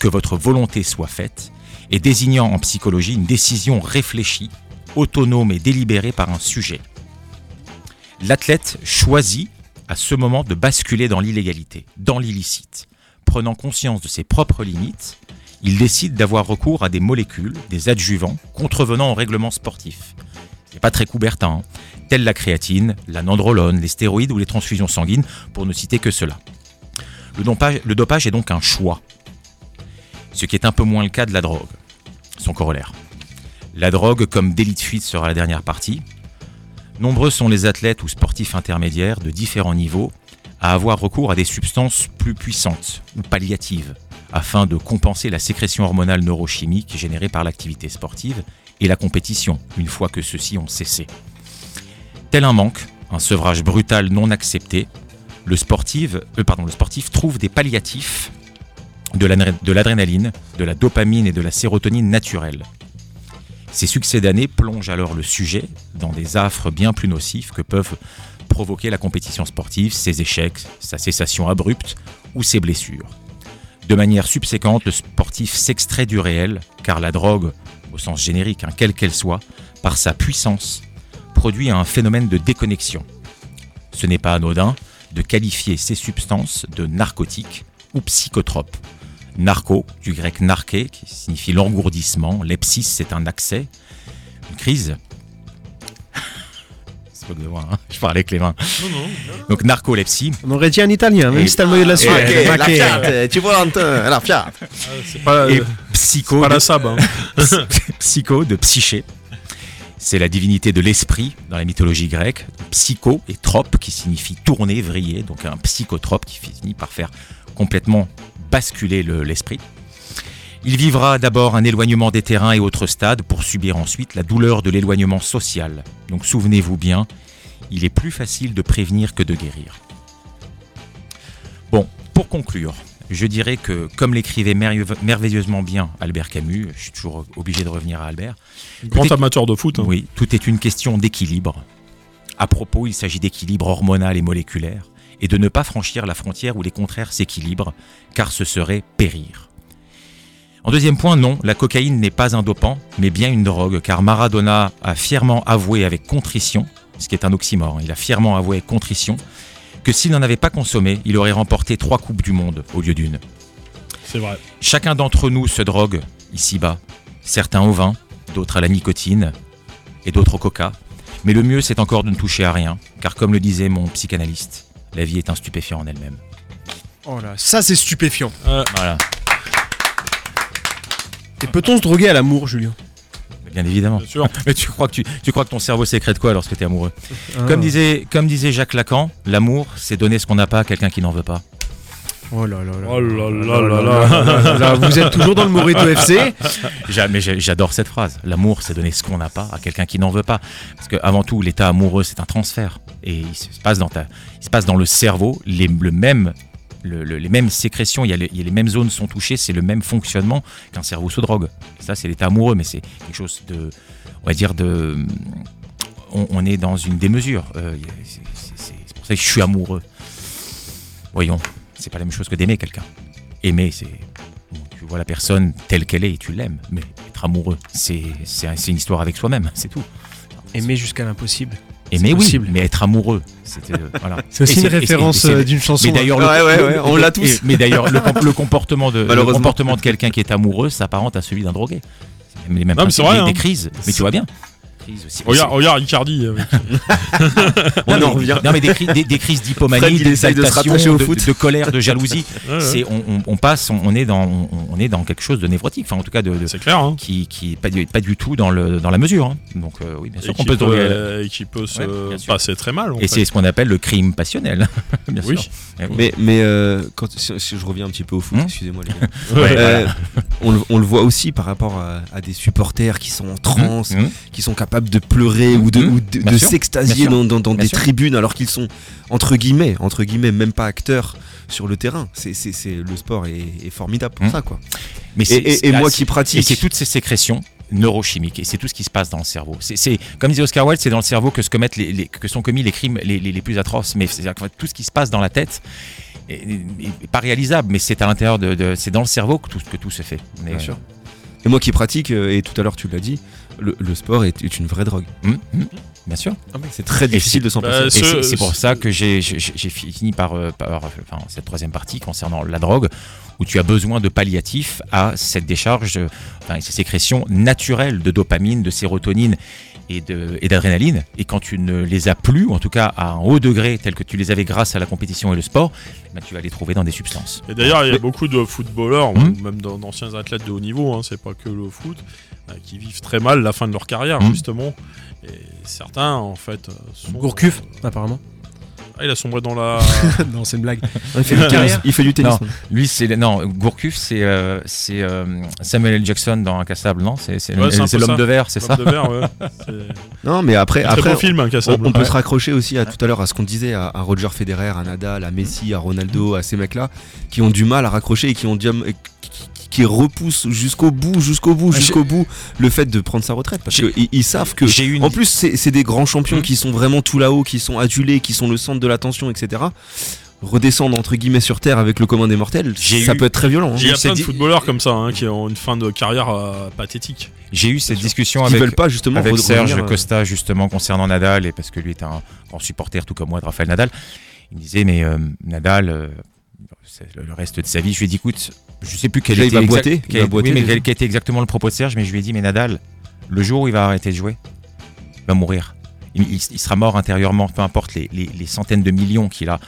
Speaker 3: que votre volonté soit faite, et désignant en psychologie une décision réfléchie, autonome et délibérée par un sujet. L'athlète choisit à ce moment de basculer dans l'illégalité, dans l'illicite. Prenant conscience de ses propres limites, il décide d'avoir recours à des molécules, des adjuvants, contrevenant au règlement sportif. C'est pas très coubertin, hein, tels la créatine, la nandrolone, les stéroïdes ou les transfusions sanguines, pour ne citer que cela. Le dopage, le dopage est donc un choix, ce qui est un peu moins le cas de la drogue, son corollaire. La drogue comme délit de fuite sera la dernière partie, Nombreux sont les athlètes ou sportifs intermédiaires de différents niveaux à avoir recours à des substances plus puissantes ou palliatives afin de compenser la sécrétion hormonale neurochimique générée par l'activité sportive et la compétition une fois que ceux-ci ont cessé. Tel un manque, un sevrage brutal non accepté, le sportif, euh, pardon, le sportif trouve des palliatifs de l'adré- de l'adrénaline, de la dopamine et de la sérotonine naturelle. Ces succès d'années plongent alors le sujet dans des affres bien plus nocifs que peuvent provoquer la compétition sportive, ses échecs, sa cessation abrupte ou ses blessures. De manière subséquente, le sportif s'extrait du réel, car la drogue, au sens générique, hein, quelle qu'elle soit, par sa puissance, produit un phénomène de déconnexion. Ce n'est pas anodin de qualifier ces substances de narcotiques ou psychotropes. Narco, du grec narqué, qui signifie l'engourdissement. Lepsis, c'est un accès, une crise. c'est pas de moi, hein, je parle avec les mains. Donc narcolepsie,
Speaker 7: On aurait dit un italien, même
Speaker 3: Et- Ah,
Speaker 7: si t'as le maillot de la soirée.
Speaker 5: Ok, la Fiat, euh, tu vois, Antoine, la Fiat.
Speaker 4: C'est pas,
Speaker 3: et
Speaker 4: euh,
Speaker 3: psycho,
Speaker 4: pas
Speaker 3: de,
Speaker 4: la sab. hein.
Speaker 3: psycho de psyché. C'est la divinité de l'esprit dans la mythologie grecque. Psycho et trope qui signifie tourner, vriller, donc un psychotrope qui finit par faire complètement basculer le- l'esprit. Il vivra d'abord un éloignement des terrains et autres stades pour subir ensuite la douleur de l'éloignement social. Donc souvenez-vous bien, il est plus facile de prévenir que de guérir. Bon, pour conclure, Je dirais que, comme l'écrivait merveilleux- merveilleusement bien Albert Camus, je suis toujours obligé de revenir à Albert,
Speaker 4: Grand
Speaker 3: Peut-être-
Speaker 4: amateur de foot. hein.
Speaker 3: oui, tout est une question d'équilibre. À propos, il s'agit d'équilibre hormonal et moléculaire, et de ne pas franchir la frontière où les contraires s'équilibrent, car ce serait périr. En deuxième point, non, la cocaïne n'est pas un dopant, mais bien une drogue, car Maradona a fièrement avoué avec contrition, ce qui est un oxymore, hein, il a fièrement avoué avec contrition, que s'il n'en avait pas consommé, il aurait remporté trois Coupes du Monde au lieu d'une.
Speaker 4: C'est vrai.
Speaker 3: Chacun d'entre nous se drogue ici-bas, certains au vin, d'autres à la nicotine et d'autres au coca. Mais le mieux, c'est encore de ne toucher à rien, car comme le disait mon psychanalyste, la vie est un stupéfiant en elle-même.
Speaker 2: Oh là, ça c'est stupéfiant.
Speaker 3: Voilà,
Speaker 2: Et peut-on se droguer à l'amour, Julien
Speaker 3: bien évidemment.
Speaker 4: Bien sûr.
Speaker 3: Mais tu crois que, tu, tu crois que ton cerveau sécrète quoi lorsque t'es amoureux
Speaker 4: Euh.
Speaker 3: comme, disait, comme disait Jacques Lacan, l'amour, c'est donner ce qu'on n'a pas à quelqu'un qui n'en veut pas.
Speaker 2: Oh là là
Speaker 4: Oh là là
Speaker 2: Oh
Speaker 4: là
Speaker 2: là
Speaker 4: là.
Speaker 2: là là, vous êtes toujours dans le Morito FC.
Speaker 3: J'a- Mais j'a- j'adore cette phrase. L'amour, c'est donner ce qu'on n'a pas à quelqu'un qui n'en veut pas. Parce qu'avant tout, l'état amoureux, c'est un transfert. Et il se passe dans, ta, il se passe dans le cerveau les, le même, le- le- les mêmes sécrétions, il y, a les, il y a les mêmes zones sont touchées, c'est le même fonctionnement qu'un cerveau sous drogue. Et ça, c'est l'état amoureux, mais c'est quelque chose de. On va dire de. On, on est dans une démesure. Euh, il y a- c'est- c'est c'est- c'est pour ça que je suis amoureux. Voyons, c'est pas la même chose que d'aimer quelqu'un. Aimer, c'est Bon, tu vois la personne telle qu'elle est et tu l'aimes. Mais être amoureux, c'est c'est un- c'est une histoire avec soi-même, c'est tout.
Speaker 2: Aimer jusqu'à l'impossible.
Speaker 3: Aimer, oui,
Speaker 2: possible.
Speaker 3: mais être amoureux, c'était euh, voilà.
Speaker 7: C'est aussi
Speaker 3: Et
Speaker 7: une
Speaker 3: et
Speaker 7: référence
Speaker 3: et c'est-
Speaker 7: euh, d'une chanson.
Speaker 4: hein.
Speaker 3: mais d'ailleurs, le-
Speaker 5: Ouais, ouais, ouais,
Speaker 3: le-
Speaker 5: on
Speaker 3: le-
Speaker 5: l'a tous.
Speaker 3: et- Mais d'ailleurs, le, com- le comportement de le
Speaker 5: Malheureusement.
Speaker 3: comportement de quelqu'un qui est amoureux s'apparente à celui d'un drogué. C'est même les mêmes
Speaker 4: Non, mais
Speaker 3: principes,
Speaker 4: c'est vrai,
Speaker 3: des-
Speaker 4: hein.
Speaker 3: des crises. Mais tu vois bien. Crises aussi.
Speaker 4: Regarde, regarde Icardi. avec-
Speaker 3: Non,
Speaker 5: on
Speaker 3: mais-
Speaker 5: en revient.
Speaker 3: Non, mais des, cri- des- des crises
Speaker 5: Fred,
Speaker 3: d'hypomanie,
Speaker 5: il essaye de se
Speaker 3: d'exaltation,
Speaker 5: rattacher au
Speaker 3: de-
Speaker 5: foot.
Speaker 3: de colère, de jalousie.
Speaker 4: Ouais, ouais.
Speaker 3: C'est on, on- on passe, on, on est dans on, on est dans quelque chose de névrotique. Enfin, en tout cas, de, de-
Speaker 4: C'est clair. Hein.
Speaker 3: qui, qui est pas, du, pas du tout dans, le, dans la mesure. hein. Donc euh, oui, bien sûr
Speaker 4: Et
Speaker 3: qu'on
Speaker 4: qui
Speaker 3: peut
Speaker 4: peut,
Speaker 3: se droguer.
Speaker 4: euh, et qui peut se
Speaker 3: Ouais, bien sûr.
Speaker 4: passer très mal. en
Speaker 3: Et
Speaker 4: fait.
Speaker 3: c'est ce qu'on appelle le crime passionnel. bien
Speaker 4: Oui.
Speaker 3: sûr. Eh oui.
Speaker 5: Mais, mais euh, quand, si, si je reviens un petit peu au foot,
Speaker 3: Hmm
Speaker 5: excusez-moi les gars.
Speaker 4: Ouais.
Speaker 5: Euh, on, le- on le voit aussi par rapport à, à des supporters qui sont en transe,
Speaker 3: Mmh.
Speaker 5: qui sont capables de pleurer ou de,
Speaker 3: Mhm.
Speaker 5: ou de,
Speaker 3: Bien
Speaker 5: de
Speaker 3: sûr. Bien
Speaker 5: s'extasier
Speaker 3: sûr.
Speaker 5: dans, dans- dans
Speaker 3: Bien
Speaker 5: des
Speaker 3: sûr.
Speaker 5: tribunes alors qu'ils sont entre guillemets, entre guillemets, même pas acteurs sur le terrain. C'est, c'est, c'est- le sport est, est formidable pour
Speaker 3: Mhm.
Speaker 5: ça quoi.
Speaker 3: Mais
Speaker 5: Et,
Speaker 3: c'est-
Speaker 5: et- et
Speaker 3: c'est-
Speaker 5: moi
Speaker 3: ah,
Speaker 5: qui
Speaker 3: c'est- et c'est
Speaker 5: pratique,
Speaker 3: toutes ces sécrétions neurochimiques et c'est tout ce qui se passe dans le cerveau. C'est- C'est comme disait Oscar Wilde, c'est dans le cerveau que se commettent les, les- que sont commis les crimes les, les- les plus atroces. Mais c'est-à-dire que tout ce qui se passe dans la tête est, est- est pas réalisable, mais c'est à l'intérieur de, de- c'est dans le cerveau que tout que tout se fait. Mais,
Speaker 5: Bien sûr. et moi qui pratique, euh, et tout à l'heure tu l'as dit, le, le sport est, est une vraie drogue.
Speaker 3: euh, hum, hum, bien sûr.
Speaker 5: C'est très difficile de s'en
Speaker 4: Bah,
Speaker 5: passer.
Speaker 3: Et
Speaker 4: Ce-
Speaker 3: c'est- c'est pour
Speaker 4: ce-
Speaker 3: ça que j'ai j'ai- j'ai fini par, euh, par, enfin, cette troisième partie concernant la drogue, où tu as besoin de palliatifs à cette décharge, euh, enfin, et ces sécrétions naturelles de dopamine, de sérotonine et de- et d'adrénaline. Et, quand tu ne les as plus, ou en tout cas à un haut degré tel que tu les avais grâce à la compétition et le sport, ben, tu vas les trouver dans des substances.
Speaker 4: Et d'ailleurs, il y a beaucoup de footballeurs,
Speaker 3: Hmm.
Speaker 4: ou même d'an- d'anciens athlètes de haut niveau, hein, c'est pas que le foot, euh, qui vivent très mal la fin de leur carrière,
Speaker 3: Hmm.
Speaker 4: justement. Et certains, en fait, euh, sont.
Speaker 2: Gourcuff, euh, apparemment.
Speaker 4: Ah, il a sombré dans la.
Speaker 2: non, c'est une blague.
Speaker 5: Il fait du
Speaker 4: Ah,
Speaker 5: tennis. Il fait du tennis.
Speaker 3: Non. Lui, c'est non Gourcuff, c'est euh, c'est, euh, Samuel L. Jackson dans Incassable, non C'est c'est
Speaker 4: Ouais, c'est un
Speaker 3: c'est
Speaker 4: peu
Speaker 3: l'homme
Speaker 4: ça.
Speaker 3: de verre, c'est ça
Speaker 4: L'homme de verre, ouais. C'est
Speaker 5: Non, mais après,
Speaker 4: un très
Speaker 5: après,
Speaker 4: bon film, hein,
Speaker 5: On,
Speaker 4: Cassable.
Speaker 5: on peut
Speaker 4: Ouais.
Speaker 5: se raccrocher aussi à tout à l'heure à ce qu'on disait à, à Roger Federer, à Nadal, à Messi, à Ronaldo, à ces mecs-là qui ont du mal à raccrocher et qui ont du- qui, qui- qui repoussent jusqu'au bout, jusqu'au bout, jusqu'au bout le fait de prendre sa retraite parce
Speaker 3: Ah, J'ai-
Speaker 5: qu'ils savent que
Speaker 3: J'ai eu une
Speaker 5: en plus c'est c'est des grands champions
Speaker 3: Mhm.
Speaker 5: qui sont vraiment tout là-haut, qui sont adulés, qui sont le centre de l'attention, etc. Redescendre entre guillemets sur terre avec le commun des mortels,
Speaker 3: J'ai
Speaker 5: ça
Speaker 3: eu-
Speaker 5: peut être très violent. hein.
Speaker 4: Il y a
Speaker 3: c'est
Speaker 4: plein de
Speaker 3: dit-
Speaker 4: footballeurs comme ça, hein, qui ont une fin de carrière euh, pathétique.
Speaker 3: j'ai eu cette discussion
Speaker 5: Qui
Speaker 3: avec
Speaker 5: veulent pas justement
Speaker 3: avec
Speaker 5: re-
Speaker 3: Serge
Speaker 5: revenir, euh,
Speaker 3: Costa justement concernant Nadal et parce que lui est un grand supporter tout comme moi de Rafael Nadal il me disait mais euh, Nadal euh, c'est le le reste de sa vie je lui ai dit écoute je sais plus quel
Speaker 5: Là, il
Speaker 3: était
Speaker 5: va
Speaker 3: exact-
Speaker 5: boiter, il
Speaker 3: quel,
Speaker 5: va boiter
Speaker 3: oui, mais
Speaker 5: déjà.
Speaker 3: quel- quel était exactement le propos de Serge mais je lui ai dit mais Nadal le jour où il va arrêter de jouer il va mourir il, il- il sera mort intérieurement peu importe les, les- les centaines de millions qu'il a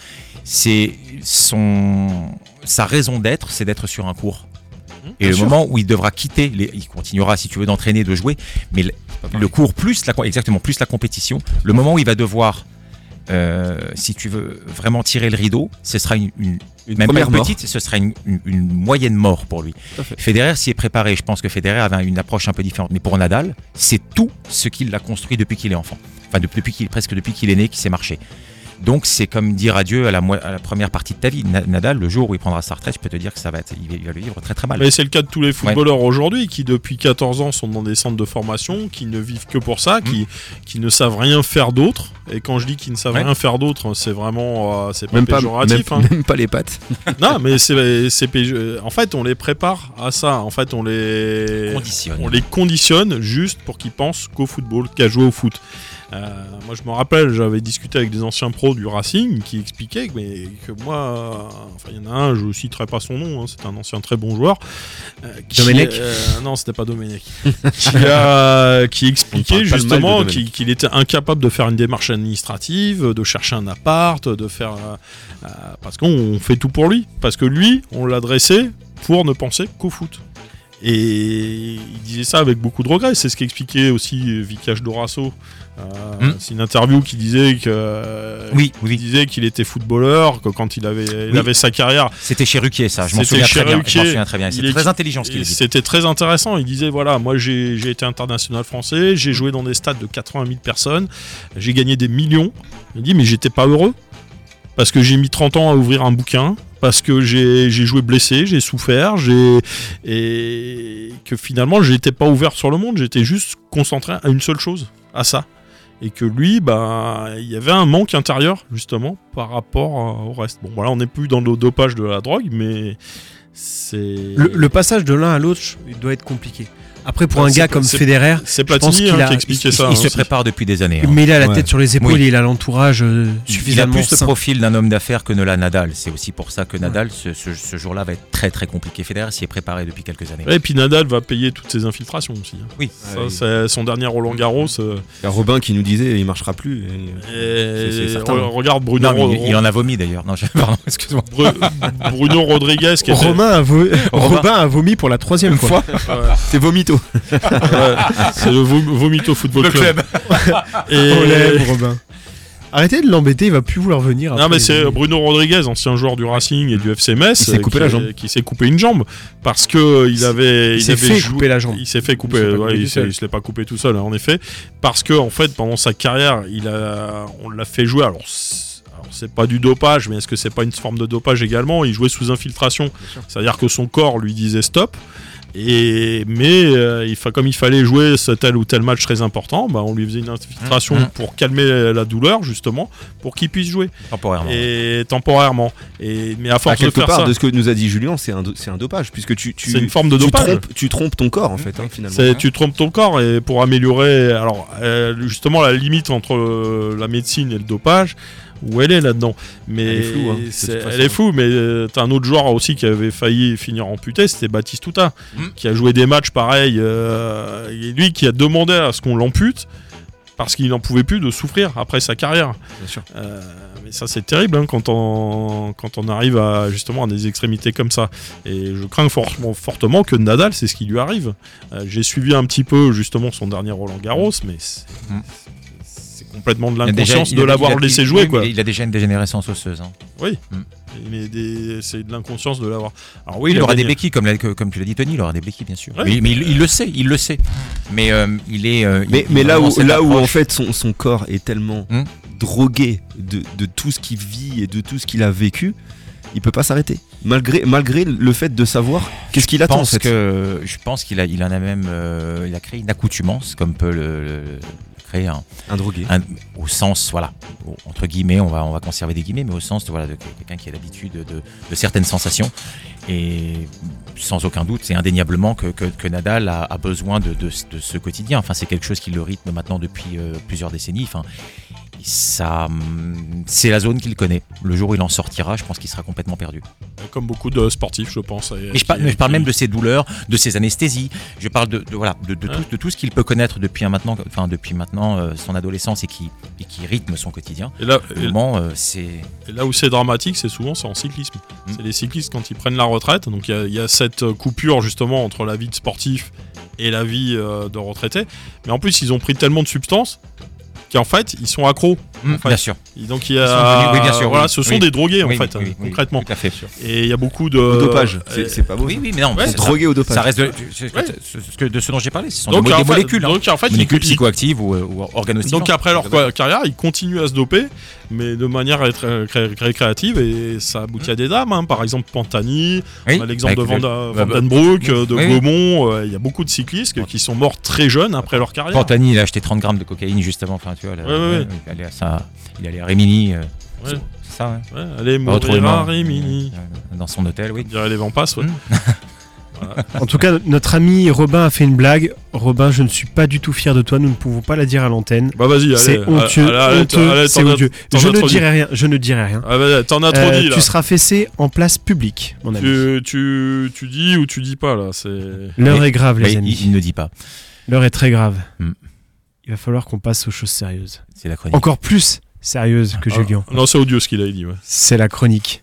Speaker 3: c'est son sa raison d'être c'est d'être sur un cours
Speaker 5: Mhm.
Speaker 3: et le moment où il devra quitter, les- il continuera si tu veux d'entraîner, de jouer, mais le, le cours plus la, com- exactement plus la compétition, le moment où il va devoir, euh, si tu veux vraiment tirer le rideau, ce sera une, une-
Speaker 5: une
Speaker 3: même pas
Speaker 5: première
Speaker 3: une
Speaker 5: mort.
Speaker 3: petite, ce sera une, une- une moyenne mort pour lui.
Speaker 5: Tout à fait.
Speaker 3: Federer s'y est préparé, je pense que Federer avait une approche un peu différente, mais pour Nadal, c'est tout ce qu'il a construit depuis qu'il est enfant, enfin de- depuis qu'il presque depuis qu'il est né, qui s'est marché. Donc c'est comme dire adieu à la, moi- à la première partie de ta vie. Na- Nadal, le jour où il prendra sa retraite, je peux te dire que ça va être, il va- il va le vivre très très mal.
Speaker 4: Mais c'est le cas de tous les footballeurs aujourd'hui qui, depuis 14 ans, sont dans des centres de formation, qui ne vivent que pour ça,
Speaker 5: Mm.
Speaker 4: qui, qui ne savent rien faire d'autre. Et quand je dis qu'ils ne savent
Speaker 3: Ouais.
Speaker 4: rien faire d'autre, c'est vraiment. euh, c'est pas
Speaker 5: Même pas, même,
Speaker 4: péjoratif. hein.
Speaker 5: même pas les pattes.
Speaker 4: non, mais c'est. c'est péjo- En fait, on les prépare à ça. En fait, on les.
Speaker 3: Conditionne.
Speaker 4: Euh, On les conditionne juste pour qu'ils pensent qu'au football, qu'à jouer au foot. Euh, moi, je me rappelle, j'avais discuté avec des anciens pros du Racing qui expliquaient que, mais, que moi, euh, enfin, il y en a un, je citerai pas son nom, hein, c'était un ancien très bon joueur. euh, qui,
Speaker 7: Domenech
Speaker 4: euh, Non, c'était pas Domenech. qui, a- qui
Speaker 5: On
Speaker 4: expliquait
Speaker 5: parle pas le mal de
Speaker 4: justement
Speaker 5: Domenech.
Speaker 4: qu'il qu'il était incapable de faire une démarche administrative, de chercher un appart, de faire. euh, euh, parce qu'on fait tout pour lui. Parce que lui, on l'a dressé pour ne penser qu'au foot. Et il disait ça avec beaucoup de regret. C'est ce qu'expliquait aussi Vicage Dorasso. Euh,
Speaker 3: Hmm.
Speaker 4: C'est une interview qui disait que.
Speaker 3: Oui,
Speaker 4: Il
Speaker 3: oui,
Speaker 4: disait qu'il était footballeur, que quand il avait, il
Speaker 3: Oui.
Speaker 4: avait sa carrière,
Speaker 3: c'était chez Ruquier ça, je m'en
Speaker 4: C'était
Speaker 3: souviens,
Speaker 4: chez
Speaker 3: très bien. Je m'en
Speaker 4: Ruquier.
Speaker 3: souviens très bien. Et
Speaker 4: Il
Speaker 3: C'est
Speaker 4: est-
Speaker 3: très intelligent ce
Speaker 4: et
Speaker 3: qu'il dit.
Speaker 4: c'était très intéressant. Il disait voilà, moi j'ai j'ai été international français, j'ai joué dans des stades de 80 000 personnes, j'ai gagné des millions. Il dit mais j'étais pas heureux parce que j'ai mis 30 ans à ouvrir un bouquin, parce que j'ai j'ai joué blessé, j'ai souffert, j'ai et que finalement j'étais pas ouvert sur le monde, j'étais juste concentré à une seule chose, à ça. Et que lui, bah, il y avait un manque intérieur justement par rapport euh, au reste. Bon, voilà, on n'est plus dans le dopage de la drogue, mais c'est
Speaker 7: Le, le passage de l'un à l'autre il doit être compliqué. Après, pour
Speaker 4: Ah,
Speaker 7: un
Speaker 4: c'est
Speaker 7: gars
Speaker 4: pas-
Speaker 7: comme
Speaker 4: c'est-
Speaker 7: Federer,
Speaker 4: C'est
Speaker 7: pense qu'il
Speaker 4: Platini hein,
Speaker 7: a-
Speaker 4: qui expliquait
Speaker 7: il-
Speaker 4: ça.
Speaker 3: Il
Speaker 4: hein,
Speaker 3: se
Speaker 4: aussi.
Speaker 3: prépare depuis des années. hein.
Speaker 7: mais il a la
Speaker 5: Ouais.
Speaker 7: tête sur les épaules
Speaker 3: Oui.
Speaker 7: et il a l'entourage euh,
Speaker 3: Il a
Speaker 7: suffisamment.
Speaker 3: plus le
Speaker 7: sain.
Speaker 3: profil d'un homme d'affaires que ne l'a Nadal. C'est aussi pour ça que Nadal, ce, ce- ce jour-là, va être très très compliqué. Federer s'y est préparé depuis quelques années.
Speaker 4: Ouais, Et puis Nadal va payer toutes ses infiltrations aussi. hein.
Speaker 3: Oui.
Speaker 4: Ça, c'est son dernier Roland Garros. euh,
Speaker 5: Il y a Robin qui nous disait il marchera plus. et-
Speaker 4: et
Speaker 5: c'est certain.
Speaker 4: re- regarde Bruno,
Speaker 3: Non, mais il,
Speaker 4: Ro-
Speaker 3: il en a vomi d'ailleurs. Non, je- pardon, excuse-moi.
Speaker 4: Bru- Bruno Rodriguez qui était,
Speaker 7: Romain a vo- Robin a vomi pour la troisième fois.
Speaker 5: C'est vomito.
Speaker 4: Ouais, c'est le Vom- Vomito Football Club. Et-
Speaker 7: On l'aime, Robin. Arrêtez de l'embêter, il va plus vouloir venir.
Speaker 4: Non
Speaker 7: après
Speaker 4: mais
Speaker 7: les
Speaker 4: c'est
Speaker 7: amis.
Speaker 4: Bruno Rodriguez, ancien joueur du Racing et du FC Metz, euh,
Speaker 5: Il s'est coupé
Speaker 4: qui-
Speaker 5: la jambe.
Speaker 4: qui s'est coupé une jambe parce que il avait,
Speaker 7: Il
Speaker 4: il
Speaker 7: s'est
Speaker 4: avait
Speaker 7: fait
Speaker 4: joué-
Speaker 7: couper la jambe.
Speaker 4: Il s'est fait couper,
Speaker 5: Il s'est pas
Speaker 4: ouais,
Speaker 5: coupé
Speaker 4: il
Speaker 5: tout
Speaker 4: s'est-
Speaker 5: seul.
Speaker 4: il se l'est pas coupé tout seul, hein, en effet. Parce que, en fait, pendant sa carrière, il a, on l'a fait jouer. Alors, c'est- alors, c'est pas du dopage, mais est-ce que c'est pas une forme de dopage également Il jouait sous infiltration. C'est-à-dire que son corps lui disait stop. Et, mais euh, il fa- comme il fallait jouer ce tel ou tel match très important, bah, on lui faisait une infiltration
Speaker 3: Mmh, mmh.
Speaker 4: pour calmer la douleur, justement, pour qu'il puisse jouer.
Speaker 3: Temporairement.
Speaker 4: Et temporairement. Et, mais à
Speaker 5: Enfin,
Speaker 4: force de
Speaker 5: quelque
Speaker 4: faire
Speaker 5: part,
Speaker 4: ça,
Speaker 5: de ce que nous a dit Julien, c'est un, do- c'est un dopage, puisque tu, tu,
Speaker 4: c'est une forme de
Speaker 5: tu
Speaker 4: dopage. Mm.
Speaker 5: trompes, tu trompes ton corps, en fait, hein, finalement.
Speaker 4: C'est- tu trompes ton corps et pour améliorer. Alors, euh, justement, la limite entre euh, la médecine et le dopage, où elle est là-dedans Mais
Speaker 5: Elle est floue, hein, de
Speaker 4: c'est-
Speaker 5: toute façon.
Speaker 4: elle est floue, mais euh, t'as un autre joueur aussi qui avait failli finir amputé, c'était Baptiste Touta,
Speaker 3: Mm.
Speaker 5: Hmm.
Speaker 4: qui a joué des matchs pareils. euh, et lui qui a demandé à ce qu'on l'ampute parce qu'il n'en pouvait plus de souffrir après sa carrière.
Speaker 5: Bien sûr.
Speaker 4: Euh, mais ça c'est terrible hein, quand, on, quand on arrive à justement à des extrémités comme ça. Et je crains fort- fortement que Nadal, c'est ce qui lui arrive. Euh, J'ai suivi un petit peu justement son dernier Roland Garros, mais c'est
Speaker 3: Mm.
Speaker 4: c'est complètement de
Speaker 3: Il a déjà-
Speaker 4: l'inconscience
Speaker 3: il
Speaker 4: de
Speaker 3: a-
Speaker 4: l'avoir
Speaker 3: il a-
Speaker 4: laissé
Speaker 3: il-
Speaker 4: jouer.
Speaker 3: oui,
Speaker 4: quoi.
Speaker 3: mais Il a déjà une dégénérescence osseuse. hein.
Speaker 4: Mais des- c'est de l'inconscience de l'avoir. Alors oui,
Speaker 3: Il,
Speaker 4: a
Speaker 3: aura des
Speaker 4: gagné.
Speaker 3: béquilles, comme, la- que- comme tu l'as dit, Tony. Il aura des béquilles, bien sûr.
Speaker 4: Ouais.
Speaker 3: Mais, mais il, il le sait, il le sait. Mais euh, il est. euh, il-
Speaker 5: Mais,
Speaker 3: il
Speaker 5: mais
Speaker 3: a
Speaker 5: là,
Speaker 3: vraiment
Speaker 5: où,
Speaker 3: cette
Speaker 5: là où, en
Speaker 3: approche.
Speaker 5: fait, son, son corps est tellement
Speaker 3: Hmm.
Speaker 5: drogué de, de tout ce qu'il vit et de tout ce qu'il a vécu, il peut pas s'arrêter. Malgré, malgré le fait de savoir qu'est-ce qu'il
Speaker 3: Je
Speaker 5: attend, en
Speaker 3: pense
Speaker 5: fait.
Speaker 3: que je pense qu'il a, il en a même, euh, il a créé une accoutumance comme peut le, le- le créer un,
Speaker 5: Un drogué.
Speaker 3: un- au sens, voilà, au- entre guillemets, on va, on va conserver des guillemets, mais au sens, de, voilà, de quelqu'un qui a l'habitude de, de certaines sensations. Et sans aucun doute, c'est indéniablement que, que- que Nadal a, a besoin de, de- de ce quotidien. Enfin, c'est quelque chose qui le rythme maintenant depuis euh, plusieurs décennies. Enfin, ça, hum, c'est la zone qu'il connaît. Le jour où il en sortira, je pense qu'il sera complètement perdu.
Speaker 4: Comme beaucoup de sportifs, je pense. et-
Speaker 3: Mais je, par-
Speaker 4: qui-
Speaker 3: mais je parle
Speaker 4: qui-
Speaker 3: même de ses douleurs, de ses anesthésies. Je parle de, de- voilà de, de
Speaker 4: Ouais.
Speaker 3: tout, de tout ce qu'il peut connaître depuis un maintenant, enfin depuis maintenant euh, son adolescence et qui et qui rythme son quotidien.
Speaker 4: Et là,
Speaker 3: Le moment, euh, c'est
Speaker 4: Et là où c'est dramatique, c'est souvent c'est en cyclisme.
Speaker 3: Mm.
Speaker 4: C'est les cyclistes quand ils prennent la retraite, donc il y a- il y, a cette euh, coupure justement entre la vie de sportif et la vie euh, de retraité. Mais en plus, ils ont pris tellement de substances qu'en fait, ils sont accros.
Speaker 3: Mm,
Speaker 4: fait,
Speaker 3: bien sûr.
Speaker 4: Et donc il y
Speaker 3: Ils sont
Speaker 4: a,
Speaker 3: devenus- oui, bien sûr,
Speaker 4: voilà,
Speaker 3: oui.
Speaker 4: ce sont
Speaker 3: Oui.
Speaker 4: des drogués Mmh, en
Speaker 3: Oui,
Speaker 4: fait,
Speaker 3: oui,
Speaker 4: euh,
Speaker 3: oui, oui,
Speaker 4: concrètement.
Speaker 3: tout à fait.
Speaker 4: Et il y a beaucoup de Euh,
Speaker 5: Au dopage. C'est-
Speaker 4: et-
Speaker 5: C'est pas beau.
Speaker 3: Oui, oui, mais non.
Speaker 4: Ouais,
Speaker 3: c'est
Speaker 4: c'est
Speaker 3: ça,
Speaker 5: Drogué au dopage.
Speaker 3: ça reste de, ce- ce-
Speaker 4: Ouais.
Speaker 3: ce- ce- de ce dont j'ai parlé. Ce sont
Speaker 4: donc,
Speaker 3: des, mo-
Speaker 4: en
Speaker 3: des
Speaker 4: fait-
Speaker 3: molécules, hein.
Speaker 4: donc en fait, ils-
Speaker 3: molécules
Speaker 4: ils-
Speaker 3: psychoactives ou, euh, ou organostimulantes.
Speaker 4: donc après leur carrière, ils continuent à se doper mais de manière à être euh, cré- cré- créative et ça aboutit à des drames. hein. Par exemple, Pantani,
Speaker 3: Oui,
Speaker 4: on a l'exemple de
Speaker 3: avec le-
Speaker 4: Vanda-
Speaker 3: bah, bah,
Speaker 4: Vandenbroek, euh, de
Speaker 3: oui, oui.
Speaker 4: Gaumont. euh, Il y a beaucoup de cyclistes qui sont morts très jeunes après leur carrière.
Speaker 3: Pantani, il a acheté 30 grammes de cocaïne juste avant. Enfin, tu vois, là,
Speaker 4: Ouais, ouais,
Speaker 3: euh,
Speaker 4: ouais.
Speaker 3: Il, allait à ça, il allait à Rémini. euh,
Speaker 4: Ouais.
Speaker 3: C'est ça, hein. ouais.
Speaker 4: Ouais, allez, mourir
Speaker 3: Retrouvez-moi.
Speaker 4: à Rimini.
Speaker 3: Euh, Dans son hôtel, oui.
Speaker 4: On dirait les vents passent, ouais.
Speaker 7: Hmm.
Speaker 3: Mm.
Speaker 7: En tout cas, notre ami Robin a fait une blague. Robin, je ne suis pas du tout fier de toi. Nous ne pouvons pas la dire à l'antenne.
Speaker 4: Bah vas-y, allez.
Speaker 7: C'est
Speaker 4: allez,
Speaker 7: honteux,
Speaker 4: allez, allez,
Speaker 7: honteux,
Speaker 4: allez,
Speaker 7: c'est
Speaker 4: t'en as-
Speaker 7: odieux.
Speaker 4: t'en
Speaker 7: Je
Speaker 4: as
Speaker 7: ne
Speaker 4: trop dit.
Speaker 7: dirai rien. Je ne dirai rien.
Speaker 4: Ah bah, T'en as trop
Speaker 7: Euh,
Speaker 4: dit, là.
Speaker 7: tu seras fessé en place publique, mon ami.
Speaker 4: Tu, tu, tu dis ou tu dis pas, là. C'est.
Speaker 7: L'heure est grave,
Speaker 3: Mais
Speaker 7: les
Speaker 3: il,
Speaker 7: amis.
Speaker 3: il ne dit pas.
Speaker 7: L'heure est très grave.
Speaker 3: Hmm.
Speaker 7: Il va falloir qu'on passe aux choses sérieuses.
Speaker 3: C'est la chronique.
Speaker 7: Encore plus sérieuses
Speaker 4: Ah.
Speaker 7: que Julien.
Speaker 4: Non, c'est odieux ce qu'il a dit, ouais.
Speaker 7: C'est la chronique.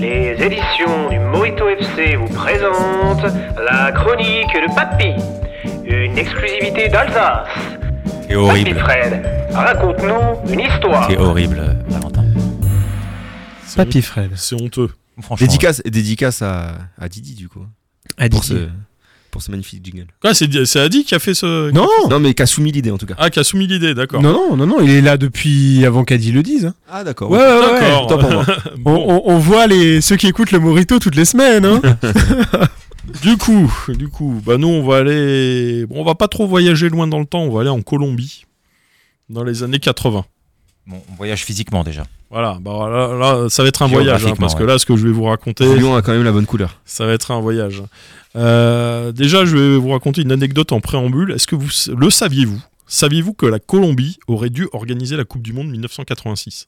Speaker 8: Les éditions du Morito FC vous présentent la chronique de Papy, une exclusivité d'Alsace.
Speaker 3: C'est
Speaker 8: Papy
Speaker 3: horrible.
Speaker 8: Fred, raconte-nous une histoire.
Speaker 3: C'est horrible, euh, Valentin.
Speaker 4: C'est
Speaker 7: Papy Fred.
Speaker 4: hon- C'est honteux.
Speaker 3: Franchement.
Speaker 5: Dédicace, dédicace à, à Didi, du coup.
Speaker 7: A
Speaker 5: Pour
Speaker 7: dit-
Speaker 5: ce, pour ce magnifique jingle.
Speaker 4: Quoi, c'est c'est Adi qui a fait ce.
Speaker 7: Non,
Speaker 5: Non, mais qui a soumis l'idée, en tout cas.
Speaker 4: Ah, qui a soumis l'idée, d'accord.
Speaker 7: non, non, non, non, il est là depuis avant qu'Adi le dise. hein.
Speaker 5: Ah,
Speaker 4: Oh,
Speaker 5: d'accord.
Speaker 7: Ouais, ouais, ouais.
Speaker 4: D'accord.
Speaker 5: Tant pour moi.
Speaker 7: On,
Speaker 4: Bon.
Speaker 7: on- on voit les, ceux qui écoutent le Morito toutes les semaines. hein.
Speaker 4: Du coup, du coup, bah nous on va aller, bon, on va pas trop voyager loin dans le temps, on va aller en Colombie dans les années 80.
Speaker 3: Bon, on voyage physiquement déjà.
Speaker 4: Voilà, bah là, là, ça va être un voyage hein,
Speaker 3: Géographiquement,
Speaker 4: parce que
Speaker 3: ouais.
Speaker 4: là ce que je vais vous raconter,
Speaker 5: Lyon a quand même la bonne couleur.
Speaker 4: ça va être un voyage. Euh, déjà, je vais vous raconter une anecdote en préambule. Est-ce que vous le saviez-vous Saviez-vous que la Colombie aurait dû organiser la Coupe du Monde 1986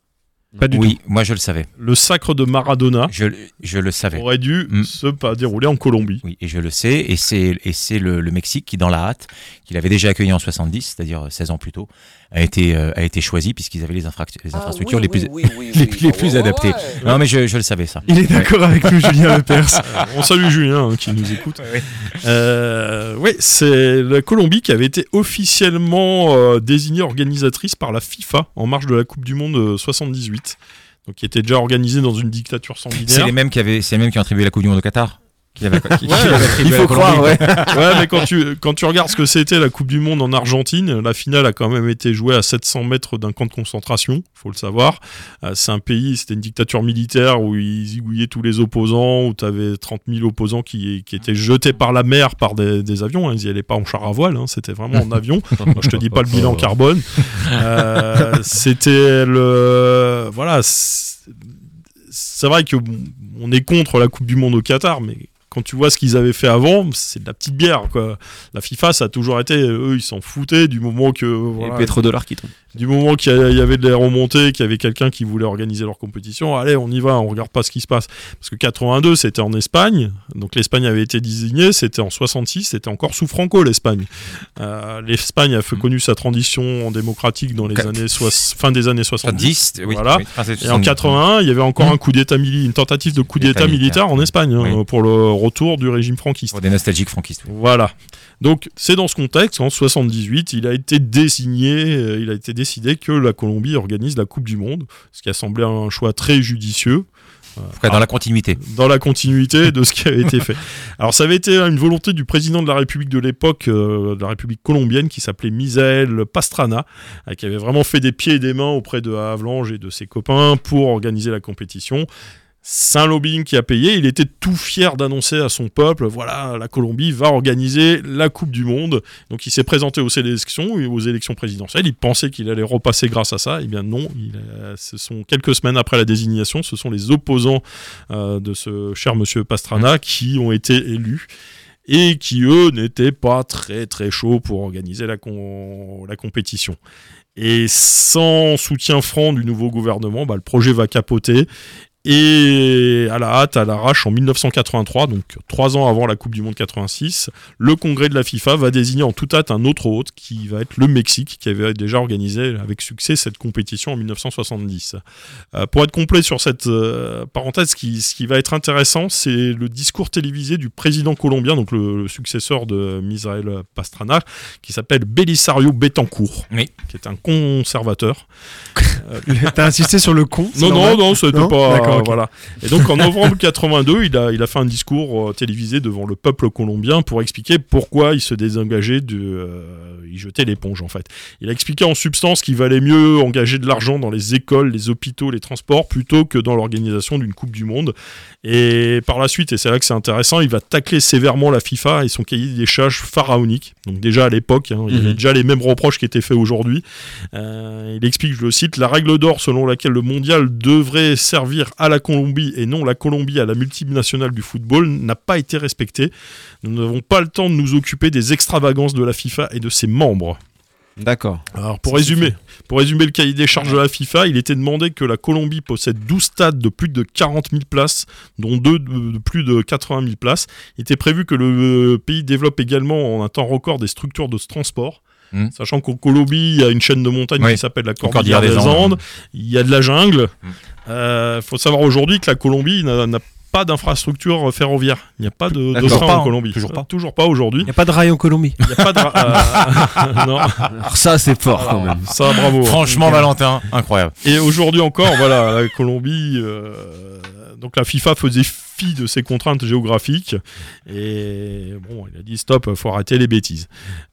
Speaker 7: Pas du Hein
Speaker 3: oui, moi je le savais.
Speaker 4: Le sacre de Maradona
Speaker 3: Je, je le savais.
Speaker 4: aurait dû
Speaker 3: Mm.
Speaker 4: se pas dérouler en Colombie.
Speaker 3: Oui, et je le sais, et c'est, et c'est le, le Mexique qui, dans la hâte, qu'il avait déjà accueilli en 70, c'est-à-dire 16 ans plus tôt, a été, euh, a été choisi puisqu'ils avaient les, infract- les infrastructures les plus, les, les plus adaptées. Non, mais je, je le savais, ça.
Speaker 7: Il est d'accord avec nous, Julien Lepers.
Speaker 4: On salue Julien hein, qui nous écoute. Euh, oui, c'est la Colombie qui avait été officiellement euh, désignée organisatrice par la FIFA en marge de la Coupe du Monde euh, 78. Donc qui était déjà organisée dans une dictature
Speaker 3: C'est
Speaker 4: sanguinaire.
Speaker 3: les mêmes qui avaient, c'est les mêmes qui ont attribué la Coupe du Monde au Qatar. Qui l'avaient- qui- qui
Speaker 4: Ouais,
Speaker 3: l'avaient attribué à la Colombie.
Speaker 4: Ouais, mais quand tu, quand tu regardes ce que c'était la Coupe du Monde en Argentine, la finale a quand même été jouée à 700 mètres d'un camp de concentration, faut le savoir. Euh, c'est un pays, c'était une dictature militaire où ils zigouillaient tous les opposants, où tu avais 30 000 opposants qui, qui étaient jetés par la mer par des, des avions. hein. Ils n'y allaient pas en char à voile, hein, c'était vraiment en avion. Moi, je te dis pas le bilan carbone. Euh, c'était le. Voilà. c'est- C'est vrai que bon, on est contre la Coupe du Monde au Qatar, mais quand tu vois ce qu'ils avaient fait avant, c'est de la petite bière. Quoi. La FIFA, ça a toujours été. Eux, ils s'en foutaient du moment que.
Speaker 5: Et
Speaker 4: voilà,
Speaker 5: pétrodollars qui tombent.
Speaker 4: du moment qu'il y a- il y avait de la remontée, qu'il y avait quelqu'un qui voulait organiser leur compétition, allez, on y va, on regarde pas ce qui se passe. Parce que 82, c'était en Espagne, donc l'Espagne avait été désignée, c'était en 66, c'était encore sous Franco, l'Espagne. Euh, L'Espagne a fait connu sa transition en démocratique dans les
Speaker 3: Quatre-
Speaker 4: années soix- fin des années 70.
Speaker 3: 70, oui.
Speaker 4: Voilà.
Speaker 3: oui. Enfin, c'est
Speaker 4: Et en
Speaker 3: 70.
Speaker 4: 81, il y avait encore un coup d'État mili- une tentative de coup
Speaker 3: D'État
Speaker 4: d'État militaire en Espagne hein,
Speaker 3: Oui.
Speaker 4: pour le retour du régime franquiste.
Speaker 3: Pour des nostalgiques franquistes. oui.
Speaker 4: Voilà. Donc c'est dans ce contexte qu'en 78, il a été désigné, euh, il a été décidé que la Colombie organise la Coupe du Monde, ce qui a semblé un choix très judicieux
Speaker 3: En
Speaker 7: Ah.
Speaker 3: tout cas, dans la continuité.
Speaker 4: dans la continuité de ce qui avait été fait. Alors ça avait été hein, une volonté du président de la République de l'époque, euh, de la République colombienne, qui s'appelait Misael Pastrana, euh, qui avait vraiment fait des pieds et des mains auprès de Avelange et de ses copains pour organiser la compétition. C'est un lobbying qui a payé. Il était tout fier d'annoncer à son peuple, voilà, la Colombie va organiser la Coupe du Monde. Donc il s'est présenté aux élections, aux élections présidentielles. Il pensait qu'il allait repasser grâce à ça. Eh bien non. Il a- ce sont quelques semaines après la désignation, ce sont les opposants euh, de ce cher monsieur Pastrana qui ont été élus et qui, eux, n'étaient pas très très chauds pour organiser la, com- la compétition. Et sans soutien franc du nouveau gouvernement, bah, le projet va capoter. Et à la hâte, à l'arrache, en 1983, donc trois ans avant la Coupe du Monde 86, le congrès de la FIFA va désigner en toute hâte un autre hôte qui va être le Mexique, qui avait déjà organisé avec succès cette compétition en 1970. Euh, pour être complet sur cette euh, parenthèse, ce qui, ce qui va être intéressant, c'est le discours télévisé du président colombien, donc le, le successeur de Misael Pastrana, qui s'appelle Belisario Betancourt,
Speaker 3: Oui.
Speaker 4: qui est un conservateur.
Speaker 7: T'as insisté sur le con. c'est
Speaker 4: Non,
Speaker 7: normal
Speaker 4: non, non, c'était
Speaker 7: Non
Speaker 4: pas.
Speaker 7: D'accord,
Speaker 4: euh, voilà. Et donc en novembre 82, il a, il a fait un discours euh, télévisé devant le peuple colombien pour expliquer pourquoi il se désengageait de, euh, il jetait l'éponge en fait. Il a expliqué en substance qu'il valait mieux engager de l'argent dans les écoles, les hôpitaux, les transports plutôt que dans l'organisation d'une Coupe du Monde. Et par la suite, et c'est là que c'est intéressant, il va tacler sévèrement la FIFA et son cahier des charges pharaonique. Donc déjà à l'époque, hein, il y avait
Speaker 5: Mhm.
Speaker 4: déjà les mêmes reproches qui étaient faits aujourd'hui. Euh, il explique, je le cite, la règle d'or selon laquelle le mondial devrait servir à la Colombie et non la Colombie à la multinationale du football n'a pas été respectée. Nous n'avons pas le temps de nous occuper des extravagances de la FIFA et de ses membres.
Speaker 5: D'accord.
Speaker 4: Alors pour résumer, pour résumer le cahier des charges de la FIFA, il était demandé que la Colombie possède 12 stades de plus de 40 000 places, dont deux de de plus de 80 000 places. Il était prévu que le euh, pays développe également en un temps record des structures de transport.
Speaker 3: Mm.
Speaker 4: Sachant qu'en Colombie, il y a une chaîne de montagne
Speaker 3: Oui.
Speaker 4: qui s'appelle la
Speaker 3: Cordillère
Speaker 4: Cordillère des
Speaker 3: des Andes.
Speaker 4: Andes. Il y a de la jungle.
Speaker 3: Mm.
Speaker 4: Il faut savoir aujourd'hui que la Colombie n'a n'a pas d'infrastructure ferroviaire. Il n'y a pas de, de
Speaker 3: Toujours
Speaker 4: train
Speaker 3: pas,
Speaker 4: en
Speaker 3: hein.
Speaker 4: Colombie.
Speaker 3: Toujours pas.
Speaker 4: Toujours pas aujourd'hui.
Speaker 7: n'y a pas de rail en Colombie.
Speaker 4: Il n'y a pas de... ra- euh, non,
Speaker 5: Alors ça, c'est fort quand même.
Speaker 4: ça, bravo. hein.
Speaker 3: Franchement, Valentin, incroyable.
Speaker 4: Et aujourd'hui encore, voilà, la Colombie, euh, donc la FIFA faisait fi de ses contraintes géographiques. Et bon, il a dit stop, faut arrêter les bêtises.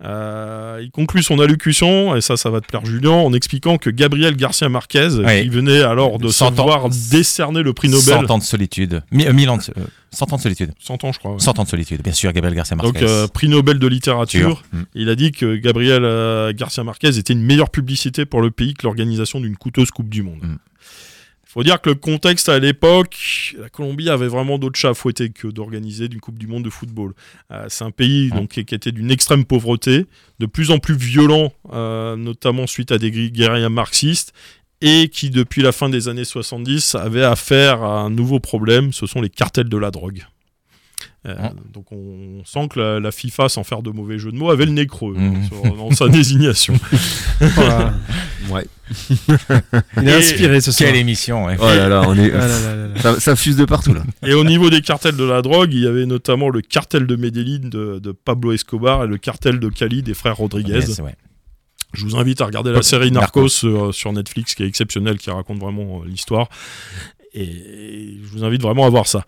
Speaker 4: Euh, il conclut son allocution, et ça, ça va te plaire, Julien, en expliquant que Gabriel Garcia Marquez,
Speaker 3: Oui.
Speaker 4: qui venait alors de se
Speaker 3: Cent ans.
Speaker 4: voir décerner le prix
Speaker 3: 100
Speaker 4: Nobel,
Speaker 3: ans de solitude. Mi- euh, mille ans de, euh, 100 ans de solitude.
Speaker 4: 100 ans, je crois. ouais.
Speaker 3: 100 ans de solitude, bien sûr, Gabriel Garcia Marquez.
Speaker 4: Donc, euh, prix Nobel de littérature.
Speaker 3: Sûr. Mm.
Speaker 4: Il a dit que Gabriel euh, Garcia Marquez était une meilleure publicité pour le pays que l'organisation d'une coûteuse Coupe du Monde. Il
Speaker 3: Mm.
Speaker 4: faut dire que le contexte à l'époque, la Colombie avait vraiment d'autres chats à fouetter que d'organiser d'une Coupe du Monde de football. Euh, c'est un pays
Speaker 3: Mm.
Speaker 4: donc, qui, qui était d'une extrême pauvreté, de plus en plus violent, euh, notamment suite à des gui- guérillas marxistes, et qui depuis la fin des années 70 avait affaire à un nouveau problème, ce sont les cartels de la drogue. Euh,
Speaker 3: Mm.
Speaker 4: Donc on sent que la, la FIFA, sans faire de mauvais jeu de mots, avait le nez creux hein,
Speaker 3: Mm.
Speaker 4: sur- dans sa désignation.
Speaker 5: Ouais.
Speaker 7: Il est
Speaker 4: Et
Speaker 7: inspiré ce soir.
Speaker 3: Quelle émission, ouais.
Speaker 5: Oh là là, on est.
Speaker 7: Ah là là là là.
Speaker 5: Ça, ça fuse de partout là.
Speaker 4: Et au niveau des cartels de la drogue, il y avait notamment le cartel de Medellín de, de Pablo Escobar et le cartel de Cali des frères
Speaker 3: Ah,
Speaker 4: Rodriguez.
Speaker 3: Yes, ouais.
Speaker 4: Je vous invite à regarder la série Narcos, euh, sur Netflix qui est exceptionnelle, qui raconte vraiment euh, l'histoire. Et je vous invite vraiment à voir ça.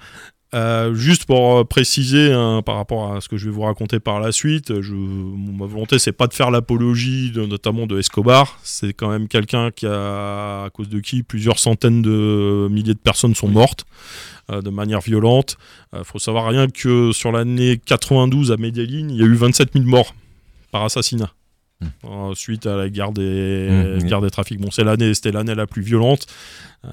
Speaker 4: Euh, juste pour euh, préciser hein, par rapport à ce que je vais vous raconter par la suite, je, ma volonté c'est pas de faire l'apologie de- notamment de Escobar, c'est quand même quelqu'un qui a à cause de qui plusieurs centaines de milliers de personnes sont mortes euh, de manière violente. Euh, faut savoir rien que sur l'année 92 à Medellin, il y a eu 27 000 morts par assassinat.
Speaker 3: Hmm.
Speaker 4: Euh, suite à la guerre des,
Speaker 3: Hmm, oui.
Speaker 4: guerre des trafics. Bon, c'est l'année, c'était l'année la plus violente, euh,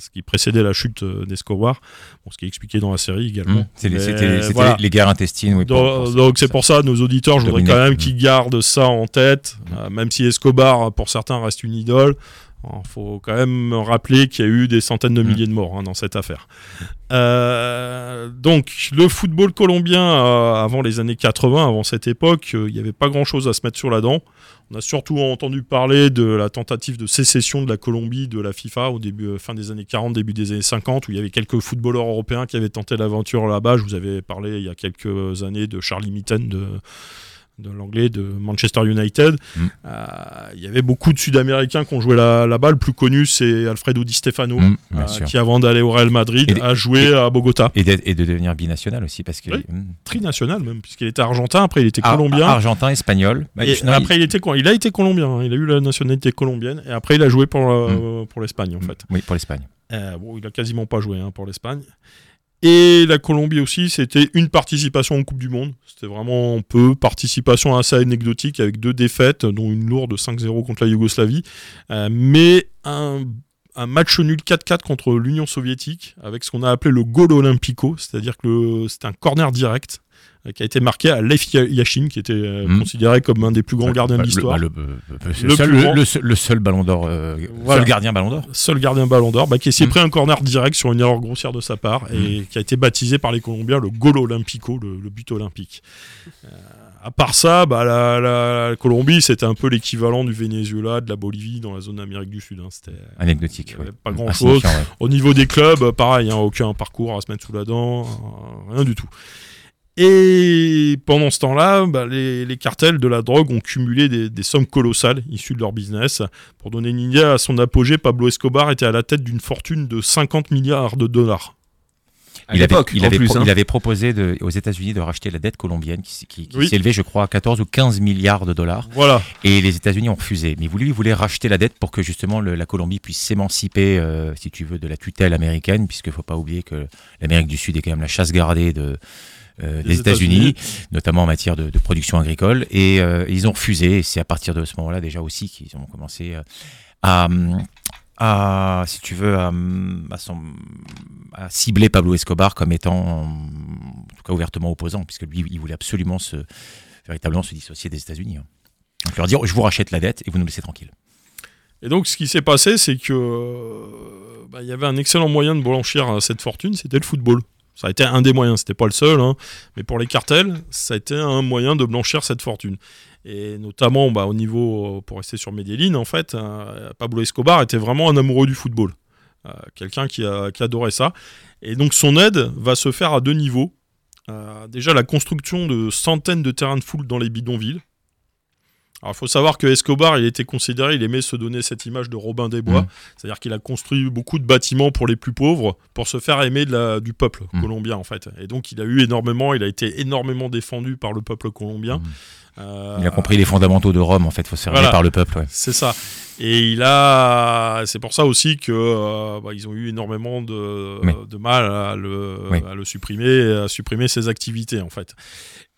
Speaker 4: ce qui précédait la chute euh, d'Escobar, Bon, ce qui est expliqué dans la série également.
Speaker 3: Mm. C'est les-
Speaker 4: Mais
Speaker 3: C'était les- c'était
Speaker 4: voilà.
Speaker 3: les guerres intestines, oui. pour-
Speaker 4: Donc,
Speaker 3: pour-
Speaker 4: donc c'est pour ça, nos auditeurs, je voudrais
Speaker 3: Dominique.
Speaker 4: quand même
Speaker 3: Mm.
Speaker 4: qu'ils gardent ça en tête, euh, même si Escobar, pour certains, reste une idole. Il faut quand même rappeler qu'il y a eu des centaines
Speaker 3: Mm.
Speaker 4: de milliers de morts hein, dans cette affaire. Euh, donc, le football colombien, euh, avant les années 80, avant cette époque, euh, il n'y avait pas grand-chose à se mettre sur la dent. On a surtout entendu parler de la tentative de sécession de la Colombie de la FIFA au début, euh, fin des années 40, début des années 50, où il y avait quelques footballeurs européens qui avaient tenté l'aventure là-bas. Je vous avais parlé il y a quelques années de Charlie Mitten de, de l'anglais de Manchester United.
Speaker 3: Mm.
Speaker 4: Euh, il y avait beaucoup de Sud-Américains qui ont joué là- là-bas. Le plus connu, c'est Alfredo Di Stefano,
Speaker 3: Mm, bien
Speaker 4: euh,
Speaker 3: sûr.
Speaker 4: qui avant d'aller au Real Madrid
Speaker 3: Et-
Speaker 4: a joué à Bogota,
Speaker 3: Et, d'être- et de devenir binational aussi, parce que.
Speaker 4: Oui.
Speaker 3: Mm.
Speaker 4: trinational même, puisqu'il était argentin, après il était
Speaker 3: Ar-
Speaker 4: colombien.
Speaker 3: Argentin, espagnol. Bah,
Speaker 4: Et
Speaker 3: non, il-
Speaker 4: après, il... était quoi Il a été colombien. hein. Il a eu la nationalité colombienne. Et après, il a joué pour, euh,
Speaker 3: Mm.
Speaker 4: pour l'Espagne, en fait.
Speaker 3: Oui, pour l'Espagne.
Speaker 4: Euh, bon, il a quasiment pas joué hein, pour l'Espagne. Et la Colombie aussi, c'était une participation en Coupe du Monde. C'était vraiment peu. Participation assez anecdotique avec deux défaites, dont une lourde 5-0 contre la Yougoslavie. Euh, mais un, un match nul 4-4 contre l'Union soviétique avec ce qu'on a appelé le goal olympico, c'est-à-dire que le- c'était un corner direct euh, qui a été marqué à Leif Ya- Yashin, qui était euh,
Speaker 3: Mhm.
Speaker 4: considéré comme un des plus grands
Speaker 3: Bah,
Speaker 4: gardiens
Speaker 3: bah,
Speaker 4: de l'histoire.
Speaker 3: Le, bah, le- euh, le
Speaker 4: Le
Speaker 3: seul,
Speaker 4: plus
Speaker 3: le-
Speaker 4: grand.
Speaker 3: le seul- le seul ballon d'or. euh,
Speaker 4: Voilà.
Speaker 3: Seul gardien ballon d'or.
Speaker 4: seul gardien ballon d'or, bah, qui s'est
Speaker 3: Mm.
Speaker 4: pris un corner direct sur une erreur grossière de sa part et qui a été baptisé par les Colombiens le goal olympico, le, le but olympique. Euh, à part ça, bah, la, la- la Colombie, c'était un peu l'équivalent du Venezuela, de la Bolivie dans la zone d'Amérique du Sud. hein. C'était-
Speaker 3: Anecdotique.
Speaker 4: Il y avait
Speaker 3: ouais.
Speaker 4: pas
Speaker 3: Mm,
Speaker 4: grand-chose.
Speaker 3: insignifiant, ouais.
Speaker 4: Au niveau des clubs, euh, pareil, hein, aucun parcours à se mettre sous la dent, euh, rien du tout. Et pendant ce temps-là, bah, les, les cartels de la drogue ont cumulé des, des sommes colossales issues de leur business. Pour donner une idée, à son apogée, Pablo Escobar était à la tête d'une fortune de 50 milliards de dollars.
Speaker 5: À
Speaker 3: Il avait,
Speaker 5: l'époque,
Speaker 3: il
Speaker 5: en
Speaker 3: avait,
Speaker 5: plus,
Speaker 3: pro-
Speaker 5: hein.
Speaker 3: il avait proposé de- aux États-Unis de racheter la dette colombienne qui, s- qui- qui
Speaker 4: Oui.
Speaker 3: s'élevait, je crois, à 14 ou 15 milliards de dollars.
Speaker 4: Voilà.
Speaker 3: Et les États-Unis ont refusé. Mais lui, il voulait racheter la dette pour que justement le- la Colombie puisse s'émanciper, euh, si tu veux, de la tutelle américaine, puisqu'il ne faut pas oublier que l'Amérique du Sud est quand même la chasse gardée de, euh,
Speaker 4: Des
Speaker 3: des États-Unis, notamment en matière de, de production agricole. Et euh, ils ont refusé. Et c'est à partir de ce moment-là déjà aussi qu'ils ont commencé euh, à, hum, à, si tu veux, à, hum, à son- à cibler Pablo Escobar comme étant, hum, en tout cas, ouvertement opposant, puisque lui, il voulait absolument se véritablement se dissocier des États-Unis. hein. Donc leur dire, je vous rachète la dette et vous nous laissez tranquille.
Speaker 4: Et donc, ce qui s'est passé, c'est que euh, bah, il y avait un excellent moyen de blanchir euh, cette fortune, c'était le football. Ça a été un des moyens, c'était pas le seul, hein. mais pour les cartels, ça a été un moyen de blanchir cette fortune. Et notamment, bah, au niveau, euh, pour rester sur Medellin, en fait, euh, Pablo Escobar était vraiment un amoureux du football. Euh, Quelqu'un qui, a- qui adorait ça. Et donc, son aide va se faire à deux niveaux. Euh, déjà, la construction de centaines de terrains de foot dans les bidonvilles. Alors, il faut savoir que Escobar, il était considéré, il aimait se donner cette image de Robin des Bois.
Speaker 3: Mhm.
Speaker 4: C'est-à-dire qu'il a construit beaucoup de bâtiments pour les plus pauvres, pour se faire aimer de la- du peuple
Speaker 3: Mhm.
Speaker 4: colombien, en fait. Et donc, il a eu énormément, il a été énormément défendu par le peuple colombien.
Speaker 3: Mhm.
Speaker 4: Euh,
Speaker 3: Il a compris les fondamentaux de Rome, en fait, faut se faire
Speaker 4: Voilà.
Speaker 3: aimer par le peuple. ouais.
Speaker 4: c'est ça. Et il a, c'est pour ça aussi que euh, bah, ils ont eu énormément de,
Speaker 3: Oui.
Speaker 4: de mal à le,
Speaker 3: Oui.
Speaker 4: à le supprimer, à supprimer ses activités en fait.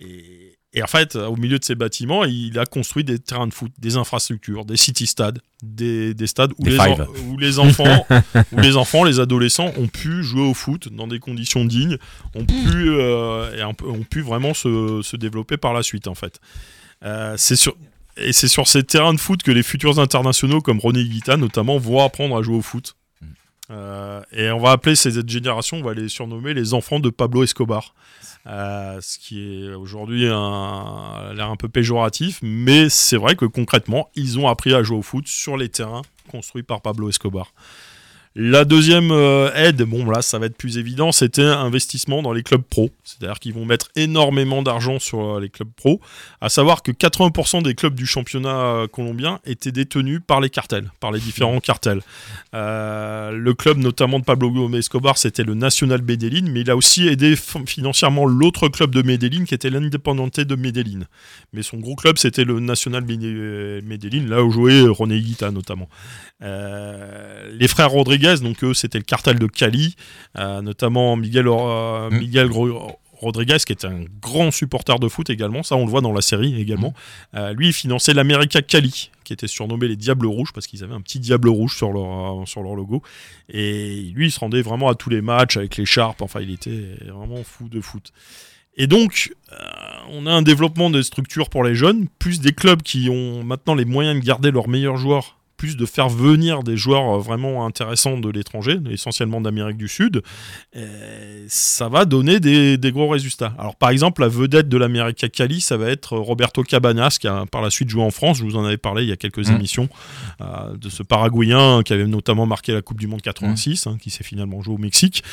Speaker 4: Et, et en fait, au milieu de ces bâtiments, il a construit des terrains de foot, des infrastructures, des city stades, des, des stades où
Speaker 3: Des
Speaker 4: les,
Speaker 3: fives.
Speaker 4: en- où les enfants, où les enfants, les adolescents ont pu jouer au foot dans des conditions dignes, ont pu euh, et un peu- ont pu vraiment se, se développer par la suite en fait. Euh, c'est sur et c'est sur ces terrains de foot que les futurs internationaux comme René Guita notamment vont apprendre à jouer au foot.
Speaker 3: Mm.
Speaker 4: Euh, et on va appeler ces- cette génération, on va les surnommer les enfants de Pablo Escobar. Euh, ce qui est aujourd'hui un, a l'air un peu péjoratif, mais c'est vrai que concrètement, ils ont appris à jouer au foot sur les terrains construits par Pablo Escobar. La deuxième euh, aide, bon là ça va être plus évident, c'était investissement dans les clubs pro. C'est-à-dire qu'ils vont mettre énormément d'argent sur euh, les clubs pro à savoir que 80% des clubs du championnat euh, colombien étaient détenus par les cartels, par les différents cartels. Euh, le club notamment de Pablo Gomez Escobar, c'était le National Medellín, mais il a aussi aidé f- financièrement l'autre club de Medellín, qui était l'Independente de Medellín. Mais son gros club, c'était le National Mede- Medellín, là où jouait René Guita notamment. Euh, les frères Rodriguez, donc eux, c'était le cartel de Cali, euh, notamment Miguel, Or- euh,
Speaker 3: Mm.
Speaker 4: Miguel Gro- Rodriguez, qui était un grand supporter de foot également, ça on le voit dans la série également. Euh, lui, il finançait l'America Cali, qui était surnommé les Diables Rouges, parce qu'ils avaient un petit diable rouge sur leur, euh, sur leur logo. Et lui, il se rendait vraiment à tous les matchs avec l'écharpe, enfin, il était vraiment fou de foot. Et donc, euh, on a un développement des structures pour les jeunes, plus des clubs qui ont maintenant les moyens de garder leurs meilleurs joueurs, plus de faire venir des joueurs euh, vraiment intéressants de l'étranger, essentiellement d'Amérique du Sud, euh, ça va donner des, des gros résultats. Alors par exemple, la vedette de l'América Cali, ça va être euh, Roberto Cabanas, qui a par la suite joué en France, je vous en avais parlé il y a quelques
Speaker 3: Mm.
Speaker 5: Mmh.
Speaker 4: émissions, euh, de ce Paraguayen qui avait notamment marqué la Coupe du Monde
Speaker 5: Mmh.
Speaker 4: 86, hein, qui s'est finalement joué au Mexique.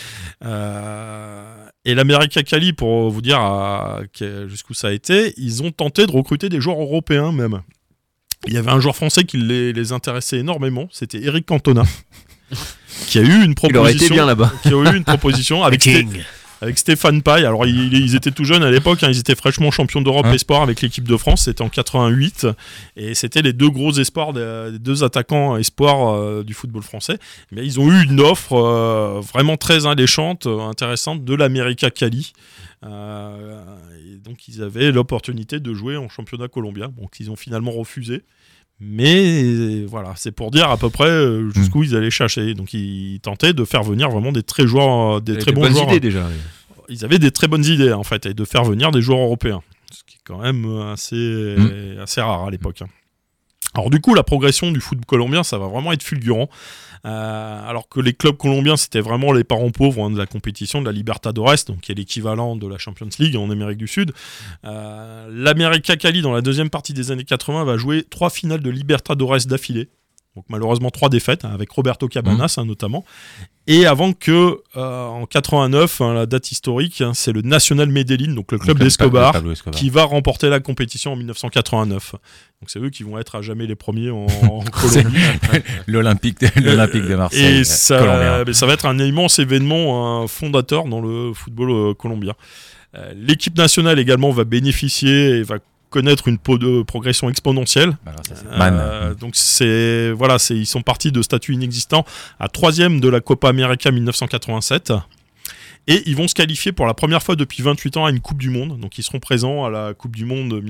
Speaker 4: Euh, et l'América Cali, pour vous dire à- que- jusqu'où ça a été, ils ont tenté de recruter des joueurs européens même. Il y avait un joueur français qui les, les intéressait énormément, c'était Eric Cantona, qui a eu une
Speaker 5: Il
Speaker 4: proposition,
Speaker 5: aurait été bien là-bas.
Speaker 4: qui a eu une proposition avec, Sté- avec Stéphane Paille. Alors ils, ils étaient tout jeunes à l'époque, hein, ils étaient fraîchement champions d'Europe
Speaker 3: Ouais.
Speaker 4: espoir avec l'équipe de France, c'était en 88, et c'était les deux gros espoirs, des des deux attaquants espoirs euh, du football français. Mais ils ont eu une offre euh, vraiment très alléchante, euh, intéressante de l'América Cali. Euh, et donc ils avaient l'opportunité de jouer en championnat colombien, donc ils ont finalement refusé. Mais euh, voilà, c'est pour dire à peu près euh, jusqu'où ils allaient chercher. Donc ils tentaient de faire venir vraiment des très joueurs, euh, des très bons
Speaker 5: bonnes
Speaker 4: joueurs
Speaker 5: idées déjà.
Speaker 4: ils avaient des très bonnes idées en fait et de faire venir des joueurs européens ce qui est quand même euh, assez, assez rare à l'époque hein. alors du coup la progression du foot colombien ça va vraiment être fulgurant Euh, alors que les clubs colombiens c'était vraiment les parents pauvres hein, de la compétition de la Libertadores donc qui est l'équivalent de la Champions League en Amérique du Sud euh, l'América Cali dans la deuxième partie des années 80 va jouer trois finales de Libertadores d'affilée Donc malheureusement trois défaites hein, avec Roberto Cabanas hein, notamment. Et avant que euh, en 89, hein, la date historique, hein, c'est le National Medellín, donc le club d'Escobar,
Speaker 3: Pablo Escobar.
Speaker 4: qui va remporter la compétition en 1989. Donc c'est eux qui vont être à jamais les premiers en, en Colombie.
Speaker 3: L'Olympique de, l'Olympique de Marseille.
Speaker 4: Euh,
Speaker 3: euh,
Speaker 4: Et ça,
Speaker 3: colombien.
Speaker 4: mais ça va être un immense événement, un fondateur dans le football euh, colombien. Euh, L'équipe nationale également va bénéficier et va connaître une peau de progression exponentielle.
Speaker 3: Alors, ça, c'est
Speaker 4: Euh,
Speaker 3: Man.
Speaker 4: donc c'est voilà, c'est ils sont partis de statut inexistant à troisième de la Copa América 1987. Et ils vont se qualifier pour la première fois depuis 28 ans à une Coupe du Monde. Donc ils seront présents à la Coupe du Monde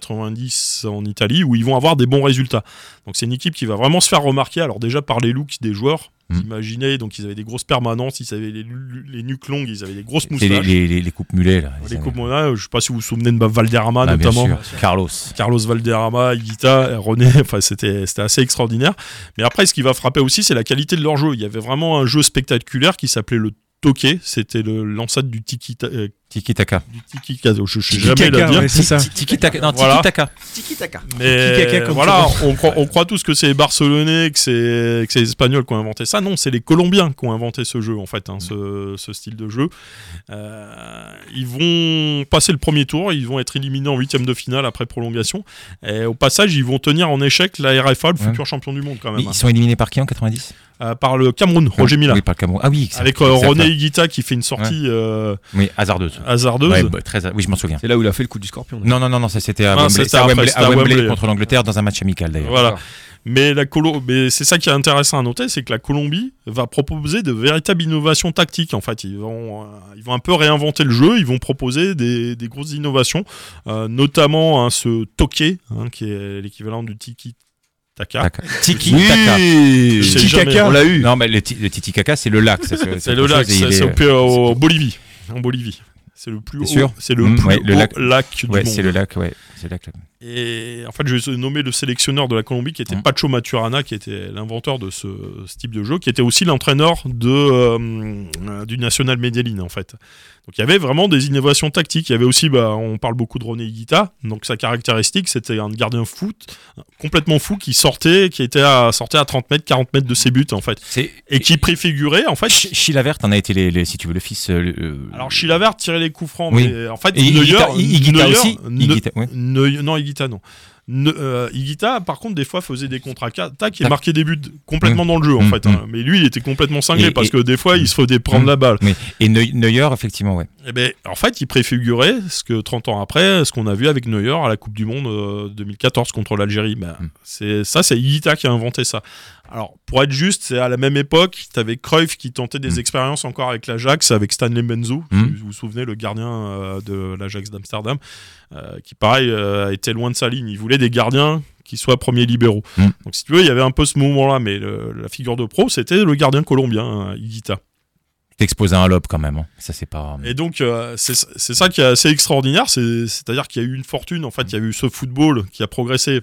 Speaker 4: 1990 en Italie où ils vont avoir des bons résultats. Donc c'est une équipe qui va vraiment se faire remarquer. Alors déjà par les looks des joueurs.
Speaker 3: Mm.
Speaker 4: Vous Imaginez, donc ils avaient des grosses permanences, ils avaient les, lu- les nuques longues, ils avaient des grosses
Speaker 3: C'est les,
Speaker 4: moustaches.
Speaker 3: les, les- les coupes mulets, là.
Speaker 4: Les coupes, je ne sais pas si vous vous souvenez de Valderrama
Speaker 3: Ah, bien
Speaker 4: notamment.
Speaker 3: sûr. Carlos.
Speaker 4: Carlos Valderrama, Higuita, René, enfin c'était c'était assez extraordinaire. Mais après, ce qui va frapper aussi, c'est la qualité de leur jeu. Il y avait vraiment un jeu spectaculaire qui s'appelait le Toqué. C'était le- l'ancêtre du Tiki ta- euh,
Speaker 3: Tiki Taka.
Speaker 4: du Tiki Taka. Je sais jamais le dire.
Speaker 7: c'est ça.
Speaker 3: Tiki Taka. Non,
Speaker 4: hein. Voilà.
Speaker 3: Tiki Taka.
Speaker 4: Mais
Speaker 7: Tiki-taka, comme
Speaker 4: voilà,
Speaker 7: tu
Speaker 4: on croit, on croit tous que c'est les Barcelonais, que c'est que c'est les Espagnols qui ont inventé ça. Non, c'est les Colombiens qui ont inventé ce jeu en fait, hein, ce, ce style de jeu. Euh, ils vont passer le premier tour, ils vont être éliminés en huitième de finale après prolongation. Et au passage, ils vont tenir en échec la RFA, le
Speaker 3: Ouais.
Speaker 4: futur champion du monde quand
Speaker 3: Mais
Speaker 4: même,
Speaker 3: ils sont éliminés par qui en 90
Speaker 4: hein. Euh, par le Cameroun, Roger Mila.
Speaker 3: Oui, par le Cameroun. Ah oui, c'est-
Speaker 4: Avec euh,
Speaker 3: c'est
Speaker 4: René
Speaker 3: certain.
Speaker 4: Higuita qui fait une sortie euh,
Speaker 3: Oui, hasardeuse.
Speaker 4: hasardeuse.
Speaker 3: Ouais, bah, très- Oui, je m'en souviens.
Speaker 5: C'est là où il a fait le coup du scorpion.
Speaker 3: Non, non, non, non, ça c'était à
Speaker 4: Non,
Speaker 3: Wembley,
Speaker 4: Ah, c'était
Speaker 3: à
Speaker 4: après,
Speaker 3: Wembley-
Speaker 4: c'était
Speaker 3: à
Speaker 4: à
Speaker 3: Wembley
Speaker 4: Wembley.
Speaker 3: contre l'Angleterre dans un match amical d'ailleurs.
Speaker 4: Voilà. Mais la Colo- mais c'est ça qui est intéressant à noter, c'est que la Colombie va proposer de véritables innovations tactiques. En fait, ils vont, euh, ils vont un peu réinventer le jeu. Ils vont proposer des, des grosses innovations, euh, notamment hein, ce toqué, hein, qui est l'équivalent du tiki taka.
Speaker 3: Taka. Tiki Taka.
Speaker 4: Je sais
Speaker 7: Tiki-taka.
Speaker 4: jamais.
Speaker 5: On l'a eu.
Speaker 3: Non, mais le, ti- le Titi Kaka, c'est le lac. ça,
Speaker 4: C'est le lac,
Speaker 3: autre chose,
Speaker 4: c'est
Speaker 3: et il
Speaker 4: c'est
Speaker 3: est-
Speaker 4: au P- au- en Bolivie, en Bolivie. C'est le plus
Speaker 3: T'es
Speaker 4: haut,
Speaker 3: sûr
Speaker 4: c'est le
Speaker 3: Mmh,
Speaker 4: plus
Speaker 3: ouais, le
Speaker 4: haut
Speaker 3: lac-
Speaker 4: lac, du
Speaker 3: Ouais,
Speaker 4: monde.
Speaker 3: c'est le lac, ouais. C'est le lac. là.
Speaker 4: Et en fait, je vais nommer le sélectionneur de la Colombie qui était
Speaker 3: Mm.
Speaker 4: Pacho Maturana, qui était l'inventeur de ce, ce type de jeu, qui était aussi l'entraîneur de, euh, euh, du National Medellín en fait. Donc il y avait vraiment des innovations tactiques. Il y avait aussi, bah, on parle beaucoup de René Higuita, donc sa caractéristique c'était un gardien foot complètement fou qui sortait, qui était à, sortait à 30 mètres, 40 mètres de ses buts en fait,
Speaker 3: C'est
Speaker 4: et qui préfigurait en fait.
Speaker 3: Ch- Chilavert en a été les, les- si tu veux le fils. euh, le- euh,
Speaker 4: Alors Chilavert tirait les coups francs,
Speaker 3: Oui.
Speaker 4: mais en fait
Speaker 3: et
Speaker 4: Neuer,
Speaker 3: Higuita- Higuita
Speaker 4: Neuer-
Speaker 3: aussi.
Speaker 4: Ne-
Speaker 3: Higuita, ouais.
Speaker 4: Ne- non, Higuita, non. Ne- euh, Higuita, par contre, des fois faisait des contre-attaques et
Speaker 3: Tac.
Speaker 4: marquait des buts complètement dans le jeu, en
Speaker 3: Mm,
Speaker 4: fait. hein. Mais lui, il était complètement cinglé
Speaker 3: Et-
Speaker 4: parce
Speaker 3: et-
Speaker 4: que des fois, il se faisait prendre
Speaker 3: Mm.
Speaker 4: la balle.
Speaker 3: Mais, et Neu- Neuer, effectivement, ouais.
Speaker 4: Et ben, en fait, il préfigurait ce que 30 ans après, ce qu'on a vu avec Neuer à la Coupe du Monde euh, 2014 contre l'Algérie. Ben,
Speaker 3: Mm.
Speaker 4: c'est ça, c'est Higuita qui a inventé ça. Alors, pour être juste, c'est à la même époque, t'avais Cruyff qui tentait des
Speaker 3: Mm.
Speaker 4: expériences encore avec l'Ajax, avec Stanley Menzo,
Speaker 3: Mm.
Speaker 4: vous vous souvenez, le gardien euh, de l'Ajax d'Amsterdam, euh, qui pareil euh, était loin de sa ligne. Il voulait des gardiens qui soient premiers libéraux.
Speaker 3: Mm.
Speaker 4: Donc si tu veux, il y avait un peu ce moment-là, mais le- la figure de pro, c'était le gardien colombien, euh, Higuita.
Speaker 3: T'exposé à un lobe quand même. hein. Ça c'est pas.
Speaker 4: Et donc, euh, c'est c'est ça qui est assez extraordinaire, c'est- c'est-à-dire qu'il y a eu une fortune, en fait, il y a eu ce football qui a progressé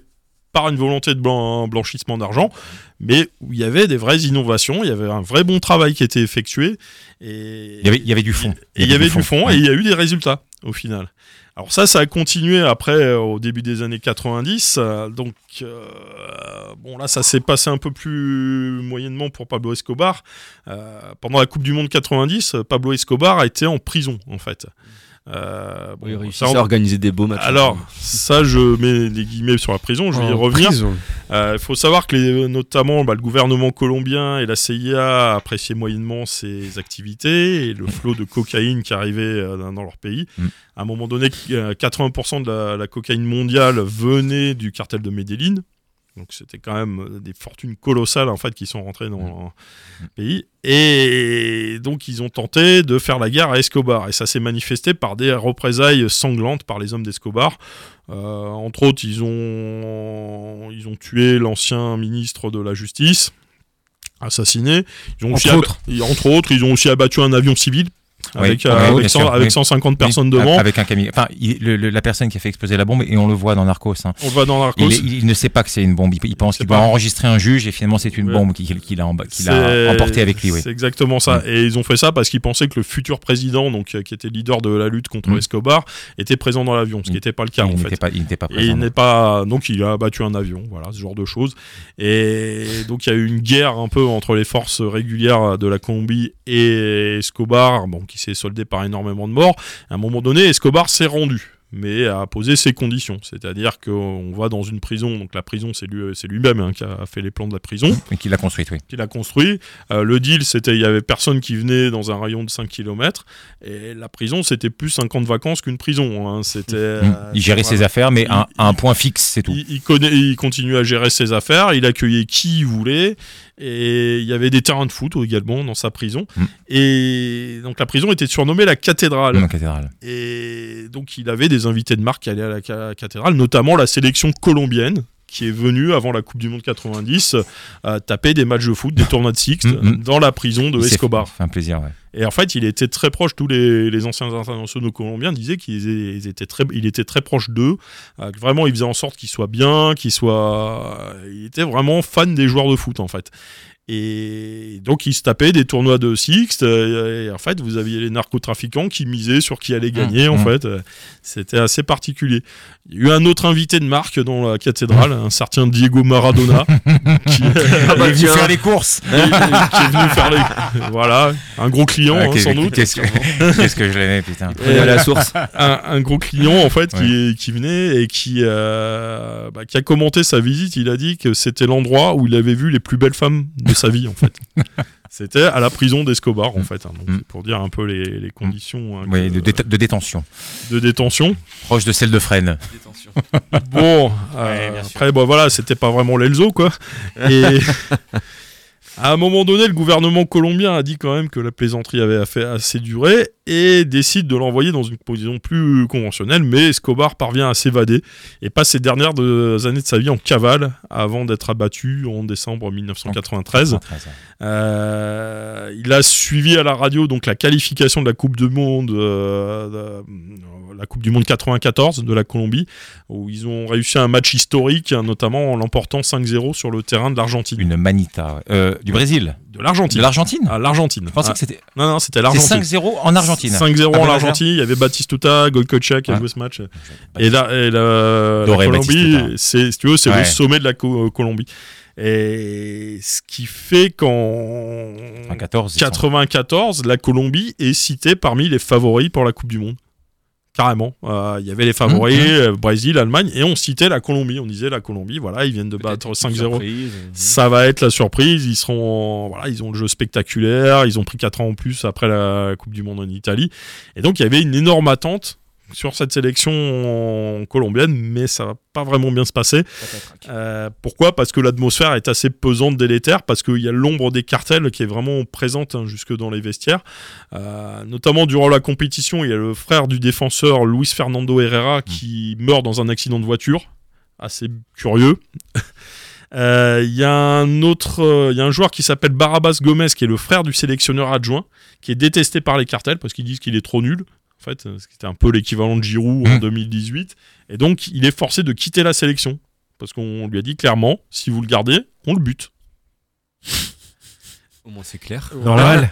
Speaker 4: par une volonté de blan- blanchissement d'argent, mais où il y avait des vraies innovations, il y avait un vrai bon travail qui était effectué, et
Speaker 3: Il y avait, il y avait du fond.
Speaker 4: et il y avait du fond, et il y a eu des résultats au final. Alors ça, ça a continué après, euh, au début des années 90. euh, Donc, euh, bon, là, ça s'est passé un peu plus moyennement pour Pablo Escobar. Euh, pendant la Coupe du Monde 90, euh, Pablo Escobar a été en prison, en fait. Euh, bon, ça, on-
Speaker 5: Ça a organisé des beaux matchs.
Speaker 4: alors, ça, je mets des guillemets sur la prison, je vais y revenir. Euh, Il faut savoir que les- notamment bah, le gouvernement colombien et la CIA appréciaient moyennement ses activités et le flot de cocaïne qui arrivait euh, dans dans leur pays.
Speaker 3: Mm.
Speaker 4: À un moment donné, euh, 80% de la, la cocaïne mondiale venait du cartel de Medellín. Donc c'était quand même euh, des fortunes colossales en fait qui sont rentrées
Speaker 3: Mm.
Speaker 4: dans le pays. Et donc ils ont tenté de faire la guerre à Escobar. Et ça s'est manifesté par des représailles sanglantes par les hommes d'Escobar. Euh, entre autres, ils ont, ils ont tué l'ancien ministre de la Justice, assassiné. Ils ont
Speaker 7: Entre
Speaker 4: aussi aba-
Speaker 7: autres.
Speaker 4: et entre autres, ils ont aussi abattu un avion civil avec,
Speaker 3: Oui,
Speaker 4: euh,
Speaker 3: oui,
Speaker 4: avec
Speaker 3: bien
Speaker 2: 100
Speaker 4: cent-
Speaker 3: sûr,
Speaker 4: avec
Speaker 3: oui.
Speaker 4: 150 personnes
Speaker 3: Oui,
Speaker 4: devant.
Speaker 3: Avec un camion. Enfin, il- le- le- la personne qui a fait exploser la bombe, et on le voit dans Narcos. hein.
Speaker 4: On va dans Narcos.
Speaker 3: Il, est- il ne sait pas que c'est une bombe. Il, il pense
Speaker 4: C'est
Speaker 3: qu'il doit
Speaker 4: pas-
Speaker 3: enregistrer un juge et finalement c'est une
Speaker 4: Ouais.
Speaker 3: bombe qu'il qu'il a, en- qu'il
Speaker 4: C'est-
Speaker 3: a emportée avec lui. oui.
Speaker 4: C'est exactement ça.
Speaker 3: Mm.
Speaker 4: Et ils ont fait ça parce qu'ils pensaient que le futur président, donc euh, qui était leader de la lutte contre
Speaker 3: Mm.
Speaker 4: Escobar, était présent dans l'avion, ce qui
Speaker 3: Il-
Speaker 4: n'était pas le cas
Speaker 3: il
Speaker 4: en
Speaker 3: n'était
Speaker 4: fait.
Speaker 3: pas, il n'était pas
Speaker 4: Et
Speaker 3: présent.
Speaker 4: il n'est pas donc il a abattu un avion, voilà ce genre de choses. Et donc il y a eu une guerre un peu entre les forces régulières de la Colombie et Escobar, bon qui s'est soldée par énormément de morts. À un moment donné, Escobar s'est rendu, mais a posé ses conditions, c'est-à-dire qu'on va dans une prison, donc la prison c'est lui, c'est lui-même hein, qui a fait les plans de la prison
Speaker 3: Et qu'il l'a construite, oui.
Speaker 4: qu'il a construit. Euh, le deal, c'était il y avait personne qui venait dans un rayon de 5 km. Et la prison, c'était plus 50 vacances qu'une prison. hein. C'était, euh,
Speaker 3: Mm. Hum. il gérait ses
Speaker 4: voilà.
Speaker 3: affaires, mais à,
Speaker 4: il-
Speaker 3: à un point fixe, c'est tout.
Speaker 4: Il, il connaît, il continue à gérer ses affaires, il accueillait qui il voulait, et il y avait des terrains de foot également dans sa prison.
Speaker 3: Mm.
Speaker 4: Et donc la prison était surnommée la cathédrale.
Speaker 3: Dans la Hum, cathédrale.
Speaker 4: Et donc il avait des invités de marque qui allaient à la ca- cathédrale, notamment la sélection colombienne qui est venue avant la Coupe du Monde 90 euh, taper des matchs de foot, des tournois de Sixte
Speaker 3: Mm, mm.
Speaker 4: dans la prison de
Speaker 3: Il s'est
Speaker 4: Escobar.
Speaker 3: fait- fait un plaisir, ouais.
Speaker 4: Et en fait, il était très proche. Tous les, les anciens internationaux colombiens disaient qu'ils é- ils étaient très, il était très proche d'eux. euh, que vraiment, il faisait en sorte qu'ils soient bien, qu'ils soient. euh, Il était vraiment fan des joueurs de foot en fait. Et donc, il se tapait des tournois de Sixte. euh, Et en fait, vous aviez les narcotrafiquants qui misaient sur qui allait gagner. En
Speaker 3: mmh.
Speaker 4: fait, Euh, c'était assez particulier. Il y a eu un autre invité de marque dans la cathédrale, un certain Diego Maradona, qui,
Speaker 3: Il
Speaker 4: bah
Speaker 3: est venu faire les courses
Speaker 4: qui est venu faire les. Voilà, un gros client
Speaker 3: Ah,
Speaker 4: hein,
Speaker 3: qu'est-
Speaker 4: sans doute.
Speaker 3: Qu'est-ce que, qu'est-ce que je l'aimais, putain.
Speaker 5: Prenez à la source.
Speaker 4: un, un gros client en fait qui, qui venait et qui, euh, bah, qui a commenté sa visite. Il a dit que c'était l'endroit où il avait vu les plus belles femmes de sa vie en fait. C'était à la prison d'Escobar en fait. hein. Donc,
Speaker 3: Mm.
Speaker 4: c'est Pour dire un peu les, les conditions hein,
Speaker 3: Oui, de,
Speaker 4: que-
Speaker 3: déta- de détention.
Speaker 4: de détention.
Speaker 3: Proche de celle de Fresnes.
Speaker 4: Bon, euh, après, bon, voilà, c'était pas vraiment l'Elzo, quoi. Et à un moment donné, le gouvernement colombien a dit quand même que la plaisanterie avait affa- assez duré et décide de l'envoyer dans une position plus conventionnelle. Mais Escobar parvient à s'évader et passe ses dernières deux années de sa vie en cavale avant d'être abattu en décembre 1993. Euh, il a suivi à la radio donc la qualification de la Coupe du Monde, euh, de- la Coupe du Monde 94 de la Colombie, où ils ont réussi un match historique, hein, notamment en l'emportant 5-0 sur le terrain de l'Argentine.
Speaker 3: Une manita. ouais. Euh, du Brésil
Speaker 4: De
Speaker 3: De
Speaker 4: l'Argentine.
Speaker 3: l'Argentine
Speaker 4: À l'Argentine.
Speaker 3: Je pensais
Speaker 4: Ah,
Speaker 3: que c'était
Speaker 4: Non, non, c'était
Speaker 3: c'est
Speaker 4: l'Argentine.
Speaker 3: 5-0 en Argentine.
Speaker 4: 5-0
Speaker 3: Ah,
Speaker 4: en
Speaker 3: ben,
Speaker 4: Argentine, il y avait Batistuta, Golcocha qui a
Speaker 3: Ouais.
Speaker 4: joué ce match. Et là, et la, la
Speaker 3: Doré
Speaker 4: Colombie,
Speaker 3: Batistuta.
Speaker 4: c'est, si tu veux, c'est le
Speaker 3: Ouais.
Speaker 4: sommet de la Co- Colombie. Et ce qui fait qu'en
Speaker 3: 94. ils sont-
Speaker 4: 94, la Colombie est citée parmi les favoris pour la Coupe du Monde. Carrément. Euh, Il y avait les favoris, euh, Brésil, Allemagne, et on citait la Colombie. On disait la Colombie, voilà, ils viennent de battre 5-0. Ça va être la surprise. Ils seront, en- voilà, ils ont le jeu spectaculaire. Ils ont pris 4 ans en plus après la Coupe du Monde en Italie. Et donc, il y avait une énorme attente sur cette sélection colombienne, mais ça va pas vraiment bien se passer. Euh, pourquoi Parce que l'atmosphère est assez pesante, délétère, parce qu'il y a l'ombre des cartels qui est vraiment présente hein, jusque dans les vestiaires. Euh, notamment durant la compétition, il y a le frère du défenseur Luis Fernando Herrera qui meurt dans un accident de voiture. Assez curieux. Euh, Il y a un autre, euh, il y a un joueur qui s'appelle Barabas Gomez, qui est le frère du sélectionneur adjoint, qui est détesté par les cartels parce qu'ils disent qu'il est trop nul. En fait, euh, ce qui était un peu l'équivalent de Giroud
Speaker 3: Hmm.
Speaker 4: en 2018. Et donc, il est forcé de quitter la sélection parce qu'on lui a dit clairement, si vous le gardez, on le bute.
Speaker 5: Au moins, c'est clair.
Speaker 7: Normal.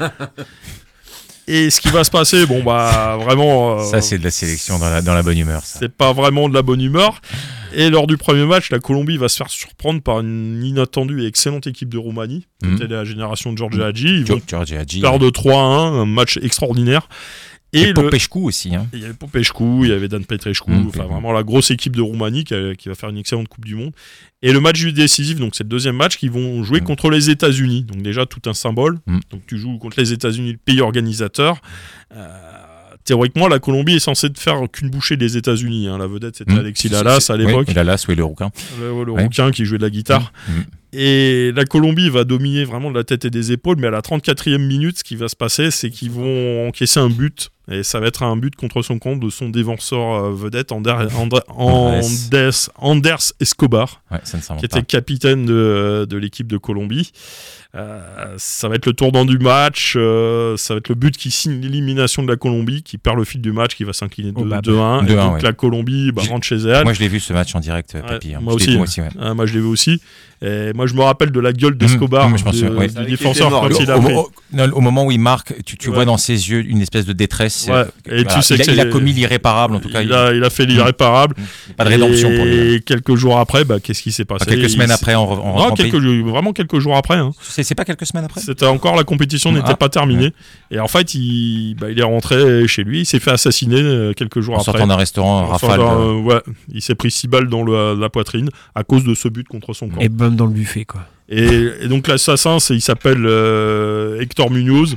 Speaker 4: Et ce qui va se passer, bon bah vraiment, euh,
Speaker 3: Ça, c'est de la sélection dans la, dans la bonne humeur. Ça.
Speaker 4: c'est pas vraiment de la bonne humeur. Et lors du premier match, la Colombie va se faire surprendre par une inattendue et excellente équipe de Roumanie.
Speaker 3: Mhm.
Speaker 4: C'était la génération de George Hadji. Ils vont
Speaker 3: George Hadji. euh,
Speaker 4: perdre 3-1, un match extraordinaire. Et,
Speaker 3: Et
Speaker 4: le-
Speaker 3: Popescu aussi. Hein.
Speaker 4: il y avait Popescu, il y avait Dan Petrescu,
Speaker 3: Mhm.
Speaker 4: enfin vraiment la grosse équipe de Roumanie qui, a- qui va faire une excellente Coupe du Monde. Et le match décisif, donc c'est le deuxième match qu'ils vont jouer
Speaker 3: Mhm.
Speaker 4: contre les États-Unis. Donc déjà tout un symbole.
Speaker 3: Mhm.
Speaker 4: Donc tu joues contre les États-Unis, le pays organisateur. Euh, théoriquement, la Colombie est censée te faire qu'une bouchée des États-Unis. hein. La vedette c'était
Speaker 3: Hmm.
Speaker 4: Alexis Lalas à
Speaker 3: Oui,
Speaker 4: l'époque,
Speaker 3: Lalas, oui, le rouquin.
Speaker 4: le, le
Speaker 3: Ouais.
Speaker 4: rouquin qui jouait de la guitare.
Speaker 3: Mhm.
Speaker 4: Et la Colombie va dominer vraiment de la tête et des épaules, mais à la 34e minute, ce qui va se passer, c'est qu'ils vont encaisser un but Et ça va être un but contre son compte de son défenseur euh, vedette Ander- Andra- Andes- Anders Escobar,
Speaker 3: Ouais, ça ne s'invente
Speaker 4: qui était capitaine de, de l'équipe de Colombie. Euh, ça va être le tournant du match, euh, ça va être le but qui signe l'élimination de la Colombie, qui perd le fil du match, qui va s'incliner de-
Speaker 2: Oh, bah,
Speaker 4: 2-1. et
Speaker 3: 2-1,
Speaker 4: donc
Speaker 3: ouais.
Speaker 4: la Colombie bah,
Speaker 3: J'ai-
Speaker 4: rentre chez
Speaker 3: pas.
Speaker 4: elle.
Speaker 3: Moi, je l'ai vu ce match en direct, euh,
Speaker 4: Ouais,
Speaker 3: Papy. hein.
Speaker 4: moi
Speaker 3: Je l'ai-
Speaker 4: aussi.
Speaker 3: ouais.
Speaker 4: Ah, moi, je l'ai vu aussi. Et moi, je me rappelle de la gueule
Speaker 3: Mhm,
Speaker 4: d'Escobar,
Speaker 3: mhm, je m'en
Speaker 4: du-
Speaker 3: souviens, ouais.
Speaker 4: du
Speaker 5: Avec les
Speaker 4: défenseur,
Speaker 5: ténors,
Speaker 4: quand
Speaker 5: le-
Speaker 4: il a
Speaker 3: au,
Speaker 4: pris.
Speaker 3: au- non, au moment où il marque, tu, tu
Speaker 4: Ouais.
Speaker 3: vois dans ses yeux une espèce de détresse.
Speaker 4: Ouais.
Speaker 3: euh,
Speaker 4: Et
Speaker 3: voilà.
Speaker 4: tu sais
Speaker 3: il, a,
Speaker 4: que
Speaker 3: il a
Speaker 4: c'est-
Speaker 3: commis l'irréparable, en tout cas.
Speaker 4: il,
Speaker 3: il-
Speaker 4: a, il a fait l'irréparable.
Speaker 3: pas de rédemption pour lui.
Speaker 4: Et quelques jours après, bah, qu'est-ce qui s'est passé
Speaker 3: Enfin, quelques
Speaker 4: Il
Speaker 3: semaines
Speaker 4: s'est-
Speaker 3: après, en, re- en
Speaker 4: Non,
Speaker 3: rentrant
Speaker 4: quelques,
Speaker 3: pays-
Speaker 4: jours- vraiment quelques jours après. hein.
Speaker 3: C'est c'est pas quelques semaines après
Speaker 4: C'était encore la compétition n'était
Speaker 3: Ah.
Speaker 4: pas terminée. Et en fait, il, bah, il est rentré chez lui. Il s'est fait assassiner euh, quelques jours
Speaker 3: En
Speaker 4: après.
Speaker 3: sortant d'un restaurant,
Speaker 4: En
Speaker 3: rafale.
Speaker 4: sortant,
Speaker 3: de-
Speaker 4: euh, ouais, il s'est pris six balles dans le- euh, la poitrine à cause de ce but contre son camp.
Speaker 7: Et bum dans le buffet, quoi.
Speaker 4: Et, et donc l'assassin, c'est- il s'appelle euh, Hector Munoz.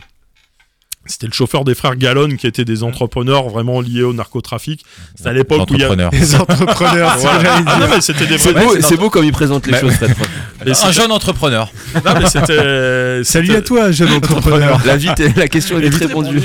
Speaker 4: C'était le chauffeur des frères Gallon qui étaient des entrepreneurs vraiment liés au narcotrafic. C'était à l'époque où il y a...
Speaker 3: euh, d'entrepreneur.
Speaker 7: Les entrepreneurs, c'est
Speaker 4: Voilà.
Speaker 7: vrai.
Speaker 4: Ah non, mais c'était des
Speaker 5: C'est
Speaker 4: vrais...
Speaker 5: beau,
Speaker 3: c'est
Speaker 5: c'est beau comme il présente les
Speaker 3: Bah,
Speaker 5: choses cette fois.
Speaker 4: mais
Speaker 3: Un
Speaker 4: c'était-
Speaker 3: jeune entrepreneur.
Speaker 4: non, mais c'était-
Speaker 7: Salut à
Speaker 4: c'était-
Speaker 7: toi, jeune entrepreneur.
Speaker 5: La, vie, t'es- la question elle est répondue.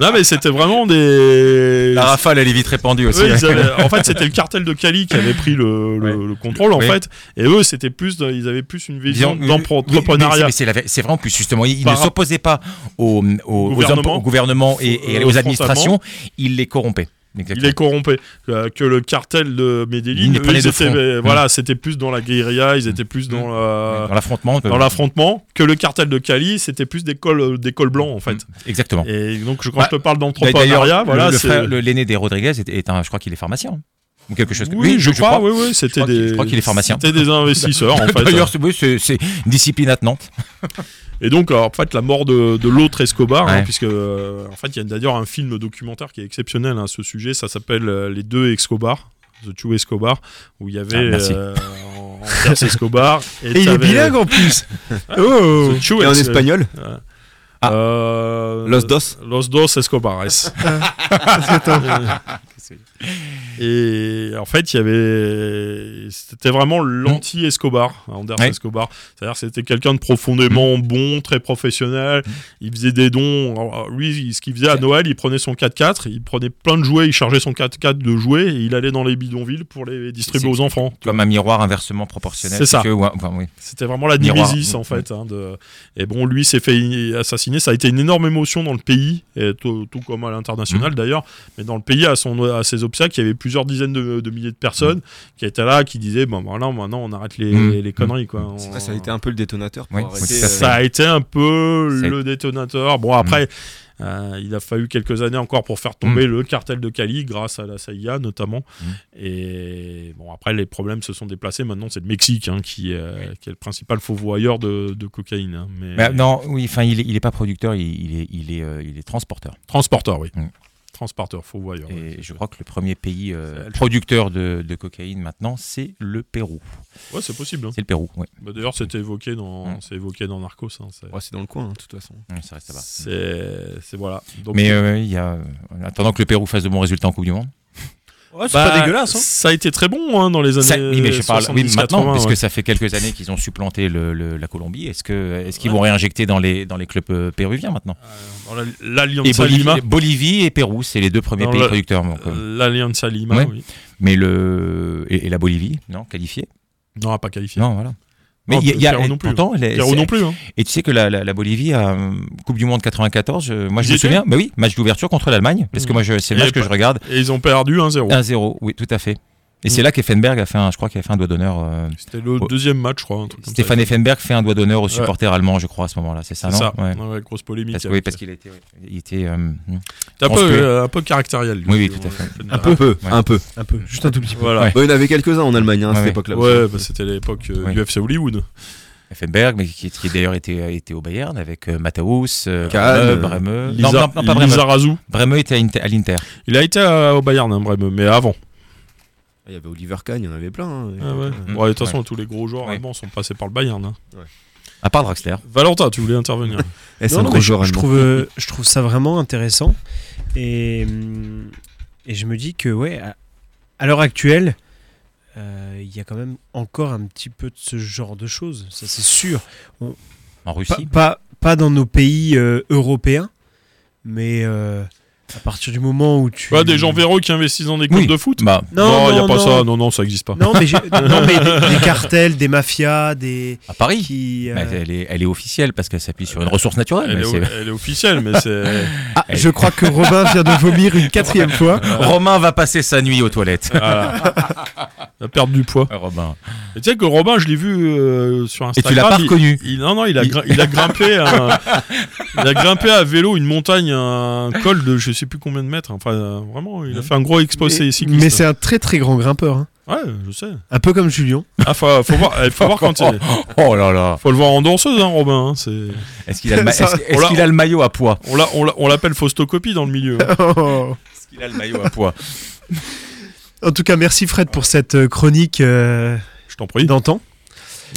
Speaker 4: Non, mais c'était vraiment des...
Speaker 3: La rafale, elle est vite répandue aussi.
Speaker 4: Eux, ils avaient- en fait, c'était le cartel de Cali qui avait pris le, le- le contrôle, en
Speaker 3: Oui.
Speaker 4: fait. Et eux, c'était plus, de- ils avaient plus une vision
Speaker 3: Disons, oui,
Speaker 4: d'entrepreneuriat.
Speaker 3: mais c'est- mais c'est la- C'est vraiment plus justement. Ils
Speaker 4: Par
Speaker 3: ne s'opposaient pas au, au- aux
Speaker 4: Gouvernement.
Speaker 3: impo- au gouvernement et, et
Speaker 4: Euh,
Speaker 3: aux
Speaker 4: aux
Speaker 3: administrations. Ils les corrompaient. Exactement.
Speaker 4: Il est corrompu. Euh, que le cartel de Medellin,
Speaker 3: Il les
Speaker 4: eux,
Speaker 3: prenait
Speaker 4: ils
Speaker 3: de
Speaker 4: étaient,
Speaker 3: front. Mmh.
Speaker 4: euh, voilà, c'était plus dans la guérilla, ils étaient plus dans la-
Speaker 3: dans l'affrontement.
Speaker 4: dans l'affrontement. Que le cartel de Cali, c'était plus des cols, euh, des cols blancs, en fait.
Speaker 3: Exactement.
Speaker 4: Et donc, je- quand
Speaker 3: Mmh. Bah,
Speaker 4: je te parle
Speaker 3: D'ailleurs,
Speaker 4: d'entrepreneuriat, voilà,
Speaker 3: le- le
Speaker 4: c'est-
Speaker 3: frère- le- l'aîné des Rodriguez est, est un, je crois qu'il est pharmacien hein, ou quelque chose.
Speaker 4: oui, je, crois, oui, oui,
Speaker 3: Je
Speaker 4: c'était
Speaker 3: crois qu'il-
Speaker 4: des.
Speaker 3: je crois qu'il est pharmacien.
Speaker 4: C'était des investisseurs, en fait.
Speaker 3: D'ailleurs, c'est- oui, c'est c'est une discipline attenante.
Speaker 4: Et donc, alors, en fait, la mort de, de l'autre Escobar, hein,
Speaker 3: Ouais.
Speaker 4: puisque, euh, en fait, il y a d'ailleurs un film documentaire qui est exceptionnel hein, à ce sujet, ça s'appelle euh, Les deux Escobar, The Two Escobar, où il y
Speaker 3: Ah,
Speaker 4: avait
Speaker 3: merci.
Speaker 4: euh, Anders Escobar.
Speaker 7: Et il est
Speaker 4: t'avais,
Speaker 7: bilingue en plus.
Speaker 4: euh,
Speaker 7: Oh.
Speaker 4: The Two
Speaker 5: Et en
Speaker 4: Es-
Speaker 5: espagnol,
Speaker 4: euh,
Speaker 5: Los Dos.
Speaker 4: Los Dos Escobares. et en fait, il y avait. C'était vraiment l'anti-Escobar, hein, Anders
Speaker 3: Ouais. Mm.
Speaker 4: Escobar. C'est-à-dire, c'était quelqu'un de profondément bon, très professionnel. Il faisait des dons. Alors, euh, lui, ce qu'il faisait à Noël, il prenait son 4x4, il prenait plein de jouets, il chargeait son 4x4 de jouets et il allait dans les bidonvilles pour les distribuer
Speaker 3: C'est-
Speaker 4: aux enfants.
Speaker 3: Comme un miroir inversement proportionnel.
Speaker 4: C'est ça.
Speaker 3: Que, ouais, enfin, oui.
Speaker 4: C'était vraiment la
Speaker 3: Miroir.
Speaker 4: némésis en fait. hein, de... Et bon, lui s'est fait assassiner. Ça a été une énorme émotion dans le pays, et tout, tout comme à l'international d'ailleurs. Mais dans le pays, à, son, à ses obsèques, il y avait plusieurs dizaines de, de milliers de personnes qui étaient là, qui disaient Bon, voilà, maintenant on arrête les,
Speaker 3: Mm.
Speaker 4: les conneries. Quoi. On-
Speaker 5: Ouais, ça a été un peu le détonateur. Pour
Speaker 3: Oui,
Speaker 5: arrêter,
Speaker 3: oui, tout à fait.
Speaker 4: ça a été un peu
Speaker 3: C'est- Mm.
Speaker 4: le détonateur. Bon, après, euh, il a fallu quelques années encore pour faire tomber le cartel de Cali, grâce à la CIA notamment.
Speaker 3: Mm.
Speaker 4: Et bon, après, les problèmes se sont déplacés. Maintenant, c'est le Mexique hein, qui, euh, qui est le principal fauvoyeur de, de cocaïne. hein. Mais,
Speaker 3: Mais, euh, non, oui, enfin, il, est- il est pas producteur, il, il est, il est, euh, il est transporteur.
Speaker 4: Transporteur, oui.
Speaker 3: Mm.
Speaker 4: Transporteur, fauvoyeur. ouais.
Speaker 3: Et je crois que le premier pays euh, producteur de, de cocaïne maintenant, c'est le Pérou.
Speaker 4: Ouais, c'est possible. hein.
Speaker 3: C'est le Pérou. Oui.
Speaker 4: Bah, D'ailleurs, c'était évoqué dans,
Speaker 3: Mm.
Speaker 4: c'est évoqué dans Narcos. hein, c'est-
Speaker 5: Ouais, c'est dans le coin, hein, de toute façon.
Speaker 3: Oui, Ça reste là-bas.
Speaker 4: c'est, c'est voilà. Donc,
Speaker 3: Mais euh, il y a, en attendant que le Pérou fasse de bons résultats en Coupe du Monde.
Speaker 7: Ouais, c'est
Speaker 4: bah,
Speaker 7: pas dégueulasse. Hein.
Speaker 4: Ça a été très bon hein, dans les années.
Speaker 3: Ça- oui, mais je parle oui,
Speaker 4: 70,
Speaker 3: maintenant,
Speaker 4: 80,
Speaker 3: parce
Speaker 4: ouais.
Speaker 3: que ça fait quelques années qu'ils ont supplanté le- le- la Colombie. Est-ce que, est-ce qu'ils vont réinjecter dans les, dans les clubs euh, péruviens maintenant
Speaker 4: Dans la- l'Alliance
Speaker 3: Et Bolivie,
Speaker 4: Lima.
Speaker 3: Bolivie et Pérou, c'est les deux premiers
Speaker 4: Dans
Speaker 3: pays
Speaker 4: le-
Speaker 3: producteurs. donc, euh,
Speaker 4: L'Alliance à Lima,
Speaker 3: Ouais.
Speaker 4: oui.
Speaker 3: mais le et, et la Bolivie, non, qualifiée
Speaker 4: Non, ah, pas qualifié.
Speaker 3: Non, voilà. Mais
Speaker 4: Non,
Speaker 3: il y a, il y a-
Speaker 4: Pérou non plus.
Speaker 3: pourtant, les-
Speaker 4: Pérou
Speaker 3: c'est-
Speaker 4: non plus. Hein.
Speaker 3: Et tu sais que la, la- la Bolivie a euh, Coupe du Monde 94. je- moi, je
Speaker 4: Ils
Speaker 3: me
Speaker 4: étaient
Speaker 3: souviens. Bah oui, match d'ouverture contre l'Allemagne, parce que
Speaker 4: Mmh.
Speaker 3: moi, je- c'est le
Speaker 4: Et
Speaker 3: match que
Speaker 4: pas- Oh.
Speaker 3: je regarde.
Speaker 4: Et ils ont perdu 1-0.
Speaker 3: 1-0, oui, tout à fait. Et
Speaker 4: Mmh.
Speaker 3: c'est là qu'Effenberg a fait un, je crois qu'il a fait un doigt d'honneur. euh,
Speaker 4: C'était le deuxième match, je crois. Un truc comme
Speaker 3: Stéphane Effenberg fait un doigt d'honneur aux supporters allemands, je crois, à ce moment-là. C'est
Speaker 4: ça.
Speaker 3: ça,
Speaker 4: C'est
Speaker 3: non
Speaker 4: ça. Mmh.
Speaker 3: Ouais.
Speaker 4: Ouais, ouais, grosse polémique.
Speaker 3: Parce que,
Speaker 4: avec-
Speaker 3: oui, parce qu'il était, oui, il était, euh, hmm.
Speaker 4: T'es un peu,
Speaker 3: Transféré.
Speaker 4: euh, un peu caractériel. lui,
Speaker 3: Oui, oui,
Speaker 4: euh,
Speaker 3: tout à fait.
Speaker 4: Effenberg.
Speaker 5: Un peu,
Speaker 3: Ouais.
Speaker 5: un peu.
Speaker 7: Un peu, juste un tout petit peu.
Speaker 4: Voilà.
Speaker 3: Ouais.
Speaker 5: Bah, il y en avait quelques-uns en Allemagne hein, à
Speaker 3: Ouais,
Speaker 5: cette
Speaker 3: ouais.
Speaker 5: époque-là.
Speaker 4: Ouais, bah, c'était l'époque euh,
Speaker 3: Ouais.
Speaker 4: du FC Hollywood.
Speaker 3: Effenberg, mais qui, qui d'ailleurs était, était au Bayern avec euh, Mataus, euh,
Speaker 5: Kahn,
Speaker 3: Breme, Breme. Non,
Speaker 4: Lisa-
Speaker 3: non, non, pas bah. Breme.
Speaker 4: Lizarazu.
Speaker 3: Breme était à Inter- à l'Inter.
Speaker 4: Il a été euh, au Bayern, hein, Brême, mais avant.
Speaker 5: Ah, Il y avait Oliver Kahn, il y en avait plein. hein.
Speaker 4: Ah ouais.
Speaker 3: Mm.
Speaker 4: Ouais, de toute façon, tous les gros joueurs
Speaker 3: Ouais.
Speaker 4: allemands sont passés par le Bayern. hein.
Speaker 3: À part Draxler.
Speaker 4: Valentin, tu voulais intervenir
Speaker 5: Eh, c'est
Speaker 7: Non,
Speaker 5: un
Speaker 7: non,
Speaker 5: gros
Speaker 7: mais je-
Speaker 5: joueur
Speaker 7: je,
Speaker 5: allemand.
Speaker 7: trouve, euh, je trouve ça vraiment intéressant. Et, hum, et je me dis que, ouais, à, à l'heure actuelle, euh, il y a quand même encore un petit peu de ce genre de choses, ça c'est sûr.
Speaker 3: En Russie.
Speaker 7: Pas, pas, pas dans nos pays euh, européens, mais euh, À partir du moment où tu.
Speaker 4: Ouais, Bah, des gens véreux qui investissent dans des clubs
Speaker 3: Oui.
Speaker 4: de foot
Speaker 3: Bah,
Speaker 4: Non, il n'y a pas ça. Non, non, ça n'existe pas.
Speaker 7: Non, mais, j'ai- non, mais des, des cartels, des mafias, des.
Speaker 3: à Paris.
Speaker 7: Qui, euh,
Speaker 3: Bah, elle, est, elle est officielle parce qu'elle s'appuie sur une ressource naturelle.
Speaker 4: Euh, Elle
Speaker 3: mais
Speaker 4: est,
Speaker 3: c'est-
Speaker 4: elle est officielle, mais c'est.
Speaker 7: Ah, je crois que Robin vient de vomir une quatrième fois.
Speaker 3: Romain va passer sa nuit aux toilettes.
Speaker 4: Voilà. La perte du poids.
Speaker 3: Romain.
Speaker 4: Et tu sais que Robin, je l'ai vu euh, sur
Speaker 3: Et
Speaker 4: Instagram.
Speaker 3: tu l'as pas
Speaker 4: il-
Speaker 3: reconnu.
Speaker 4: il- non, non, il a, grim- il a grimpé un- il a grimpé à vélo une montagne, un col de je sais plus combien de mètres. Enfin, euh, vraiment, il a fait un gros exposé
Speaker 7: Mais-
Speaker 4: cycliste.
Speaker 7: mais c'est un très très grand grimpeur. hein.
Speaker 4: Ouais, je sais.
Speaker 7: Un peu comme Julien.
Speaker 4: Ah, faut, faut voir, euh, faut voir quand il
Speaker 3: Oh là là.
Speaker 4: Faut le voir en danseuse, hein, Robin. hein, c'est-
Speaker 3: Est-ce qu'il a, le ma-
Speaker 7: Ça-
Speaker 3: est-ce- est-ce
Speaker 4: on l'a-
Speaker 3: qu'il a le maillot à poids
Speaker 4: On l'a- on l'a- on l'appelle Faustocopie dans le milieu. hein.
Speaker 7: Oh.
Speaker 3: Est-ce qu'il a le maillot à poids
Speaker 7: En tout cas, merci Fred pour cette euh, chronique euh,
Speaker 4: Je t'en prie.
Speaker 7: d'antan.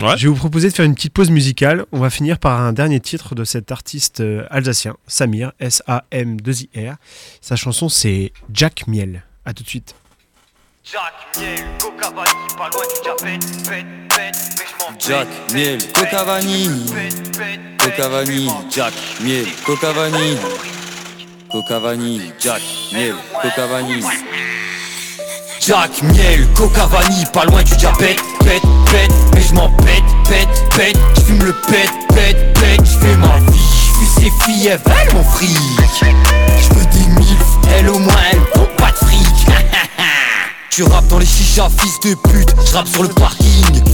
Speaker 4: Ouais.
Speaker 7: Je vais vous proposer de faire une petite pause musicale. On va finir par un dernier titre de cet artiste euh, alsacien, Samir, S-A-M-2-I-R. Sa chanson, c'est Jack Miel. À tout de suite.
Speaker 8: Jack, miel, coca vanille, pas loin du diabète, pète, pète, mais je m'en
Speaker 9: Jack, miel, coca vanille. Coca vanille,
Speaker 5: Ah
Speaker 9: Jack, miel, coca vanille. Coca vanille, Jack, miel, coca vanille. Jack, miel, coca vanille, pas loin du diabète. Pète, pète, mais je m'en pète, pète, pète. Je fume le pète, pète, pète, je fais ma vie. Je ces filles, elles veulent mon fric. Je veux des milfs, elles au moins, elles font pas de fric. Tu rappes dans les chichas, fils de pute, je rappe sur le parking.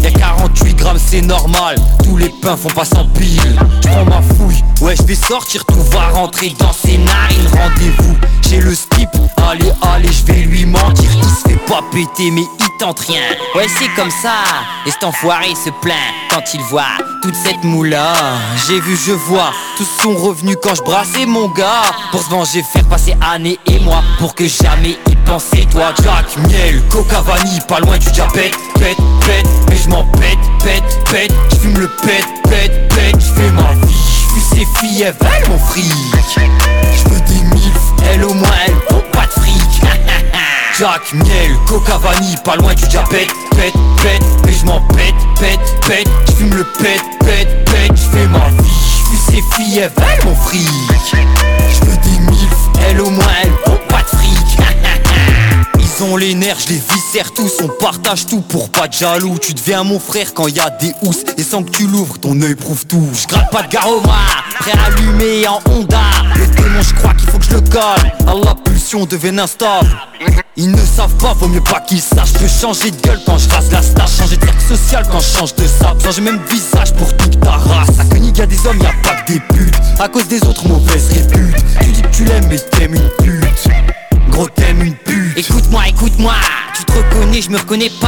Speaker 9: Y'a 48 grammes, c'est normal, tous les pains font pas sans pile. Je prends ma fouille, ouais, je vais sortir, tout va rentrer dans ses narines. Rendez-vous, j'ai le skip, allez, allez, je vais lui mentir. Il se fait pas péter, mais il tente rien. Ouais, c'est comme ça, et cet enfoiré se plaint quand il voit toute cette moula. J'ai vu, je vois, tous sont revenus quand je brassais mon gars. Pour se venger, faire passer année et moi, pour que jamais il pense c'est toi Jack Miel, coca vanille, pas loin du diabète Pète, pète, mais je m'en pète, pète, pète Je fume le pète, pète, pète, je fais ma vie Je ces filles, elles veulent mon fric Je veux des milfs, elles au moins, elles font pas de fric Jack Miel, coca vanille, pas loin du diabète Pète, pète, mais je m'en pète, pète, pète Je fume le pète, pète, pète, je fais ma vie Je ces filles, elles veulent mon fric Je veux des milfs, elles au moins, elles font pas de fric Ils ont les nerfs, je les viscère tous, on partage tout pour pas de jaloux. Tu deviens mon frère quand y a des housses, et sans que tu l'ouvres, ton œil prouve tout. Je gratte pas de garoma, prêt à allumer en Honda. Le démon, je crois qu'il faut que je le colle. Ah, la pulsion devient instable. Ils ne savent pas, vaut mieux pas qu'ils sachent. Je peux changer de gueule quand je rase la star, changer de cercle social quand je change de sable. Changer même de visage pour toute ta race. À Koenig, y a des hommes, y a pas que des putes. À cause des autres, mauvaises réputes. Tu dis que tu l'aimes, mais t'aimes une pute. Gros t'aimes une pute Écoute-moi, écoute-moi Tu te reconnais, je me reconnais pas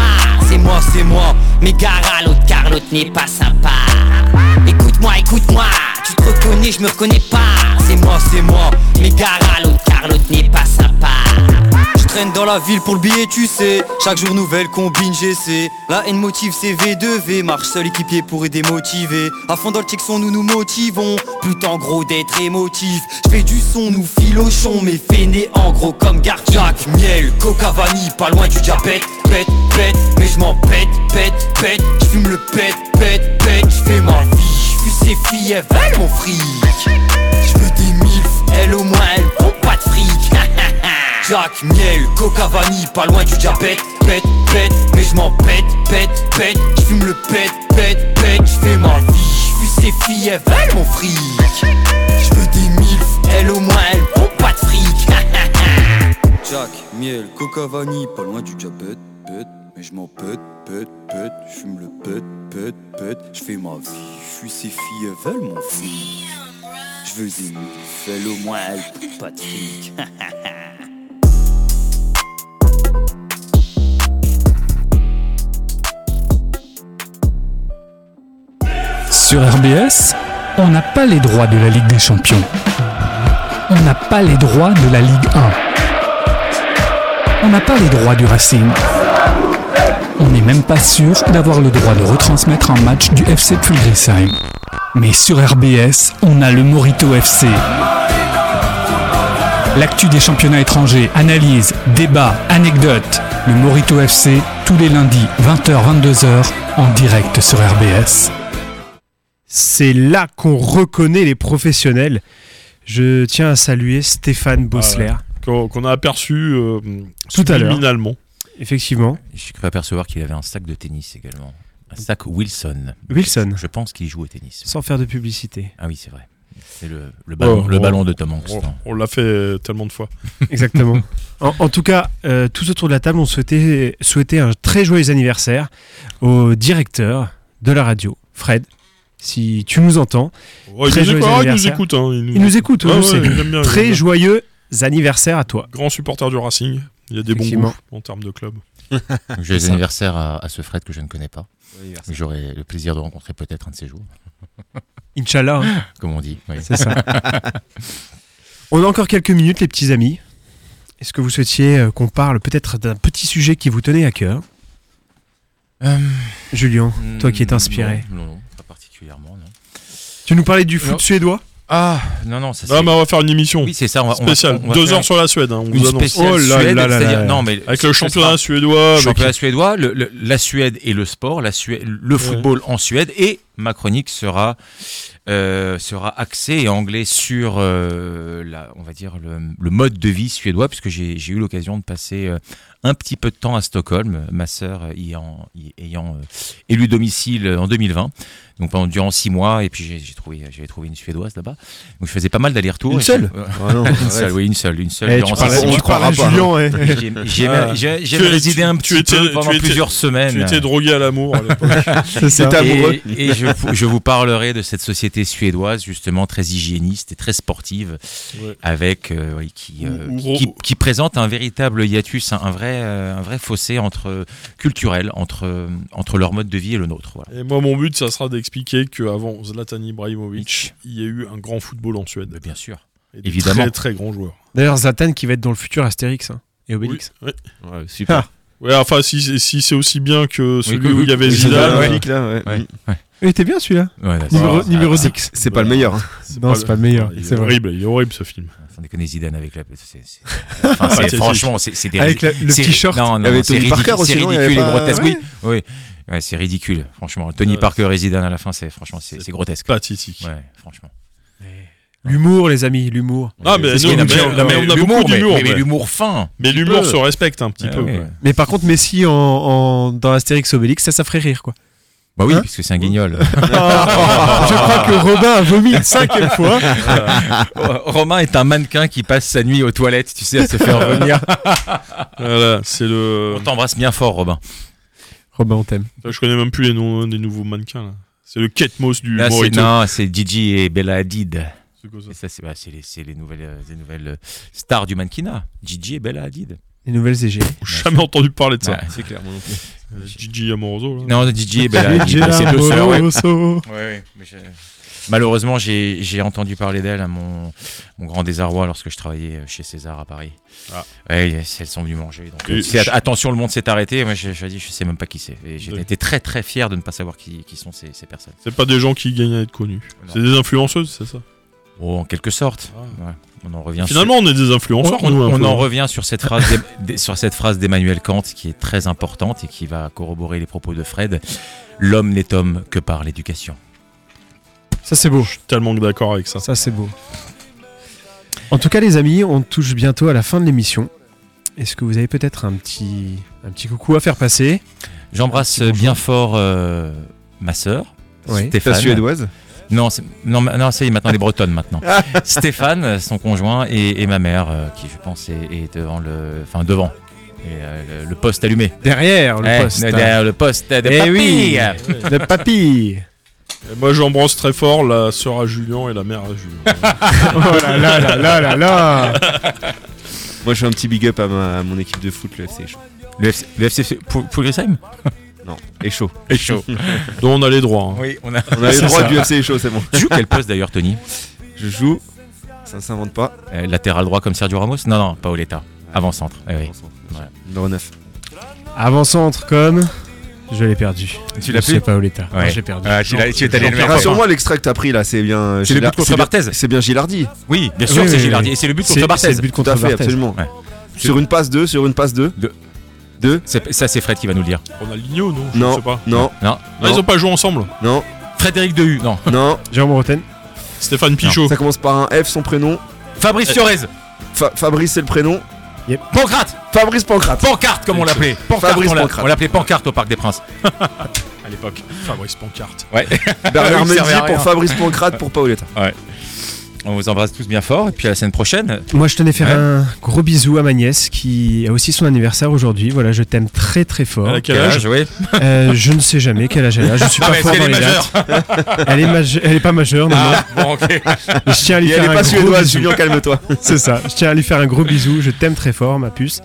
Speaker 9: C'est moi, c'est moi Mais gare à l'autre car l'autre n'est pas sympa Écoute-moi, écoute-moi Tu te reconnais, je me reconnais pas C'est moi, c'est moi Mais gare à l'autre car l'autre n'est pas sympa Je traîne dans la ville pour le billet, tu sais Chaque jour nouvelle combine GC La haine motive c'est V2V Marche seul équipier pour aider motiver À fond dans le son nous nous motivons Tout en gros d'être émotif Je fais du son, nous filochons Mais fainé en gros comme Garfield Jack, miel, coca vanille, pas loin du diabète Pète, pète, mais je m'en pète, pète, pète Je fume le pète, pète, pète, je fais ma vie Je ces filles, elles veulent mon fric Je veux des milfs, elles au moins, elles font pas de fric Jack, miel, coca vanille, pas loin du diabète Pète, pète, mais je m'en pète, pète, pète Je fume le pète, pète, pète, je fais ma vie Je ces filles, elles veulent mon fric Je veux des milfs, elles au moins, elles font pas de fric Jack, miel, coca vanille, pas loin du diabète Pète, mais je m'en pète, pète, pète Je fume le pète, pète, pète Je fais ma vie, je suis ces filles, elles veulent mon fric Je veux des milfs, elles au moins, elles font pas de fric
Speaker 10: Sur RBS, on n'a pas les droits de la Ligue des Champions. On n'a pas les droits de la Ligue 1. On n'a pas les droits du Racing. On n'est même pas sûr d'avoir le droit de retransmettre un match du FC Pulgrisheim. Mais sur RBS, on a le Morito FC. L'actu des championnats étrangers, analyse, débat, anecdote. Le Morito FC, tous les lundis, 20h-22h, en direct sur RBS.
Speaker 7: C'est là qu'on reconnaît les professionnels.
Speaker 2: Je tiens à saluer Stéphane Bossler,
Speaker 4: Qu'on qu'on a aperçu euh,
Speaker 2: Tout à l'heure.
Speaker 4: subliminalement.
Speaker 2: effectivement.
Speaker 3: J'ai cru apercevoir qu'il avait un sac de tennis également. Un sac Wilson.
Speaker 2: Wilson.
Speaker 3: Je pense qu'il joue au tennis.
Speaker 2: Sans faire de publicité.
Speaker 3: Ah oui, c'est vrai. C'est le, le ballon,
Speaker 4: Oh,
Speaker 3: le
Speaker 4: oh.
Speaker 3: ballon de Tom Hanks.
Speaker 4: On,
Speaker 3: non.
Speaker 4: on l'a fait tellement de fois.
Speaker 2: Exactement. en, en tout cas, euh, tous autour de la table, on souhaitait souhaiter un très joyeux anniversaire au directeur de la radio, Fred. Si tu nous entends,
Speaker 4: Oh, il,
Speaker 2: Très
Speaker 4: nous écoute,
Speaker 2: joyeux
Speaker 4: ah, il nous
Speaker 2: anniversaire.
Speaker 4: écoute. hein, il nous-
Speaker 2: il nous écoute, on
Speaker 4: Ah
Speaker 2: le
Speaker 4: ouais,
Speaker 2: sait.
Speaker 4: il aime bien, il aime
Speaker 2: Très
Speaker 4: bien.
Speaker 2: joyeux anniversaire à toi.
Speaker 4: Grand supporter du Racing. Il y a des bons
Speaker 2: Effectivement.
Speaker 4: goûts en termes de club.
Speaker 3: Joyeux anniversaire à, à ce Fred que je ne connais pas. mais J'aurai le plaisir de rencontrer peut-être un de ces jours,
Speaker 2: Inch'Allah. hein.
Speaker 3: comme on dit. oui.
Speaker 2: C'est ça. On a encore quelques minutes, les petits amis. Est-ce que vous souhaitiez euh, qu'on parle peut-être d'un petit sujet qui vous tenait à cœur
Speaker 3: Euh,
Speaker 2: Julien, toi qui es inspiré.
Speaker 3: Non, non, non, pas particulièrement. Non.
Speaker 2: tu nous parlais du foot
Speaker 3: Non.
Speaker 2: suédois
Speaker 3: Ah, non, non, ça c'est.
Speaker 4: Ah, mais on va faire une émission
Speaker 3: Oui, c'est ça. On va, on va-
Speaker 4: spéciale.
Speaker 3: on va
Speaker 4: Deux
Speaker 3: faire
Speaker 4: heures sur la Suède, hein, on
Speaker 3: une
Speaker 4: vous annonce.
Speaker 3: spéciale
Speaker 2: Oh là
Speaker 3: Suède,
Speaker 2: là là
Speaker 3: c'est-à-dire-
Speaker 2: là.
Speaker 3: non, mais
Speaker 4: Avec le
Speaker 3: ce sera-
Speaker 4: championnat suédois. avec-
Speaker 3: championnat suédois, le- le- la Suède et le sport, la Suè- le football en Suède. Et ma chronique sera, euh, sera axée et anglais sur euh, la, on va dire le, le mode de vie suédois, puisque j'ai j'ai eu l'occasion de passer euh, un petit peu de temps à Stockholm, ma sœur y en- y- ayant euh, élu domicile en 2020. Donc pendant durant six mois, et puis j'ai j'ai trouvé, j'avais trouvé une suédoise là-bas. Donc je faisais pas mal d'allers-retours.
Speaker 5: Une
Speaker 3: Et-
Speaker 5: seule
Speaker 3: Euh,
Speaker 5: Ah non,
Speaker 3: Une
Speaker 5: arrête.
Speaker 3: seule, oui, une seule, une seule.
Speaker 2: Eh,
Speaker 3: durant
Speaker 2: Tu
Speaker 3: six
Speaker 2: parlais,
Speaker 5: on
Speaker 3: mois.
Speaker 5: y
Speaker 2: tu
Speaker 5: croira
Speaker 2: parlais
Speaker 5: pas,
Speaker 2: Julien. hein.
Speaker 3: J'ai- J'ai
Speaker 4: Ah.
Speaker 3: j'ai- j'ai
Speaker 4: Tu-
Speaker 3: résidé
Speaker 4: tu-
Speaker 3: un
Speaker 4: tu
Speaker 3: petit
Speaker 4: étais-
Speaker 3: peu pendant
Speaker 4: tu étais-
Speaker 3: plusieurs semaines.
Speaker 4: Tu étais drogué à l'amour à l'époque.
Speaker 2: C'est ça.
Speaker 5: T'étais amoureux.
Speaker 3: Et, et je, vous- je vous parlerai de cette société suédoise, justement très hygiéniste et très sportive,
Speaker 4: Ouais.
Speaker 3: avec, euh, oui, qui, euh,
Speaker 4: Ou- ou-
Speaker 3: qui, qui- qui présente un véritable hiatus, un, un vrai, euh, un vrai fossé entre, culturel entre, euh, entre leur mode de vie et le nôtre. Voilà.
Speaker 4: Et moi, mon but, ça sera d'expliquer qu'avant Zlatan Ibrahimovic, il y a eu un grand football en Suède.
Speaker 3: Mais bien sûr.
Speaker 4: Et des
Speaker 3: Évidemment.
Speaker 4: Très, très grands joueurs.
Speaker 2: D'ailleurs, Zlatan qui va être dans le futur Astérix hein, et Obélix.
Speaker 4: Oui, ouais.
Speaker 5: Ouais, super.
Speaker 4: Ouais, enfin, si, si c'est aussi bien que celui
Speaker 3: que-
Speaker 4: où il y avait
Speaker 3: que- que-
Speaker 4: Zidane,
Speaker 3: Ouais.
Speaker 5: Olympique, là, ouais.
Speaker 3: Ouais.
Speaker 5: Mm.
Speaker 2: Il était bien celui-là.
Speaker 3: Ouais, là,
Speaker 2: Numéro,
Speaker 4: Ah,
Speaker 2: numéro
Speaker 4: ah,
Speaker 2: 6.
Speaker 5: C'est pas le meilleur. hein.
Speaker 2: Non, c'est pas le meilleur.
Speaker 4: Il est,
Speaker 2: C'est vrai.
Speaker 4: horrible, il est horrible ce film.
Speaker 3: Sans déconner Zidane avec la. c'est- c'est- enfin, c'est-
Speaker 4: Ah, c'est-
Speaker 3: franchement, c'est c'est des.
Speaker 2: Avec la- le
Speaker 3: c'est-
Speaker 2: petit short.
Speaker 3: Non,
Speaker 5: Il y
Speaker 3: non,
Speaker 5: avait
Speaker 3: c'est
Speaker 5: Tony
Speaker 3: ridicule,
Speaker 5: Parker aussi,
Speaker 3: c'est
Speaker 5: non, il y
Speaker 3: ridicule
Speaker 5: avait
Speaker 3: et
Speaker 5: pas- Ah
Speaker 3: grotesque. Oui,
Speaker 2: Ouais.
Speaker 3: oui. Ouais, c'est ridicule, franchement. Tony
Speaker 4: Ouais.
Speaker 3: Parker et Zidane à la fin, c'est franchement, c'est c'est grotesque.
Speaker 4: Pathétique.
Speaker 3: Ouais, franchement.
Speaker 2: L'humour, les amis, l'humour.
Speaker 4: Ah, mais,
Speaker 3: Parce
Speaker 4: nous,
Speaker 3: qu'il y en a
Speaker 4: mais-
Speaker 3: plein.
Speaker 4: mais
Speaker 3: Non, mais
Speaker 4: on a beaucoup
Speaker 3: l'humour, mais-
Speaker 4: d'humour.
Speaker 3: mais- Mais
Speaker 4: ouais.
Speaker 3: l'humour fin.
Speaker 4: Mais l'humour se respecte un petit
Speaker 3: Ah
Speaker 4: peu.
Speaker 3: ouais.
Speaker 4: ouais.
Speaker 2: Mais par contre, Messi en, en- dans Astérix Obélix, ça, ça ferait rire, quoi.
Speaker 3: Bah oui,
Speaker 2: Hein
Speaker 3: puisque c'est un guignol.
Speaker 2: Je crois que Robin a vomi une cinquième fois.
Speaker 3: Romain est un mannequin qui passe sa nuit aux toilettes, tu sais, à se faire revenir.
Speaker 4: Voilà, c'est le.
Speaker 3: On t'embrasse bien fort, Robin.
Speaker 2: Robin, on t'aime.
Speaker 4: Je connais même plus les noms hein, des nouveaux mannequins. là. C'est le Ketmos du
Speaker 3: Là, c'est
Speaker 4: Morito.
Speaker 3: non, c'est Gigi et Bella Hadid.
Speaker 4: C'est quoi ça
Speaker 3: Et ça, c'est bah, c'est les, c'est les nouvelles, euh, les nouvelles euh, stars du mannequinat. Gigi et Bella Hadid.
Speaker 2: Les nouvelles EG.
Speaker 4: J'ai jamais entendu parler de ça.
Speaker 3: Ouais.
Speaker 5: C'est clair, moi non plus.
Speaker 4: Euh, Gigi Amoroso. là.
Speaker 3: Non, ben, Gigi et Bella Hadid. C'est le seul, ouais. Ouais, ouais, mais je- Malheureusement, j'ai j'ai entendu parler d'elle à mon, mon grand désarroi lorsque je travaillais euh, chez César à Paris.
Speaker 4: Ah.
Speaker 3: Ouais, yes, elles sont venues manger. donc,
Speaker 4: Et
Speaker 3: euh, c'est-
Speaker 4: je-
Speaker 3: Attention, le monde s'est arrêté. Moi, j'ai j'ai dit, je sais même pas qui c'est. Et J'ai
Speaker 4: Ouais.
Speaker 3: été très très fier de ne pas savoir qui, qui sont ces, ces personnes.
Speaker 4: C'est pas des gens qui gagnent à être connus.
Speaker 3: Non.
Speaker 4: C'est des influenceuses, c'est ça.
Speaker 3: Oh, en quelque sorte.
Speaker 4: Ah.
Speaker 3: Ouais, on en revient. sur-
Speaker 4: Finalement, on est des influenceurs.
Speaker 3: on,
Speaker 4: nous, un
Speaker 3: on
Speaker 4: peu.
Speaker 3: en revient sur cette phrase d'Em- d'E- sur cette phrase d'Emmanuel Kant qui est très importante et qui va corroborer les propos de Fred. L'homme n'est homme que par l'éducation.
Speaker 2: Ça, c'est beau.
Speaker 4: Je suis tellement d'accord avec ça.
Speaker 2: Ça, c'est beau. En tout cas, les amis, on touche bientôt à la fin de l'émission. Est-ce que vous avez peut-être un petit, un petit coucou à faire passer
Speaker 3: J'embrasse
Speaker 2: Un petit
Speaker 3: bien fort euh, ma sœur.
Speaker 2: Oui.
Speaker 5: Ta
Speaker 3: Stéphane.
Speaker 5: suédoise
Speaker 3: Non, c'est- non, ma- non, ça y est, maintenant les Bretonnes maintenant. Stéphane, euh, son conjoint, et, et ma mère, euh, qui je pense est, est devant le, enfin devant, et, euh, le, le poste allumé.
Speaker 2: Derrière le
Speaker 3: Eh,
Speaker 2: poste.
Speaker 3: derrière le poste de
Speaker 2: Eh
Speaker 3: papy.
Speaker 2: oui. Le papy.
Speaker 4: Et moi, j'embrasse très fort la sœur à Julien et la mère à Julien.
Speaker 2: Oh là là là là là là.
Speaker 5: Moi, je fais un petit big up à, ma- à mon équipe de foot, le FC est chaud.
Speaker 3: Le, FC, le FC pour, pour Grisheim
Speaker 5: Non, est chaud.
Speaker 3: Est chaud.
Speaker 4: dont on a les droits. hein.
Speaker 3: Oui, on a.
Speaker 5: On a les
Speaker 2: C'est
Speaker 5: droits
Speaker 2: ça.
Speaker 5: du FC est chaud, c'est bon.
Speaker 3: Tu joues quel poste d'ailleurs, Tony
Speaker 5: Je joue, ça ne s'invente pas.
Speaker 3: Euh, Latéral droit comme Sergio Ramos Non, non, pas Oleta. Avant centre. Eh oui. Ouais.
Speaker 5: Numéro 9.
Speaker 2: Avant-centre comme. Je l'ai perdu.
Speaker 3: Tu l'as
Speaker 2: Je sais
Speaker 3: plus
Speaker 2: pas où l'état.
Speaker 3: Ouais.
Speaker 2: Non, J'ai perdu.
Speaker 3: Ah, tu l'as- tu es allé
Speaker 2: Jean-
Speaker 3: le
Speaker 2: Jean-
Speaker 3: faire.
Speaker 5: Rassure-moi, l'extrait que t'as pris là, c'est bien.
Speaker 3: C'est le
Speaker 5: Gila-
Speaker 3: but contre
Speaker 5: c'est bien-
Speaker 3: Barthez.
Speaker 5: C'est bien Gilardi.
Speaker 3: Oui, bien sûr,
Speaker 2: Oui,
Speaker 3: c'est
Speaker 2: oui,
Speaker 3: Gilardi.
Speaker 2: oui.
Speaker 3: Et c'est le but
Speaker 2: C'est
Speaker 3: contre
Speaker 2: c'est le
Speaker 3: Barthez.
Speaker 2: but
Speaker 5: Tout
Speaker 2: contre
Speaker 5: à fait,
Speaker 2: Barthez.
Speaker 5: absolument.
Speaker 3: Ouais.
Speaker 5: Sur une passe 2, sur une passe 2.
Speaker 3: Deux.
Speaker 5: 2.
Speaker 3: C'est- Ça, c'est Fred qui va nous le dire.
Speaker 4: hein. Ronaldinho, non Je
Speaker 5: Non,
Speaker 4: sais pas.
Speaker 5: non,
Speaker 3: Non.
Speaker 4: Ah, ils ont pas joué ensemble.
Speaker 5: non,
Speaker 3: Frédéric Dehu, non.
Speaker 5: non.
Speaker 2: Jérôme Roten.
Speaker 4: Stéphane Pichot.
Speaker 5: Ça commence par un F, son prénom.
Speaker 3: Fabrice Fiorez,
Speaker 5: Fa- Fabrice, c'est le prénom.
Speaker 3: Pancrate,
Speaker 5: Fabrice Pancrate.
Speaker 3: Pancarte comme on l'appelait. Pancarte,
Speaker 5: Fabrice
Speaker 3: on l'a-
Speaker 5: Pancrate.
Speaker 3: on l'appelait Pancarte au Parc des Princes.
Speaker 4: À l'époque. Fabrice Pancarte.
Speaker 3: Ouais.
Speaker 5: Bernard
Speaker 3: Ah, Il servait à
Speaker 5: Mendy
Speaker 3: rien.
Speaker 5: pour Fabrice Pancrate pour Paoletta.
Speaker 3: On vous embrasse tous bien fort et puis à la semaine prochaine.
Speaker 2: Moi, je tenais à faire
Speaker 3: Ouais.
Speaker 2: un gros bisou à ma nièce qui a aussi son anniversaire aujourd'hui. Voilà, je t'aime très très fort.
Speaker 4: Elle a quel âge
Speaker 3: oui.
Speaker 2: Euh, je ne sais jamais quel âge elle a. Je suis
Speaker 3: Ah,
Speaker 2: pas
Speaker 3: mais est-ce
Speaker 2: fort
Speaker 3: qu'elle
Speaker 2: dans les
Speaker 3: est majeure
Speaker 2: dates. Elle est majeure. Elle est pas majeure. Non, non.
Speaker 3: Ah, bon, ok.
Speaker 2: Mais Je tiens à lui
Speaker 5: Et
Speaker 2: faire
Speaker 5: elle est
Speaker 2: un
Speaker 5: pas
Speaker 2: gros
Speaker 5: suédoise,
Speaker 2: bisou.
Speaker 5: Julien, calme-toi.
Speaker 2: C'est ça. Je tiens à lui faire un gros bisou. Je t'aime très fort, ma puce.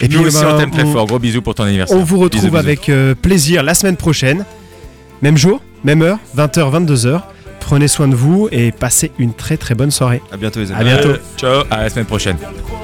Speaker 2: Et
Speaker 3: Nous aussi,
Speaker 2: ben,
Speaker 3: on t'aime très
Speaker 2: on-
Speaker 3: fort. Gros bisous pour ton anniversaire.
Speaker 2: On vous retrouve
Speaker 3: Bisous, bisous.
Speaker 2: avec euh, plaisir la semaine prochaine. Même jour, même heure, 20h, 22h. Prenez soin de vous et passez une très très bonne soirée.
Speaker 5: À bientôt, les amis.
Speaker 2: À bientôt.
Speaker 3: Ciao. À la semaine prochaine.
Speaker 11: Dal cuore